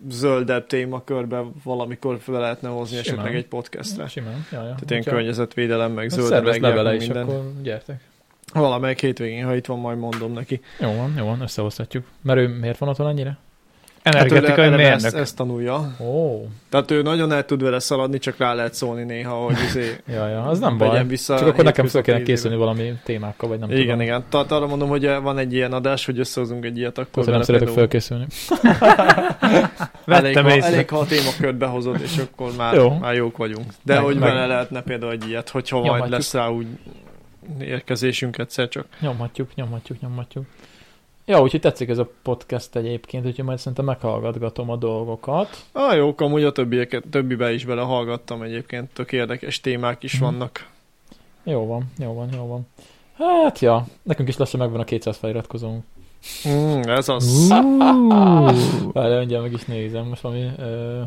[SPEAKER 2] zöldebb témakörbe valamikor fel lehetne hozni
[SPEAKER 1] Simán.
[SPEAKER 2] esetleg egy podcastre.
[SPEAKER 1] Simán, ja, ja.
[SPEAKER 2] Tehát ilyen
[SPEAKER 1] Hogyha-
[SPEAKER 2] környezetvédelem, meg
[SPEAKER 1] Hát
[SPEAKER 2] zöld
[SPEAKER 1] Szervezd le
[SPEAKER 2] energiák,
[SPEAKER 1] vele
[SPEAKER 2] meg
[SPEAKER 1] is,
[SPEAKER 2] minden.
[SPEAKER 1] akkor gyertek.
[SPEAKER 2] Valamelyik hétvégén, ha itt van, majd mondom neki.
[SPEAKER 1] Jó van, jó van, összehozhatjuk. Mert ő miért van otthon annyira?
[SPEAKER 2] hát ő
[SPEAKER 3] Energetikai
[SPEAKER 2] eleve ezt,
[SPEAKER 3] mérnök.
[SPEAKER 2] ezt tanulja.
[SPEAKER 1] Ó, oh,
[SPEAKER 2] Tehát ő nagyon el tud vele szaladni, csak rá lehet szólni néha, hogy izé,
[SPEAKER 1] ja, ja, az [LAUGHS] nem
[SPEAKER 2] Vegyen
[SPEAKER 1] baj.
[SPEAKER 2] vissza
[SPEAKER 1] Csak akkor nekem
[SPEAKER 2] hétköznapi
[SPEAKER 1] föl kellene
[SPEAKER 2] izébe.
[SPEAKER 1] készülni valami témákkal, vagy nem
[SPEAKER 2] igen,
[SPEAKER 1] tudom.
[SPEAKER 2] igen. Tehát arra mondom, hogy eh, van egy ilyen adás, hogy összehozunk egy ilyet, akkor
[SPEAKER 1] Akkor nem
[SPEAKER 2] vele
[SPEAKER 1] szeretek
[SPEAKER 2] például
[SPEAKER 1] fölkészülni.
[SPEAKER 2] elég,
[SPEAKER 3] Vettem
[SPEAKER 2] ha,
[SPEAKER 3] észre.
[SPEAKER 2] elég, ha a témakört behozod, és akkor már,
[SPEAKER 1] Jó.
[SPEAKER 2] jó. már jók vagyunk. De
[SPEAKER 1] Meg-
[SPEAKER 2] meg, hogy
[SPEAKER 1] meg-
[SPEAKER 2] meg. vele lehetne például egy ilyet, hogyha
[SPEAKER 1] Nyomhatjuk.
[SPEAKER 2] majd lesz rá úgy érkezésünk egyszer csak.
[SPEAKER 1] Nyomhatjuk, nyomhatjuk, nyomhatjuk. Ja, úgyhogy tetszik ez a podcast egyébként, úgyhogy majd szerintem meghallgatgatom a dolgokat.
[SPEAKER 2] Ah, jók, amúgy a többieket, többibe is belehallgattam egyébként, tök érdekes témák is
[SPEAKER 1] Mhm.
[SPEAKER 2] vannak.
[SPEAKER 1] Jó van, jó van, jó van. Hát ja, nekünk is lassan megvan a 200 feliratkozónk.
[SPEAKER 2] Mm, ez az.
[SPEAKER 1] Hmm. Várjál, mindjárt meg is nézem, most valami... Ö,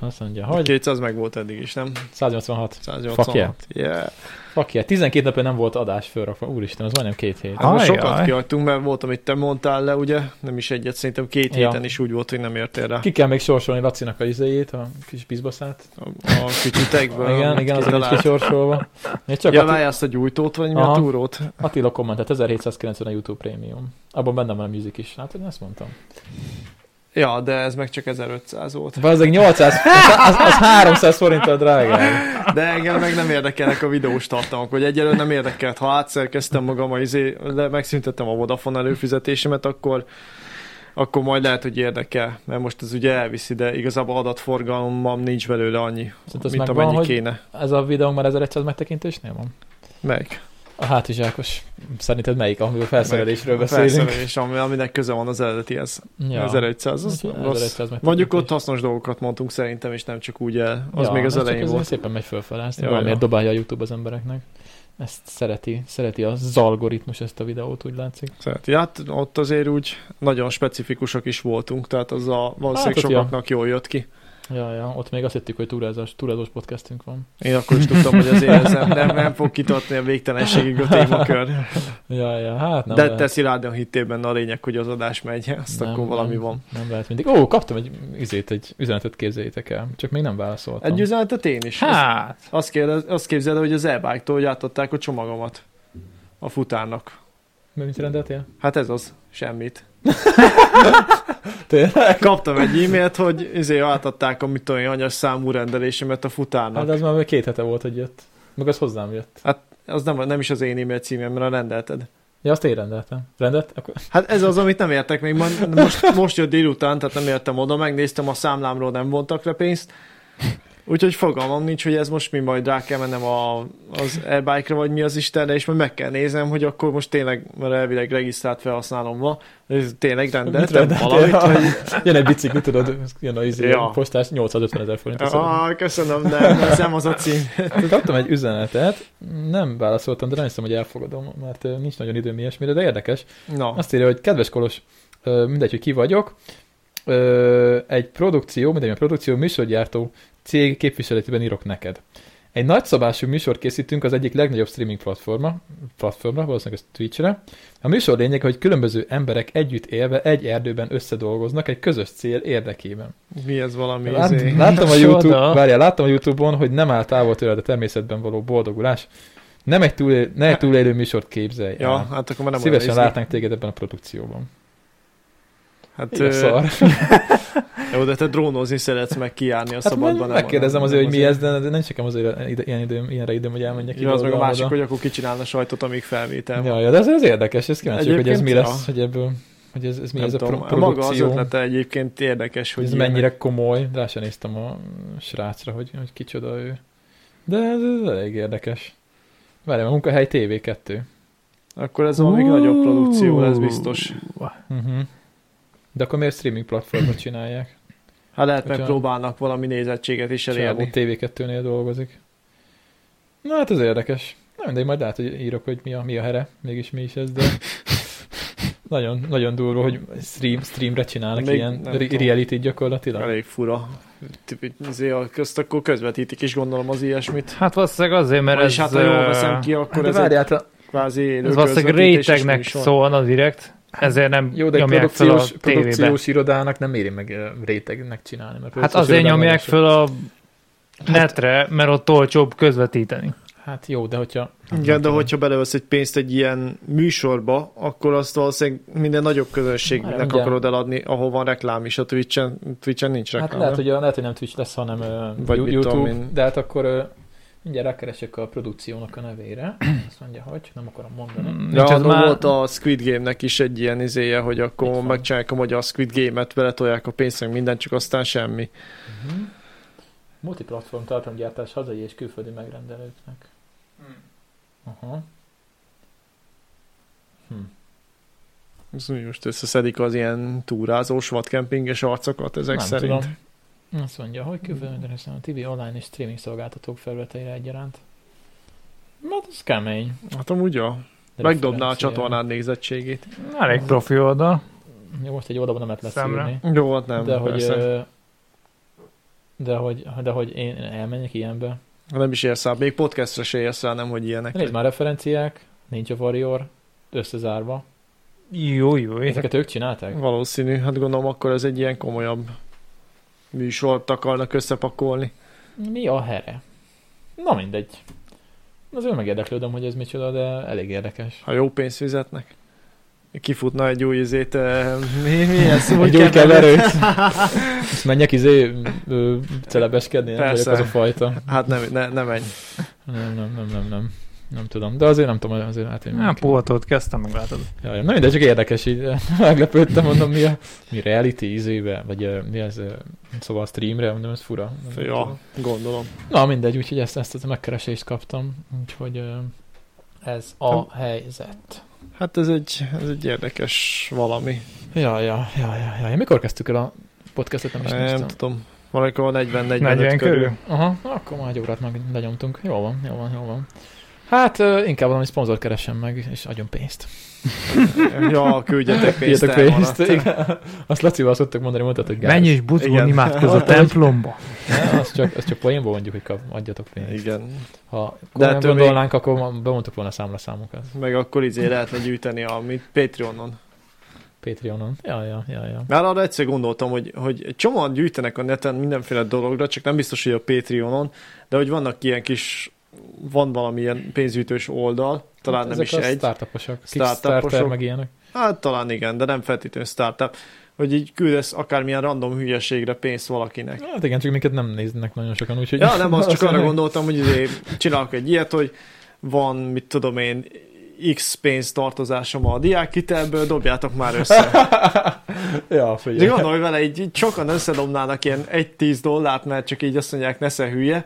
[SPEAKER 1] azt mondja,
[SPEAKER 2] Hogy?
[SPEAKER 1] hogy
[SPEAKER 2] 200 meg volt eddig is, nem?
[SPEAKER 1] 186.
[SPEAKER 2] 186.
[SPEAKER 1] Fuck yeah.
[SPEAKER 2] yeah.
[SPEAKER 1] Oké, 12 napja nem volt adás fölrakva. Úristen, az majdnem két hét.
[SPEAKER 2] Hát most
[SPEAKER 3] Ajaj.
[SPEAKER 2] sokat kiadtunk, mert volt, amit te mondtál le, ugye? Nem is egyet, szerintem két
[SPEAKER 1] Ja.
[SPEAKER 2] héten is úgy volt, hogy nem értél rá.
[SPEAKER 1] Ki kell még sorsolni Lacinak a izéjét, a kis bizbaszát.
[SPEAKER 2] A, a kütyütekből.
[SPEAKER 1] [LAUGHS] igen, igen, az nincs kisorsolva. Még csak
[SPEAKER 2] Ja,
[SPEAKER 1] ja, Ati-
[SPEAKER 2] várj azt a gyújtót, vagy mi a
[SPEAKER 1] Aha.
[SPEAKER 2] túrót?
[SPEAKER 1] Attila kommentett, 1790 a YouTube Premium. Abban benne van a music is. Hát, én ezt mondtam.
[SPEAKER 2] Ja, de ez meg csak 1500 volt.
[SPEAKER 1] Bazzeg 800, az, az 300 forinttal drágább.
[SPEAKER 2] De engem meg nem érdekelnek a videós tartalmak, hogy egyelőre nem érdekelt. Ha átszerkeztem magam, a izé, de megszüntettem a Vodafone előfizetésemet, akkor akkor majd lehet, hogy érdekel, mert most ez ugye elviszi, de igazából adatforgalmam nincs belőle annyi,
[SPEAKER 1] Szerintem Hát ez
[SPEAKER 2] mint
[SPEAKER 1] megvan,
[SPEAKER 2] amennyi
[SPEAKER 1] hogy
[SPEAKER 2] kéne.
[SPEAKER 1] ez a videónk már 1100 megtekintésnél van.
[SPEAKER 2] Meg.
[SPEAKER 1] A hátizsákos. Szerinted melyik, amivel felszerelésről beszélünk?
[SPEAKER 2] Felszerelés, ami, aminek köze van az eredetihez. Ja. 1100, az nem rossz. Mondjuk ott hasznos dolgokat mondtunk szerintem, és nem csak úgy el. Az ja, még az
[SPEAKER 1] ez csak
[SPEAKER 2] elején
[SPEAKER 1] ez
[SPEAKER 2] volt.
[SPEAKER 1] szépen megy fölfele, ezt
[SPEAKER 2] Ja,
[SPEAKER 1] valamiért
[SPEAKER 2] ja.
[SPEAKER 1] dobálja a YouTube az embereknek. Ezt szereti, szereti az algoritmus ezt a videót, úgy látszik.
[SPEAKER 2] Szereti. Hát ott azért úgy nagyon specifikusak is voltunk, tehát az a valószínűleg
[SPEAKER 1] Hát
[SPEAKER 2] hát,
[SPEAKER 1] ott ja.
[SPEAKER 2] sokaknak jól jött ki.
[SPEAKER 1] Ja, ja, ott még azt hittük, hogy túrázás, túrázós podcastünk van.
[SPEAKER 2] Én akkor is tudtam, hogy azért ez nem, nem, nem fog kitartni a
[SPEAKER 1] [LAUGHS]
[SPEAKER 2] végtelenségig a témakör.
[SPEAKER 1] Ja, ja, hát nem
[SPEAKER 2] De
[SPEAKER 1] lehet.
[SPEAKER 2] te szilárdan hittél benne a lényeg, hogy az adás megy, [LAUGHS] azt nem, akkor valami
[SPEAKER 1] nem,
[SPEAKER 2] van.
[SPEAKER 1] Nem lehet mindig. Ó, kaptam egy izét, egy üzenetet képzeljétek el. Csak még nem válaszoltam.
[SPEAKER 2] Egy üzenetet én is. Azt,
[SPEAKER 3] Hát,
[SPEAKER 2] azt, kérdez, azt képzeld, el, hogy az e hogy átadták a csomagomat a futárnak.
[SPEAKER 1] Mi- Mit rendeltél?
[SPEAKER 2] Hát ez az, semmit.
[SPEAKER 1] Tényleg?
[SPEAKER 2] Kaptam egy e-mailt, hogy izé átadták a mit tudom én, anyas számú rendelésemet a futárnak.
[SPEAKER 1] Hát az már két hete volt, hogy jött. Meg az hozzám jött.
[SPEAKER 2] Az nem, nem is az én e-mail címemre rendelted.
[SPEAKER 1] Ja, azt én rendeltem. Rendelt? Akkor... [LAUGHS]
[SPEAKER 2] Hát ez az, amit nem értek még. ma- Most, most jött délután, tehát nem értem oda, megnéztem, a számlámról nem vontak le pénzt. Úgyhogy fogalmam nincs, hogy ez most mi majd rá kell mennem a, az e-bike-ra, vagy mi az Istenre, és majd meg kell néznem, hogy akkor most tényleg, mert elvileg regisztrált felhasználom ma, ez tényleg rendeltem
[SPEAKER 1] rendeltél?
[SPEAKER 2] valamit,
[SPEAKER 1] [LAUGHS]
[SPEAKER 2] hogy...
[SPEAKER 1] Jön egy bicikli, tudod, jön a izé,
[SPEAKER 2] Ja.
[SPEAKER 1] postás 850 ezer forint. Ah.
[SPEAKER 2] Ah, köszönöm, nem, ez nem az a cím.
[SPEAKER 1] [LAUGHS] Kaptam egy üzenetet, nem válaszoltam, de nem hiszem, hogy elfogadom, mert ö, nincs nagyon időm ilyesmire, de érdekes.
[SPEAKER 2] Na,
[SPEAKER 1] Azt írja, hogy kedves Kolos, ö, mindegy, hogy ki vagyok, ö, egy produkció, mindegy, a produkció műsorgyártó cég képviseletében írok neked. Egy nagyszabású műsort készítünk az egyik legnagyobb streaming platforma, platformra, valószínűleg ez Twitchre. A műsor lényege, hogy különböző emberek együtt élve egy erdőben összedolgoznak egy közös cél érdekében.
[SPEAKER 2] Mi ez valami?
[SPEAKER 1] Hát, Lát,
[SPEAKER 2] izé?
[SPEAKER 1] láttam, a
[SPEAKER 3] Soda.
[SPEAKER 1] YouTube, várjál, láttam a YouTube-on, hogy nem áll távol tőled a természetben való boldogulás. Nem egy, túlél, ne egy túlélő műsort képzelj
[SPEAKER 2] Ja,
[SPEAKER 1] el.
[SPEAKER 2] hát akkor már nem olyan
[SPEAKER 1] Szívesen
[SPEAKER 2] izé.
[SPEAKER 1] látnánk téged ebben a produkcióban.
[SPEAKER 2] Hát,
[SPEAKER 1] Ilyen
[SPEAKER 2] ö,
[SPEAKER 1] szar.
[SPEAKER 2] jó, de te drónozni szeretsz meg kijárni a
[SPEAKER 1] Hát
[SPEAKER 2] szabadban.
[SPEAKER 1] majd
[SPEAKER 2] nem-
[SPEAKER 1] megkérdezem
[SPEAKER 2] nem-
[SPEAKER 1] azért,
[SPEAKER 2] nem
[SPEAKER 1] hogy mi ez, de de nem csak azért ide, ilyen időm, ilyenre időm, hogy elmenjek
[SPEAKER 2] Ja, az meg a
[SPEAKER 1] ide-oda,
[SPEAKER 2] másik,
[SPEAKER 1] oda.
[SPEAKER 2] hogy akkor kicsinálna sajtot, amíg felvétel van.
[SPEAKER 1] Ja, ja, de ez, ez érdekes, ez kíváncsi vagyok, hogy ez mi
[SPEAKER 2] Egyébként,
[SPEAKER 1] lesz,
[SPEAKER 2] ja.
[SPEAKER 1] hogy ebből, hogy ez, ez mi
[SPEAKER 2] Nem
[SPEAKER 1] ez a
[SPEAKER 2] tudom,
[SPEAKER 1] pro-
[SPEAKER 2] maga az
[SPEAKER 1] produkció,
[SPEAKER 2] ötlete egyébként
[SPEAKER 1] hogy
[SPEAKER 2] érdekes, hogy
[SPEAKER 1] ez
[SPEAKER 2] ilyenek-
[SPEAKER 1] mennyire komoly, rá sem néztem a srácra, hogy, hogy kicsoda ő. De ez, ez elég érdekes. Várjál, a munkahely TV2.
[SPEAKER 2] Akkor ez valami nagyobb produkció lesz biztos.
[SPEAKER 1] Uh-huh. De akkor miért streaming platformot csinálják?
[SPEAKER 2] Hát lehet
[SPEAKER 1] Hogyha-
[SPEAKER 2] megpróbálnak valami nézettséget is
[SPEAKER 1] Csávó
[SPEAKER 2] elérni.
[SPEAKER 1] TV2-nél dolgozik. Na hát ez érdekes. Na mindegy, majd lehet, hogy írok, hogy mi a, mi a here, mégis mi is ez, [LAUGHS] de nagyon, nagyon durva, hogy stream, streamre csinálnak
[SPEAKER 2] Még
[SPEAKER 1] ilyen
[SPEAKER 2] nem
[SPEAKER 1] re-
[SPEAKER 2] tudom.
[SPEAKER 1] reality gyakorlatilag.
[SPEAKER 2] Elég fura. T- izé, a- Közt akkor közvetítik is gondolom az ilyesmit.
[SPEAKER 3] Hát valószínűleg azért, mert
[SPEAKER 2] Mert
[SPEAKER 3] ez,
[SPEAKER 2] és hát ha jól
[SPEAKER 3] ö,
[SPEAKER 2] veszem ki, akkor
[SPEAKER 1] de
[SPEAKER 2] ez egy
[SPEAKER 1] várjál, hát te-
[SPEAKER 2] kvázi élő
[SPEAKER 3] ez valószínűleg
[SPEAKER 2] közvetítéses
[SPEAKER 3] rétegnek
[SPEAKER 2] műsor.
[SPEAKER 3] szólna direkt, ezért nem
[SPEAKER 1] jó, de egy
[SPEAKER 3] nyomják fel a
[SPEAKER 1] produkciós,
[SPEAKER 3] tévébe.
[SPEAKER 1] produkciós irodának nem éri meg ö, rétegnek csinálni. Mert
[SPEAKER 3] Hát
[SPEAKER 1] produkciós
[SPEAKER 3] azért
[SPEAKER 2] Szóval
[SPEAKER 1] irodában
[SPEAKER 3] nyomják
[SPEAKER 1] is-
[SPEAKER 3] föl a netre, mert ott olcsóbb közvetíteni.
[SPEAKER 1] Hát jó, de hogyha...
[SPEAKER 2] Igen, de hogyha belevesz egy pénzt egy ilyen műsorba, akkor azt valószínűleg minden nagyobb
[SPEAKER 1] Hát
[SPEAKER 2] közönségnek
[SPEAKER 1] ugye.
[SPEAKER 2] akarod eladni, ahol van reklám is. A Twitch-en, Twitch-en nincs reklám.
[SPEAKER 1] Hát lehet
[SPEAKER 2] nem?
[SPEAKER 1] hogy, a- lehet, hogy nem Twitch lesz, hanem ö,
[SPEAKER 2] Vagy
[SPEAKER 1] Vagy
[SPEAKER 2] mit
[SPEAKER 1] YouTube,
[SPEAKER 2] tudom én.
[SPEAKER 1] de hát akkor ö, mindjárt rákeresek a produkciónak a nevére. Azt mondja, hogy nem akarom mondani.
[SPEAKER 3] Mm,
[SPEAKER 2] De
[SPEAKER 3] nincs az
[SPEAKER 2] annó már... volt a Squid Game-nek is egy ilyen izéje, hogy
[SPEAKER 1] Itt
[SPEAKER 2] akkor
[SPEAKER 1] van.
[SPEAKER 2] megcsinálják a magyar Squid Game-et, beletolják a pénzt, meg mindent, csak aztán semmi.
[SPEAKER 1] Uh-huh. Multiplatform tartalomgyártás hazai és külföldi megrendelőknek. Aha. Hm.
[SPEAKER 2] Ez úgy most összeszedik az ilyen túrázós, vadkempinges arcokat ezek
[SPEAKER 1] nem
[SPEAKER 2] szerint. Tudom.
[SPEAKER 1] tudom. Azt mondja, hogy külföldön keresem a TV online és streaming szolgáltatók felületeire egyaránt. Na, ez kemény.
[SPEAKER 2] Hát amúgy ja.
[SPEAKER 1] De
[SPEAKER 2] Megdobná a
[SPEAKER 1] referencia.
[SPEAKER 2] csatornád nézettségét.
[SPEAKER 3] Elég profi oldal.
[SPEAKER 1] Jó, most egy oldalban nem lehet
[SPEAKER 3] Szemre.
[SPEAKER 1] leszűrni.
[SPEAKER 2] Jó, hát nem,
[SPEAKER 1] de hogy,
[SPEAKER 2] persze.
[SPEAKER 1] ö, de hogy, de hogy én elmenjek ilyenbe.
[SPEAKER 2] Nem is érsz rá. Még podcastra se érsz rá, nem, hogy ilyenek.
[SPEAKER 1] Nézd már referenciák, nincs a Warrior, összezárva.
[SPEAKER 3] Jó, jó. jó.
[SPEAKER 1] Ezeket ők csinálták?
[SPEAKER 2] Valószínű. Hát gondolom, akkor ez egy ilyen komolyabb műsort akarnak összepakolni.
[SPEAKER 1] Mi a here? Na mindegy. Azért megérdeklődöm, hogy ez micsoda, de elég érdekes.
[SPEAKER 2] Ha jó pénzt fizetnek. Kifutna egy új izét, eh, mi, mi ez?
[SPEAKER 1] Egy új keverőt.
[SPEAKER 2] [LAUGHS]
[SPEAKER 1] Ezt menjek izé ö, celebeskedni, nem
[SPEAKER 2] Persze.
[SPEAKER 1] vagyok az a fajta.
[SPEAKER 2] Hát nem, ne, nem menj.
[SPEAKER 1] Nem, nem, nem, nem, nem. Nem tudom, de azért nem tudom, azért hát én...
[SPEAKER 3] Nem, pótot kezdtem, meglátod.
[SPEAKER 1] Jaj, na mindegy, csak érdekes, így [LAUGHS] meglepődtem, mondom, mi a mi reality ízébe, vagy ö, mi ez, ö, szóval a streamre, mondom, ez fura. Nem
[SPEAKER 2] Ja,
[SPEAKER 1] tudom.
[SPEAKER 2] gondolom.
[SPEAKER 1] Na mindegy, úgyhogy ezt, ezt a megkeresést kaptam, úgyhogy ö, ez a helyzet.
[SPEAKER 2] Hát ez egy, ez egy érdekes valami.
[SPEAKER 1] Ja, ja, ja, ja, ja. Én mikor kezdtük el a podcastot, nem is
[SPEAKER 2] Nem
[SPEAKER 1] néztem.
[SPEAKER 2] tudom. Valamikor 40-45
[SPEAKER 3] 40
[SPEAKER 2] körül.
[SPEAKER 3] körül.
[SPEAKER 1] Aha, na, akkor már egy órát meg lenyomtunk. Jó van, jó van, jó van. Hát ö, inkább valami szponzor keresem meg, és adjon pénzt.
[SPEAKER 2] [LAUGHS] Ja, küldjetek pénzt.
[SPEAKER 1] Írjatok
[SPEAKER 2] elmaradt.
[SPEAKER 1] pénzt. Igen. Azt Lacival szoktak mondani, mondtad, hogy gáz.
[SPEAKER 3] Menj és buzgón
[SPEAKER 2] Igen.
[SPEAKER 3] imádkoz a templomba.
[SPEAKER 1] Ne, az csak, az csak poénból mondjuk, hogy kap, adjatok pénzt.
[SPEAKER 2] Igen.
[SPEAKER 1] Ha
[SPEAKER 2] De
[SPEAKER 1] komolyan
[SPEAKER 2] ettől még-
[SPEAKER 1] gondolnánk, még... akkor ma- bemondtuk volna a számlaszámunkat.
[SPEAKER 2] Meg akkor izé lehetne gyűjteni, amit Patreonon.
[SPEAKER 1] Patreonon. Ja, ja, ja, ja.
[SPEAKER 2] Már arra egyszer gondoltam, hogy, hogy egy csomóan gyűjtenek a neten mindenféle dologra, csak nem biztos, hogy a Patreonon, de hogy vannak ilyen kis, van valamilyen pénzgyűjtős oldal, talán
[SPEAKER 1] hát
[SPEAKER 2] nem is
[SPEAKER 1] ezek a
[SPEAKER 2] egy.
[SPEAKER 1] startuposok.
[SPEAKER 2] Startuposok.
[SPEAKER 1] Kickstarter, meg ilyenek.
[SPEAKER 2] Hát talán igen, de nem feltétlenül startup. Hogy így küldesz akármilyen random hülyeségre pénzt valakinek.
[SPEAKER 1] Hát igen, csak minket nem néznek nagyon sokan, úgyhogy...
[SPEAKER 2] Ja, nem,
[SPEAKER 1] [LAUGHS]
[SPEAKER 2] azt csak arra
[SPEAKER 1] nem-
[SPEAKER 2] gondoltam, hogy izé, csinálok egy ilyet, hogy van, mit tudom én, X pénz tartozásom a diákhitelből, dobjátok már össze.
[SPEAKER 1] ja,
[SPEAKER 2] De
[SPEAKER 1] figyelj.
[SPEAKER 2] gondolj hogy vele, így, így sokan összedobnának ilyen 1-10 dollárt, mert csak így azt mondják, ne se hülye.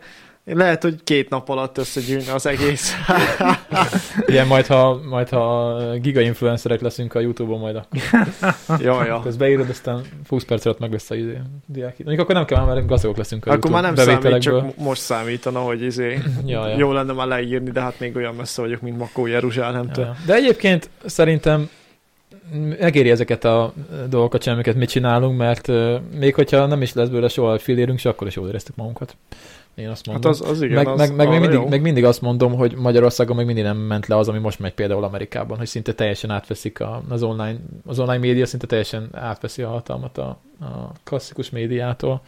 [SPEAKER 2] Lehet, hogy két nap alatt összegyűlne az
[SPEAKER 1] [LAUGHS]
[SPEAKER 2] egész.
[SPEAKER 1] Igen, majd ha, majd ha giga influencerek leszünk a Youtube-on majd akkor
[SPEAKER 2] Jaj, ja.
[SPEAKER 1] ezt beírod, aztán 20 perc alatt meg lesz a izé- diák. Mondjuk akkor nem kell, mert gazdagok leszünk a
[SPEAKER 2] Akkor már
[SPEAKER 1] YouTube
[SPEAKER 2] nem számít,
[SPEAKER 1] bevételekből.
[SPEAKER 2] csak mo- most számítana, hogy izé,
[SPEAKER 1] [LAUGHS] Ja, ja.
[SPEAKER 2] jó lenne már leírni, de hát még olyan messze vagyok, mint Makó Jeruzsálemtől.
[SPEAKER 1] Ja. De egyébként szerintem megéri ezeket a dolgokat, sem, amiket mi csinálunk, mert uh, még hogyha nem is lesz bőle soha a fillérünk, se akkor is jól éreztük magunkat. Én azt mondom.
[SPEAKER 2] Hát az, az igen,
[SPEAKER 1] meg,
[SPEAKER 2] az,
[SPEAKER 1] meg, meg,
[SPEAKER 2] arra
[SPEAKER 1] még mindig,
[SPEAKER 2] jó.
[SPEAKER 1] meg mindig azt mondom, hogy Magyarországon még mindig nem ment le az, ami most megy például Amerikában, hogy szinte teljesen átveszik a, az online, az online média szinte teljesen átveszi a hatalmat a, a klasszikus médiától.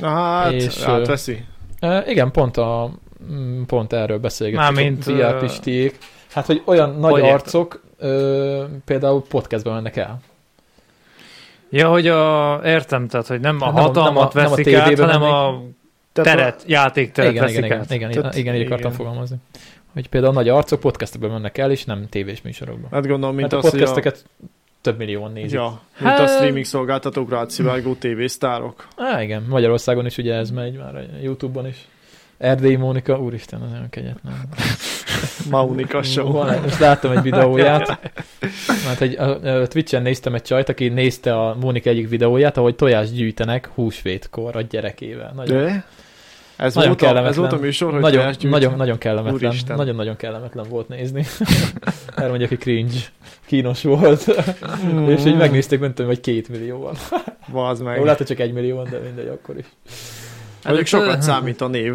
[SPEAKER 2] Na hát,
[SPEAKER 1] és,
[SPEAKER 2] és, átveszi.
[SPEAKER 1] E, igen, pont a mm, pont erről beszélgettünk.
[SPEAKER 3] Mármint,
[SPEAKER 1] a VR
[SPEAKER 3] ö,
[SPEAKER 1] Pistiék. Hát, hogy olyan nagy
[SPEAKER 3] hogy érted?
[SPEAKER 1] arcok ö, például podcastbe mennek el.
[SPEAKER 3] Ja, hogy a, értem, tehát, hogy nem a
[SPEAKER 1] Hát Nem a-
[SPEAKER 3] hatalmat
[SPEAKER 1] nem a- nem a
[SPEAKER 3] veszik
[SPEAKER 1] tévébe
[SPEAKER 3] át, hanem
[SPEAKER 1] mennék.
[SPEAKER 3] a
[SPEAKER 2] Tehát
[SPEAKER 3] teret, játékteret
[SPEAKER 1] igen,
[SPEAKER 3] veszik
[SPEAKER 1] igen, igen,
[SPEAKER 3] át.
[SPEAKER 1] igen,
[SPEAKER 2] Tehát-
[SPEAKER 1] igen, igen, így akartam
[SPEAKER 2] igen.
[SPEAKER 1] fogalmazni. Hogy például nagy arcok podcastbe mennek el, és nem tévés műsorokba.
[SPEAKER 2] A, hát gondolom, mint
[SPEAKER 1] Mert a
[SPEAKER 2] az, hogy a,
[SPEAKER 1] podcasteket több millióan nézik. Ja.
[SPEAKER 2] ja, mint a
[SPEAKER 3] Hát-
[SPEAKER 2] streaming szolgáltatók rátszivárgó tévésztárok.
[SPEAKER 1] Á, igen, Magyarországon is ugye
[SPEAKER 2] Mm.
[SPEAKER 1] ez megy már a Youtube-on is. Erdélyi Mónika, úristen, az olyan kegyetlen.
[SPEAKER 2] Maunika show.
[SPEAKER 1] Mm, Van, most láttam egy videóját. Mert egy, a, a Twitch-en néztem egy csajt, aki nézte a Mónika egyik videóját, ahogy tojást gyűjtenek húsvétkor a gyerekével. Nagyon,
[SPEAKER 2] De? Ez,
[SPEAKER 1] Nagyon
[SPEAKER 2] volt a, ez
[SPEAKER 1] kellemetlen.
[SPEAKER 2] volt a műsor, hogy
[SPEAKER 1] nagyon,
[SPEAKER 2] teást gyűjtsen?
[SPEAKER 1] nagyon, nagyon kellemetlen.
[SPEAKER 2] Úristen.
[SPEAKER 1] Nagyon-nagyon kellemetlen volt nézni. [LAUGHS] Erre mondja, aki cringe. Kínos volt. Mm. És így megnézték, nem tudom, hogy két millióan.
[SPEAKER 2] Bazd Mm. meg.
[SPEAKER 1] Jó, lehet, hogy csak egy millióan, de mindegy, akkor is.
[SPEAKER 2] Mondjuk
[SPEAKER 3] Hát,
[SPEAKER 2] sokat
[SPEAKER 3] ö-
[SPEAKER 2] számít a név.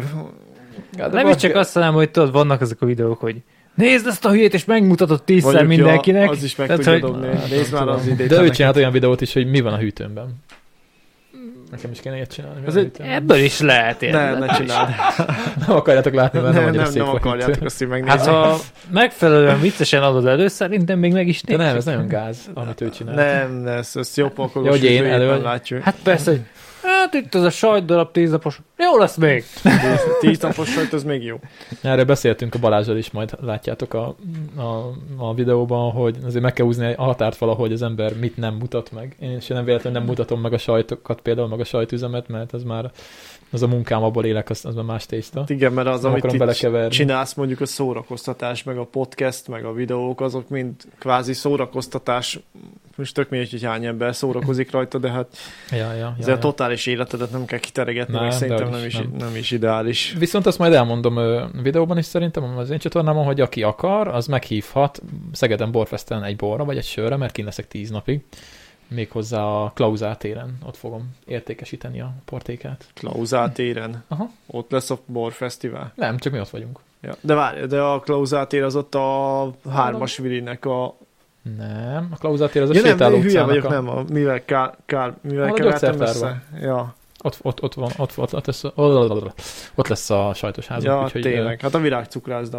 [SPEAKER 1] Hát,
[SPEAKER 3] Nem is csak azt hanem, hogy tudod, vannak ezek a videók, hogy nézd ezt a hülyét, és megmutatod tízszer
[SPEAKER 2] Mondjuk, ja,
[SPEAKER 3] mindenkinek.
[SPEAKER 2] Az is meg
[SPEAKER 3] Tehát,
[SPEAKER 2] tudja
[SPEAKER 3] hogy-
[SPEAKER 2] dobni.
[SPEAKER 1] Hát, nem
[SPEAKER 2] Nézd már
[SPEAKER 1] tudom.
[SPEAKER 2] az idét.
[SPEAKER 1] De ő
[SPEAKER 2] ennek.
[SPEAKER 1] csinált olyan videót is, hogy mi van a hűtőmben. Nekem is kéne ilyet csinálni. mi van
[SPEAKER 2] Ez
[SPEAKER 1] a
[SPEAKER 2] egy-
[SPEAKER 1] hűtőmben.
[SPEAKER 3] Ebből is lehet
[SPEAKER 2] Ne,
[SPEAKER 3] érted.
[SPEAKER 2] ne csináld.
[SPEAKER 1] Nem akarjátok látni,
[SPEAKER 2] Nem,
[SPEAKER 1] mert Hát, nem,
[SPEAKER 2] nem,
[SPEAKER 1] nem,
[SPEAKER 2] nem,
[SPEAKER 1] szép
[SPEAKER 2] nem
[SPEAKER 1] volt.
[SPEAKER 2] akarjátok azt, hogy megnézni.
[SPEAKER 3] Hát ha megfelelően viccesen adod elő, szerintem még meg is
[SPEAKER 1] De nem,
[SPEAKER 3] nézzük.
[SPEAKER 1] ez nagyon gáz, amit ő csinál.
[SPEAKER 2] Nem, ez, ez jobb alkoholos
[SPEAKER 1] Ja, hogy én
[SPEAKER 2] sütőjét
[SPEAKER 1] elő-
[SPEAKER 2] nem
[SPEAKER 1] [LAUGHS]
[SPEAKER 2] látjuk.
[SPEAKER 3] Hát persze, hogy hát itt az a sajt darab tíznapos. Jó lesz még.
[SPEAKER 2] Tíz- Tíz napos sajt, az még jó.
[SPEAKER 1] Erről beszéltünk a Balázsral is, majd látjátok a, a, a videóban, hogy azért meg kell húzni a határt valahogy az ember mit nem mutat meg. Én is nem véletlenül nem mutatom meg a sajtokat, például meg a sajtüzemet, mert ez már az a munkám, abból élek, az, az már más tészta.
[SPEAKER 2] Hát Igen, mert az,
[SPEAKER 1] Nem
[SPEAKER 2] amit
[SPEAKER 1] akarom
[SPEAKER 2] itt
[SPEAKER 1] belekeverni.
[SPEAKER 2] csinálsz, mondjuk a szórakoztatás, meg a podcast, meg a videók, azok mind kvázi szórakoztatás. Most tök mindegy, hogy hány ember szórakozik rajta, de hát
[SPEAKER 1] [LAUGHS] Ja, ja,
[SPEAKER 2] ez
[SPEAKER 1] ja,
[SPEAKER 2] a
[SPEAKER 1] ja.
[SPEAKER 2] totális életedet nem kell kiteregetni,
[SPEAKER 1] Nem,
[SPEAKER 2] meg
[SPEAKER 1] de
[SPEAKER 2] szerintem
[SPEAKER 1] hogy
[SPEAKER 2] nem
[SPEAKER 1] is,
[SPEAKER 2] is,
[SPEAKER 1] nem.
[SPEAKER 2] nem is ideális.
[SPEAKER 1] Viszont azt majd elmondom ö, videóban is szerintem az én csatornámon, hogy aki akar, az meghívhat Szegeden Borfesten egy borra vagy egy sörre, mert kint leszek tíz napig. Méghozzá a Klauzá téren, ott fogom értékesíteni a portékát.
[SPEAKER 2] Klauzál téren.
[SPEAKER 1] Aha.
[SPEAKER 2] Ott lesz a Bor Fesztivál.
[SPEAKER 1] Nem, csak mi ott vagyunk.
[SPEAKER 2] Ja. De várj, de a Klauzál tér az ott a hármas vilinek a...
[SPEAKER 1] Nem, a Klauzá tér az a
[SPEAKER 2] ja, nem,
[SPEAKER 1] sétáló
[SPEAKER 2] hülye
[SPEAKER 1] utcának
[SPEAKER 2] vagyok,
[SPEAKER 1] a...
[SPEAKER 2] nem, a, mivel, kár, kár, mivel
[SPEAKER 1] Ahol a
[SPEAKER 2] kevertem
[SPEAKER 1] gyógyszertárban.
[SPEAKER 2] össze. Ja,
[SPEAKER 1] Ott, ott, ott, van, ott, ott, ott, lesz, ott, ott lesz a sajtos házunk.
[SPEAKER 2] ja
[SPEAKER 1] úgyhogy,
[SPEAKER 2] tényleg. Hát a virágcukrászda.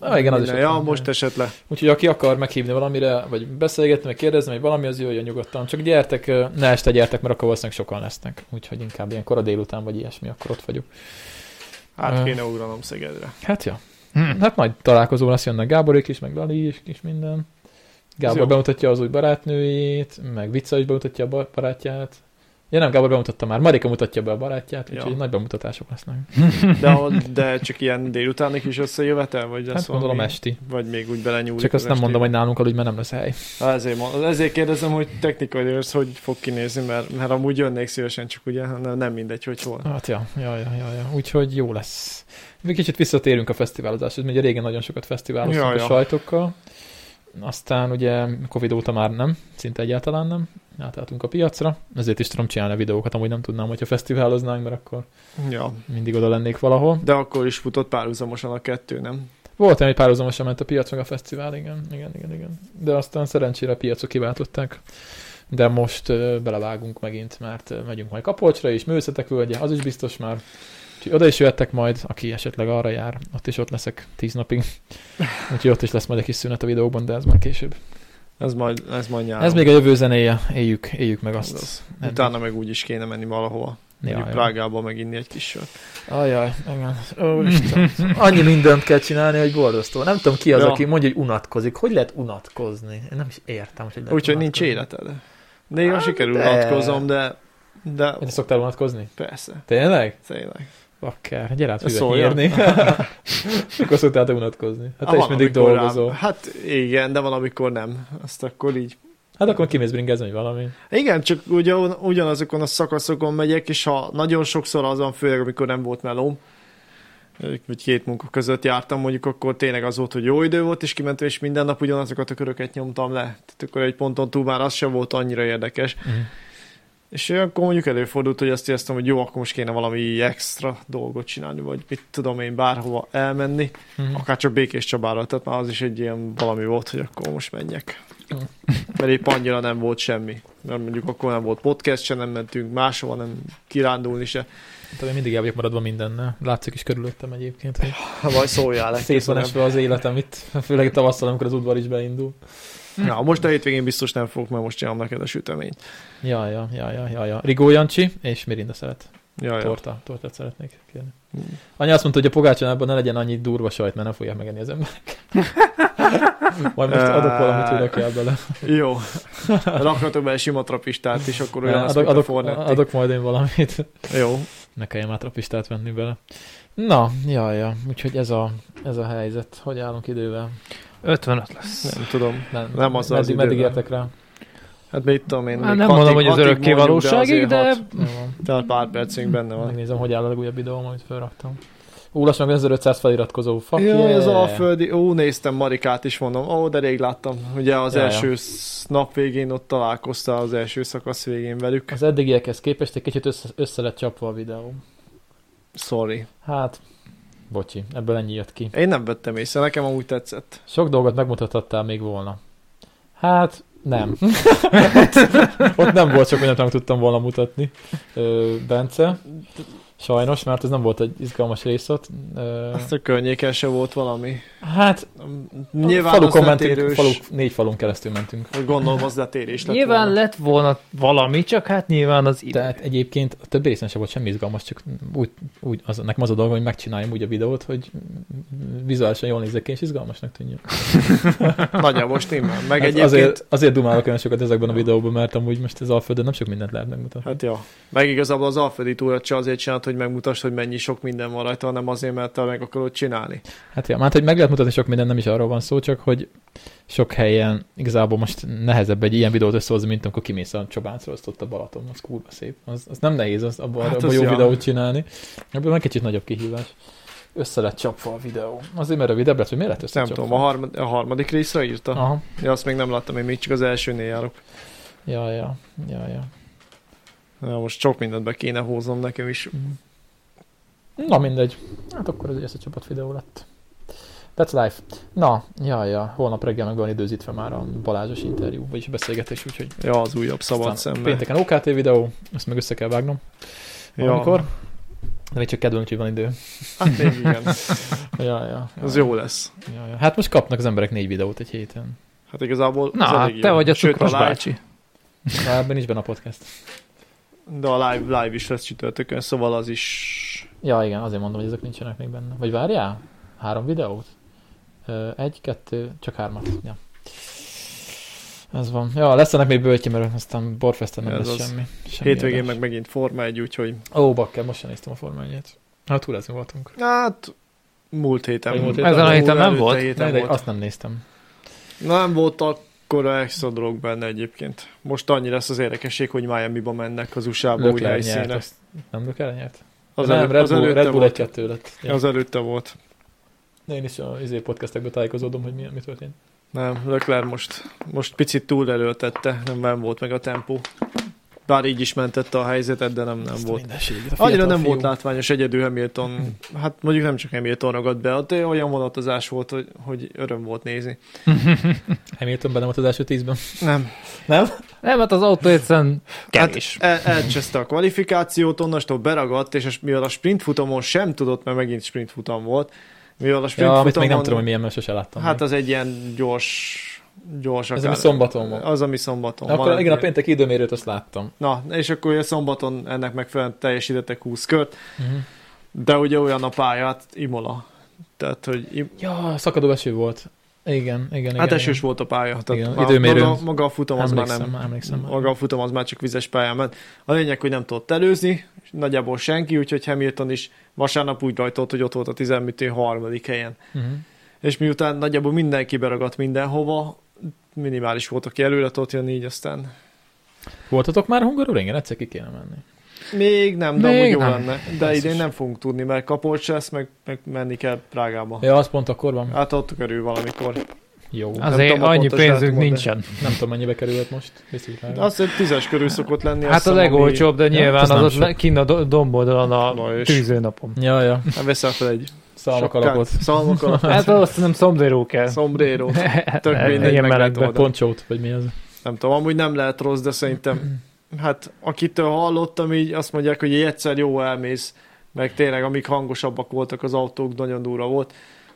[SPEAKER 1] ö, Ah, igen, az is
[SPEAKER 2] Minden.
[SPEAKER 1] ott
[SPEAKER 2] Ja,
[SPEAKER 1] van.
[SPEAKER 2] most esett le.
[SPEAKER 1] Úgyhogy aki akar meghívni valamire, vagy beszélgetni, vagy kérdezni, vagy valami, az jöjjön nyugodtan. Csak gyertek, ö, ne este gyertek, mert akkor valószínűleg sokan lesznek. Úgyhogy inkább ilyen kora délután, vagy ilyesmi, akkor ott vagyok.
[SPEAKER 2] Hát
[SPEAKER 1] Ah.
[SPEAKER 2] kéne ugranom
[SPEAKER 1] [LAUGHS]
[SPEAKER 2] Szegedre.
[SPEAKER 1] Hát ja. Hát nagy találkozó lesz, jönnek Gáborék is, meg Lali is, és minden.
[SPEAKER 2] jó.
[SPEAKER 1] Gábor bemutatja az új barátnőjét, meg Vica is bemutatja a ba- barátját. Ja nem, Gábor bemutatta már, Marika mutatja be a barátját,
[SPEAKER 2] Ja.
[SPEAKER 1] úgyhogy nagy bemutatások lesznek.
[SPEAKER 2] De, ott- de csak ilyen délutánig is összejövetel, vagy lesz
[SPEAKER 1] Hát gondolom
[SPEAKER 2] valami-
[SPEAKER 1] esti.
[SPEAKER 2] Vagy még úgy belenyúlik.
[SPEAKER 1] Csak
[SPEAKER 2] az
[SPEAKER 1] azt nem mondom, hogy
[SPEAKER 2] estébe.
[SPEAKER 1] nálunk aludj, mert nem lesz hely.
[SPEAKER 2] Ezért, mond, ezért kérdezem, hogy technikai őrsz, hogy fog kinézni, mert, mert amúgy jönnék szívesen, csak ugye nem nem mindegy, hogy hol.
[SPEAKER 1] Hát ja, ja, ja, ja, ja. úgyhogy jó lesz. Még kicsit visszatérünk a fesztiválozáshoz, mert ugye régen nagyon sokat fesztiváloztunk
[SPEAKER 2] Ja,
[SPEAKER 1] a
[SPEAKER 2] ja.
[SPEAKER 1] sajtokkal. Aztán ugye Covid óta már nem, szinte egyáltalán nem. Átálltunk a piacra, ezért is tudom csinálni a videókat, amúgy nem tudnám, hogyha fesztiváloznánk, mert akkor
[SPEAKER 2] Ja.
[SPEAKER 1] mindig oda lennék valahol.
[SPEAKER 2] De akkor is futott párhuzamosan a kettő, nem?
[SPEAKER 1] Volt egy párhuzamosan ment a piac, meg a fesztivál, igen, igen, igen, igen. De aztán szerencsére a piacok kiváltották. De most ö, belevágunk megint, mert ö, megyünk majd Kapolcsra is, művészetek völgye, az is biztos már. Úgyhogy oda is jöhettek majd, aki esetleg arra jár, ott is ott leszek tíz napig. Úgyhogy ott is lesz majd egy kis szünet a videókban, de ez már később.
[SPEAKER 2] Ez majd, ez majd nyáron.
[SPEAKER 1] Ez még a jövő zenéje, éljük, éljük meg
[SPEAKER 2] Az
[SPEAKER 1] azt.
[SPEAKER 2] az.
[SPEAKER 1] Nem.
[SPEAKER 2] Utána meg úgy is kéne menni valahova. Mondjuk
[SPEAKER 1] ja.
[SPEAKER 2] Prágába meginni egy kis sört.
[SPEAKER 1] Ajaj, igen.
[SPEAKER 2] [LAUGHS] Hát,
[SPEAKER 1] Úristen. Annyi mindent kell csinálni, hogy borzasztó. Nem tudom ki az,
[SPEAKER 2] Ja.
[SPEAKER 1] aki mondja, hogy unatkozik. Hogy lehet unatkozni? Én nem is értem, hogy hogy lehet
[SPEAKER 2] Úgyhogy nincs
[SPEAKER 1] unatkozni.
[SPEAKER 2] életed. Néha
[SPEAKER 1] Hát
[SPEAKER 2] sikerül
[SPEAKER 1] de.
[SPEAKER 2] unatkozom, de, de
[SPEAKER 1] Én szoktál unatkozni?
[SPEAKER 2] persze,
[SPEAKER 1] Tényleg?
[SPEAKER 2] tényleg.
[SPEAKER 1] Bakker, hát gyere át
[SPEAKER 2] Ez
[SPEAKER 1] füvet
[SPEAKER 2] szóljon.
[SPEAKER 1] [LAUGHS] írni. Mikor szoktál te unatkozni? Hát te
[SPEAKER 2] Van,
[SPEAKER 1] is mindig
[SPEAKER 2] amikor
[SPEAKER 1] dolgozol.
[SPEAKER 2] Rám, hát igen, de van, amikor nem. Azt akkor így.
[SPEAKER 1] Hát akkor kimész bringázni, vagy valami. Mhm.
[SPEAKER 2] Igen, csak ugyan, ugyanazokon a szakaszokon megyek, és ha nagyon sokszor azon, főleg amikor nem volt melóm, vagy két munka között jártam, mondjuk akkor tényleg az volt, hogy jó idő volt, és kimentem, és minden nap ugyanazokat a köröket nyomtam le. Tehát akkor egy ponton túl már az sem volt annyira érdekes.
[SPEAKER 1] Mhm.
[SPEAKER 2] És akkor mondjuk előfordult, hogy azt éreztem, hogy jó, akkor most kéne valami extra dolgot csinálni, vagy mit tudom én, bárhova elmenni,
[SPEAKER 1] Mhm.
[SPEAKER 2] akár csak Békés Csabára, tehát már az is egy ilyen valami volt, hogy akkor most menjek. Mert épp annyira nem volt semmi. Mert mondjuk akkor nem volt podcast se, nem mentünk máshova, nem kirándulni se.
[SPEAKER 1] Tehát Hát én mindig el vagyok maradva mindennel. Látszik is körülöttem egyébként, hogy
[SPEAKER 2] Ha Vagy szóljál le.
[SPEAKER 1] szét Ah, van
[SPEAKER 2] köszönöm.
[SPEAKER 1] esve az életem itt, [LAUGHS] főleg tavasszal, amikor az udvar is beindul.
[SPEAKER 2] Na, most a hétvégén biztos nem fogok, mert most csinálom neked a süteményt.
[SPEAKER 1] Ja, ja, ja, ja, ja, ja. Rigó Jancsi és Mirinda szeret.
[SPEAKER 2] Jaj, jaj.
[SPEAKER 1] Torta, tortát szeretnék kérni.
[SPEAKER 2] Mm.
[SPEAKER 1] Anya azt mondta, hogy a pogácsonában ne legyen annyi durva sajt, mert nem fogják megenni az emberek. Majd most adok valamit, hogy rakjál bele.
[SPEAKER 2] Jó. Rakhatok bele sima trapistát is, akkor olyan
[SPEAKER 1] Adok, adok,
[SPEAKER 2] adok.
[SPEAKER 1] adok, majd én valamit. [LAUGHS]
[SPEAKER 2] Jó.
[SPEAKER 1] Ne kelljen már trapistát venni bele. Na, jaj, ja. úgyhogy ez a, ez a helyzet. Hogy állunk idővel?
[SPEAKER 3] 55 lesz.
[SPEAKER 2] Nem tudom.
[SPEAKER 1] Nem,
[SPEAKER 2] Nem az az
[SPEAKER 1] meddig, meddig
[SPEAKER 2] idővel.
[SPEAKER 1] értek rá?
[SPEAKER 2] Hát mit tudom én.
[SPEAKER 3] Hát
[SPEAKER 2] még
[SPEAKER 3] nem
[SPEAKER 2] hatig-
[SPEAKER 3] mondom, hogy az
[SPEAKER 2] hatig
[SPEAKER 3] örökké
[SPEAKER 2] mondjuk,
[SPEAKER 3] valóságig,
[SPEAKER 2] azért
[SPEAKER 3] de
[SPEAKER 2] hat.
[SPEAKER 1] Jó van.
[SPEAKER 2] Tehát pár percünk benne Hm. van.
[SPEAKER 1] Megnézem, hogy áll a legújabb videóm, amit felraktam. Ú, lassan meg 1500 feliratkozó. Fuck
[SPEAKER 2] Jaj,
[SPEAKER 1] yeah.
[SPEAKER 2] az Alföldi, ó, néztem Marikát is, mondom, ó, de rég láttam. Ugye az
[SPEAKER 1] Ja, ja.
[SPEAKER 2] első sz- nap végén ott találkoztál az első szakasz végén velük.
[SPEAKER 1] Az eddigiekhez képest egy kicsit össze, össze lett csapva a videó.
[SPEAKER 2] Sorry.
[SPEAKER 1] Hát, bocsi, ebből ennyi jött ki.
[SPEAKER 2] Én nem vettem észre, nekem amúgy tetszett.
[SPEAKER 1] Sok dolgot megmutathattál még volna. Hát,
[SPEAKER 2] [LAUGHS]
[SPEAKER 1] nem. Ott nem volt sok mindent, amit tudtam volna mutatni. Ö, Bence, sajnos, mert ez nem volt egy izgalmas rész ott. Ö,
[SPEAKER 2] Azt a környéken se volt valami.
[SPEAKER 1] hát,
[SPEAKER 2] Nyilván
[SPEAKER 1] falukon
[SPEAKER 2] az
[SPEAKER 1] mentünk,
[SPEAKER 2] letérős,
[SPEAKER 1] faluk, négy falun keresztül mentünk.
[SPEAKER 2] hogy gondolom az letérés lett
[SPEAKER 3] Nyilván
[SPEAKER 2] volna.
[SPEAKER 3] lett volna valami, csak hát nyilván az idő.
[SPEAKER 1] Tehát egyébként a többi részen sem volt semmi izgalmas, csak úgy, úgy az, nekem az a dolga, hogy megcsináljam úgy a videót, hogy vizuálisan jól nézzek ki, és izgalmasnak tűnjön.
[SPEAKER 2] Nagyjából stimmel.
[SPEAKER 1] Hát
[SPEAKER 2] Meg egyébként...
[SPEAKER 1] azért, azért dumálok olyan sokat ezekben a videóban, mert amúgy most az Alföldön nem sok mindent lehet megmutatni.
[SPEAKER 2] Hát ja. Meg igazából az Alföldi túrát se azért csinált, hogy megmutass, hogy mennyi sok minden van rajta, hanem azért, mert te meg akarod csinálni.
[SPEAKER 1] Hát ja, hát, hogy meg lehet mutatni sok mindent, nem is arról van szó, csak hogy sok helyen igazából most nehezebb egy ilyen videót összehozni, mint amikor kimész a Csobáncról, azt ott a Balaton, az kurva szép. Az, az nem nehéz, az abban
[SPEAKER 2] Hát
[SPEAKER 1] hát
[SPEAKER 2] az
[SPEAKER 1] jó
[SPEAKER 2] ja.
[SPEAKER 1] videót csinálni. Ebből meg kicsit nagyobb kihívás. Össze lett csapva a videó. Azért mert rövidebb lett, hogy miért lett
[SPEAKER 2] Nem
[SPEAKER 1] összecsapva?
[SPEAKER 2] tudom, a, harmad, a harmadik részre írta?
[SPEAKER 1] Aha.
[SPEAKER 2] Ja, azt még nem láttam, én még csak az elsőnél járok.
[SPEAKER 1] Ja, ja, ja, ja.
[SPEAKER 2] Ja, most sok mindent be kéne húznom nekem is.
[SPEAKER 1] Na mindegy. Hát akkor ez egy összecsapott videó lett. That's life. Na, ja, ja, holnap reggel meg van időzítve már a Balázsos interjú, vagyis a beszélgetés, úgyhogy
[SPEAKER 2] Ja, az újabb szabad
[SPEAKER 1] aztán
[SPEAKER 2] szemben.
[SPEAKER 1] pénteken OKT videó, ezt meg össze kell vágnom valamikor.
[SPEAKER 2] Ja,
[SPEAKER 1] De még csak kedvem, úgyhogy van idő.
[SPEAKER 2] [LAUGHS] hát még igen.
[SPEAKER 1] Ja, ja, ja,
[SPEAKER 2] Az jó lesz.
[SPEAKER 1] Ja, ja. Hát most kapnak az emberek négy videót egy héten.
[SPEAKER 2] Hát igazából
[SPEAKER 3] Na,
[SPEAKER 2] az
[SPEAKER 3] hát
[SPEAKER 2] elég
[SPEAKER 3] te
[SPEAKER 2] jó.
[SPEAKER 3] vagy a
[SPEAKER 2] Sőt,
[SPEAKER 3] cukros
[SPEAKER 2] live-
[SPEAKER 3] bácsi.
[SPEAKER 1] Na, ebben nincs benne a podcast.
[SPEAKER 2] De a live, live is lesz csütörtökön, szóval az is...
[SPEAKER 1] Ja, igen, azért mondom, hogy ezek nincsenek még benne. Vagy várjál? Három videót? Ö, egy, kettő, csak hármat. Ja. Ez van. Ja, lesz ennek még bőtje, mert aztán Borfesten nem
[SPEAKER 2] Ez
[SPEAKER 1] lesz
[SPEAKER 2] az.
[SPEAKER 1] semmi. semmi
[SPEAKER 2] Hétvégén
[SPEAKER 1] adás.
[SPEAKER 2] meg megint Forma egy, úgyhogy...
[SPEAKER 1] Ó, bakker, most sem néztem a formányét. Hát túrázni voltunk.
[SPEAKER 2] Hát... Múlt héten.
[SPEAKER 1] Vagy múlt
[SPEAKER 2] volt.
[SPEAKER 1] héten
[SPEAKER 3] Ezen a héten nem
[SPEAKER 2] Előtte
[SPEAKER 3] volt?
[SPEAKER 1] Na,
[SPEAKER 2] Héten
[SPEAKER 1] de
[SPEAKER 2] volt.
[SPEAKER 1] azt nem néztem.
[SPEAKER 2] Nem volt akkor extra dolog benne egyébként. Most annyi lesz az érdekesség, hogy Miami-ba mennek az USA-ba új
[SPEAKER 1] Lökler nyert.
[SPEAKER 2] helyszínre.
[SPEAKER 1] Azt nem Lökler nyert?
[SPEAKER 2] Az,
[SPEAKER 1] nem,
[SPEAKER 2] elő-
[SPEAKER 1] Red
[SPEAKER 2] az
[SPEAKER 1] Bull,
[SPEAKER 2] előtte
[SPEAKER 1] Red Bull
[SPEAKER 2] volt.
[SPEAKER 1] egy-kettő lett. Ja.
[SPEAKER 2] Az előtte volt.
[SPEAKER 1] Én is a izé podcastekből tájékozódom, hogy mi, mi történt.
[SPEAKER 2] Nem, Leclerc most, most picit túl előtette, nem, nem volt meg a tempó. Bár így is mentette a helyzetet, de nem, nem
[SPEAKER 1] Azt a
[SPEAKER 2] volt.
[SPEAKER 1] mindenségét, a
[SPEAKER 2] Annyira
[SPEAKER 1] fiatal
[SPEAKER 2] nem
[SPEAKER 1] fiú.
[SPEAKER 2] volt látványos egyedül Hamilton, hát mondjuk nem csak Hamilton ragadt be, ott olyan vonatozás volt, hogy, hogy öröm volt nézni.
[SPEAKER 1] Hamilton benne volt az első tízben.
[SPEAKER 2] Nem.
[SPEAKER 3] Nem, hát az autó egyszerűen kevés.
[SPEAKER 2] Hát El, elcseszte a kvalifikációt, onnastól beragadt, és as- mivel a sprint futamon sem tudott, mert megint sprint futam volt, mivel a sprint
[SPEAKER 1] Ja, amit
[SPEAKER 2] futamon,
[SPEAKER 1] még nem tudom, hogy milyen, mert sose láttam.
[SPEAKER 2] hát
[SPEAKER 1] még.
[SPEAKER 2] az egy ilyen gyors, gyors
[SPEAKER 1] Ez
[SPEAKER 2] akár-
[SPEAKER 1] ami szombaton volt.
[SPEAKER 2] Az, ami szombaton
[SPEAKER 1] Na,
[SPEAKER 2] van.
[SPEAKER 1] Akkor igen, a péntek időmérőt azt láttam.
[SPEAKER 2] Na, és akkor ugye szombaton ennek megfelelően teljesítettek 20 kört, de ugye olyan a pálya, hát Imola. Tehát, hogy im-
[SPEAKER 1] Ja, szakadó eső volt. Igen, igen, igen.
[SPEAKER 2] hát esős
[SPEAKER 1] igen.
[SPEAKER 2] volt a pálya, tehát
[SPEAKER 1] Igen,
[SPEAKER 2] már
[SPEAKER 1] időmérőn.
[SPEAKER 2] maga, maga a futam az már
[SPEAKER 1] Emlékszem,
[SPEAKER 2] nem,
[SPEAKER 1] már emlékszem. Már.
[SPEAKER 2] maga a futam az már csak vizes pályán ment. A lényeg, hogy nem tudott előzni, és nagyjából senki, úgyhogy Hamilton is vasárnap úgy rajtolt, hogy ott volt a 13. helyen.
[SPEAKER 1] Uh-huh.
[SPEAKER 2] És miután nagyjából mindenki beragadt mindenhova, minimális volt, aki előre tudott jönni, így aztán
[SPEAKER 1] Voltatok már Hungaroringen? Egyszer ki kéne menni.
[SPEAKER 2] Még nem, de
[SPEAKER 3] Még
[SPEAKER 2] amúgy jó
[SPEAKER 3] nem.
[SPEAKER 2] lenne. De idén nem fogunk tudni, mert kapocs lesz, meg, meg menni kell Prágába.
[SPEAKER 1] Ja, az pont akkor van.
[SPEAKER 2] Hát ott körül valamikor.
[SPEAKER 1] Jó.
[SPEAKER 3] Azért
[SPEAKER 2] tudom a
[SPEAKER 3] annyi
[SPEAKER 2] pontos
[SPEAKER 3] pénzünk
[SPEAKER 2] dátumot, de-
[SPEAKER 3] nincsen.
[SPEAKER 1] Nem tudom, mennyibe került most. Biztos, hogy
[SPEAKER 2] Azt hiszem tízes körül szokott lenni. azt
[SPEAKER 3] Hát a
[SPEAKER 2] hiszem, ami-
[SPEAKER 3] legolcsóbb, de nyilván
[SPEAKER 1] az
[SPEAKER 3] az
[SPEAKER 1] nem
[SPEAKER 3] ott
[SPEAKER 1] sok.
[SPEAKER 3] le- kinn a do- domboldalon
[SPEAKER 2] Na
[SPEAKER 3] a
[SPEAKER 2] és-
[SPEAKER 3] tűzőnapon.
[SPEAKER 1] Ja, ja.
[SPEAKER 2] Nem veszel fel egy
[SPEAKER 1] Szalmak
[SPEAKER 2] sapkát.
[SPEAKER 1] alapot.
[SPEAKER 2] Szalmak
[SPEAKER 3] [LAUGHS]
[SPEAKER 2] alapot.
[SPEAKER 3] Hát azt nem szomdéró kell.
[SPEAKER 2] Sombrero. Szóval
[SPEAKER 3] [LAUGHS]
[SPEAKER 2] Tök mindegy,
[SPEAKER 3] Ilyen
[SPEAKER 2] meg lehet
[SPEAKER 3] melegbe.
[SPEAKER 2] oldani.
[SPEAKER 1] Poncsót, vagy mi az?
[SPEAKER 2] Nem tudom, amúgy nem lehet rossz, de szerintem, hát akitől hallottam így, azt mondják, hogy így egyszer jó elmész, meg tényleg amik hangosabbak voltak az autók, nagyon durva volt.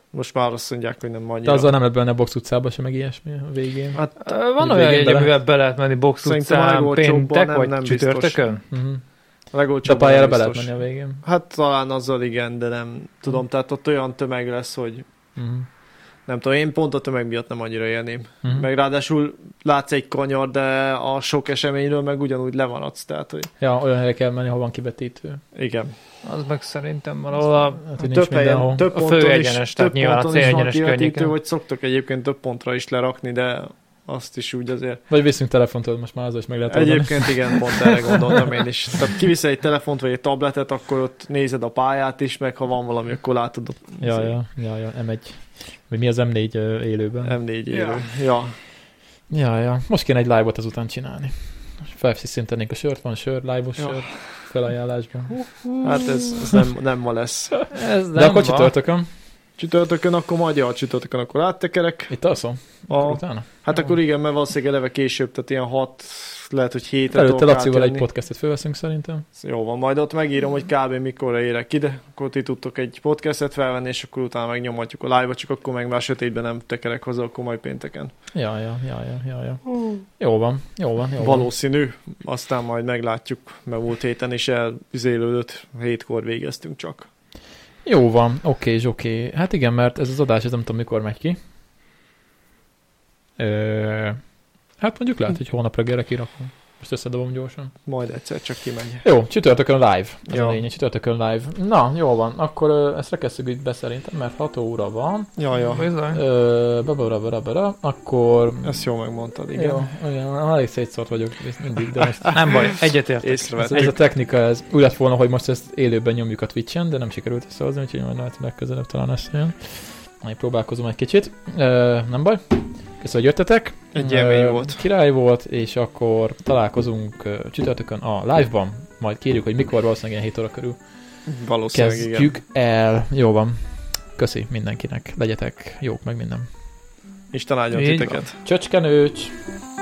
[SPEAKER 2] Most már azt mondják, hogy nem
[SPEAKER 1] Te
[SPEAKER 2] annyira.
[SPEAKER 1] azzal nem lett benne a box utcába se, meg ilyesmi a végén.
[SPEAKER 2] Hát
[SPEAKER 3] Ö, Van
[SPEAKER 1] Így
[SPEAKER 3] olyan
[SPEAKER 1] végén
[SPEAKER 3] jegy,
[SPEAKER 1] bele-
[SPEAKER 3] amivel be lehet menni box
[SPEAKER 2] Szerintem a
[SPEAKER 3] utcán
[SPEAKER 2] legolcsóbban
[SPEAKER 3] péntek
[SPEAKER 2] nem-
[SPEAKER 3] vagy
[SPEAKER 2] nem biztos.
[SPEAKER 3] csütörtökön?
[SPEAKER 1] Uh-huh.
[SPEAKER 2] a legolcsóbb.
[SPEAKER 1] Csapájára be lehet menni a végén.
[SPEAKER 2] Hát talán azzal igen, de nem tudom, tehát ott olyan tömeg lesz, hogy
[SPEAKER 1] Uh-huh.
[SPEAKER 2] nem tudom, én pont a tömeg miatt nem annyira élném.
[SPEAKER 3] Mhm.
[SPEAKER 1] Uh-huh.
[SPEAKER 2] Meg ráadásul látsz egy kanyar, de a sok eseményről meg ugyanúgy lemaradsz, tehát hogy
[SPEAKER 1] Ja, olyan helyre kell menni, ha van kivetítő.
[SPEAKER 2] igen.
[SPEAKER 3] Az meg szerintem valahol a...
[SPEAKER 1] Hát, hogy nincs
[SPEAKER 2] több helyen,
[SPEAKER 1] mindenhol.
[SPEAKER 2] több
[SPEAKER 3] A
[SPEAKER 2] ponton is,
[SPEAKER 3] főegyenes,
[SPEAKER 2] több
[SPEAKER 3] tehát nyilván a
[SPEAKER 2] ponton is van
[SPEAKER 3] célegyenes
[SPEAKER 2] kivetítő,
[SPEAKER 3] környéken.
[SPEAKER 2] vagy szoktok egyébként több pontra is lerakni, de azt is úgy azért.
[SPEAKER 1] Vagy viszünk telefontól, most már azzal is meg lehet oldani.
[SPEAKER 2] Egyébként igen, pont erre gondoltam én is. Tehát kiviszel egy telefont vagy egy tabletet, akkor ott nézed a pályát is, meg ha van valami, akkor látod a
[SPEAKER 1] Ja, ja, ja, ja, M1. Vagy mi az M4 ö, élőben?
[SPEAKER 2] M4 élő.
[SPEAKER 3] Ja.
[SPEAKER 2] Ja. ja.
[SPEAKER 1] Ja, ja. Most kéne egy live-ot ezután csinálni. Felszíszint tennénk a sört, van sör, live-os
[SPEAKER 2] Ja.
[SPEAKER 1] sört felajánlásban.
[SPEAKER 2] Hát ez, ez nem, nem ma lesz.
[SPEAKER 3] Ez
[SPEAKER 1] De
[SPEAKER 3] nem
[SPEAKER 1] akkor
[SPEAKER 3] van.
[SPEAKER 1] csütörtökön,
[SPEAKER 2] Csütörtökön, akkor majd ja, csütörtökön, akkor áttekerek.
[SPEAKER 1] itt alszom,
[SPEAKER 2] A,
[SPEAKER 1] utána.
[SPEAKER 2] hát akkor igen, mert valószínűleg eleve később, tehát ilyen 6, lehet, hogy 7
[SPEAKER 1] Előtte Lacival egy podcastet fölveszünk szerintem.
[SPEAKER 2] Jó van, majd ott megírom, hogy kb. mikorra érek ide, akkor ti tudtok egy podcastet felvenni, és akkor utána megnyomhatjuk a live-ot, csak akkor meg már sötétben nem tekerek haza, akkor majd pénteken.
[SPEAKER 1] Ja, ja, ja, ja, ja, ja. Jó van, jó van, jó van.
[SPEAKER 2] Valószínű, aztán majd meglátjuk, mert múlt héten is elüzélődött, hétkor végeztünk csak.
[SPEAKER 1] Jó van, oké, és oké. Hát igen, mert ez az adás, ez nem tudom mikor megy ki. Ö, hát mondjuk lehet, hogy holnap reggelre kirakom. Most összedobom gyorsan.
[SPEAKER 2] Majd egyszer csak kimegy.
[SPEAKER 1] Jó, csütörtökön live. Ez
[SPEAKER 2] Jó.
[SPEAKER 1] a lényeg, csütörtökön live. Na, jó van, akkor ö, ezt rekesszük itt be szerintem, mert 6 óra van.
[SPEAKER 2] Ja, ja,
[SPEAKER 3] Bizony.
[SPEAKER 1] Ö, babara, babara, babara, akkor...
[SPEAKER 2] ezt jól megmondtad, igen.
[SPEAKER 1] Jó, igen, elég szétszórt vagyok mindig, [LAUGHS] de most...
[SPEAKER 3] Nem baj, egyetért.
[SPEAKER 1] Ez,
[SPEAKER 2] Észrevettem.
[SPEAKER 1] ez a technika, ez úgy lett volna, hogy most ezt élőben nyomjuk a Twitch-en, de nem sikerült összehozni, úgyhogy majd lehet legközelebb talán lesz olyan. Majd próbálkozom egy kicsit. Ö, nem baj. Köszönöm, hogy jöttetek.
[SPEAKER 2] Egy élmény
[SPEAKER 1] Ö,
[SPEAKER 2] volt.
[SPEAKER 1] Király volt, és akkor találkozunk ö, csütörtökön a live-ban. Majd kérjük, hogy mikor valószínűleg ilyen 7 óra körül
[SPEAKER 2] Valószínűleg igen.
[SPEAKER 1] kezdjük el. Jó van. Köszi mindenkinek. Legyetek jók meg minden.
[SPEAKER 2] Isten áldjon
[SPEAKER 3] Így van.
[SPEAKER 2] titeket.
[SPEAKER 1] Csöcskenőcs!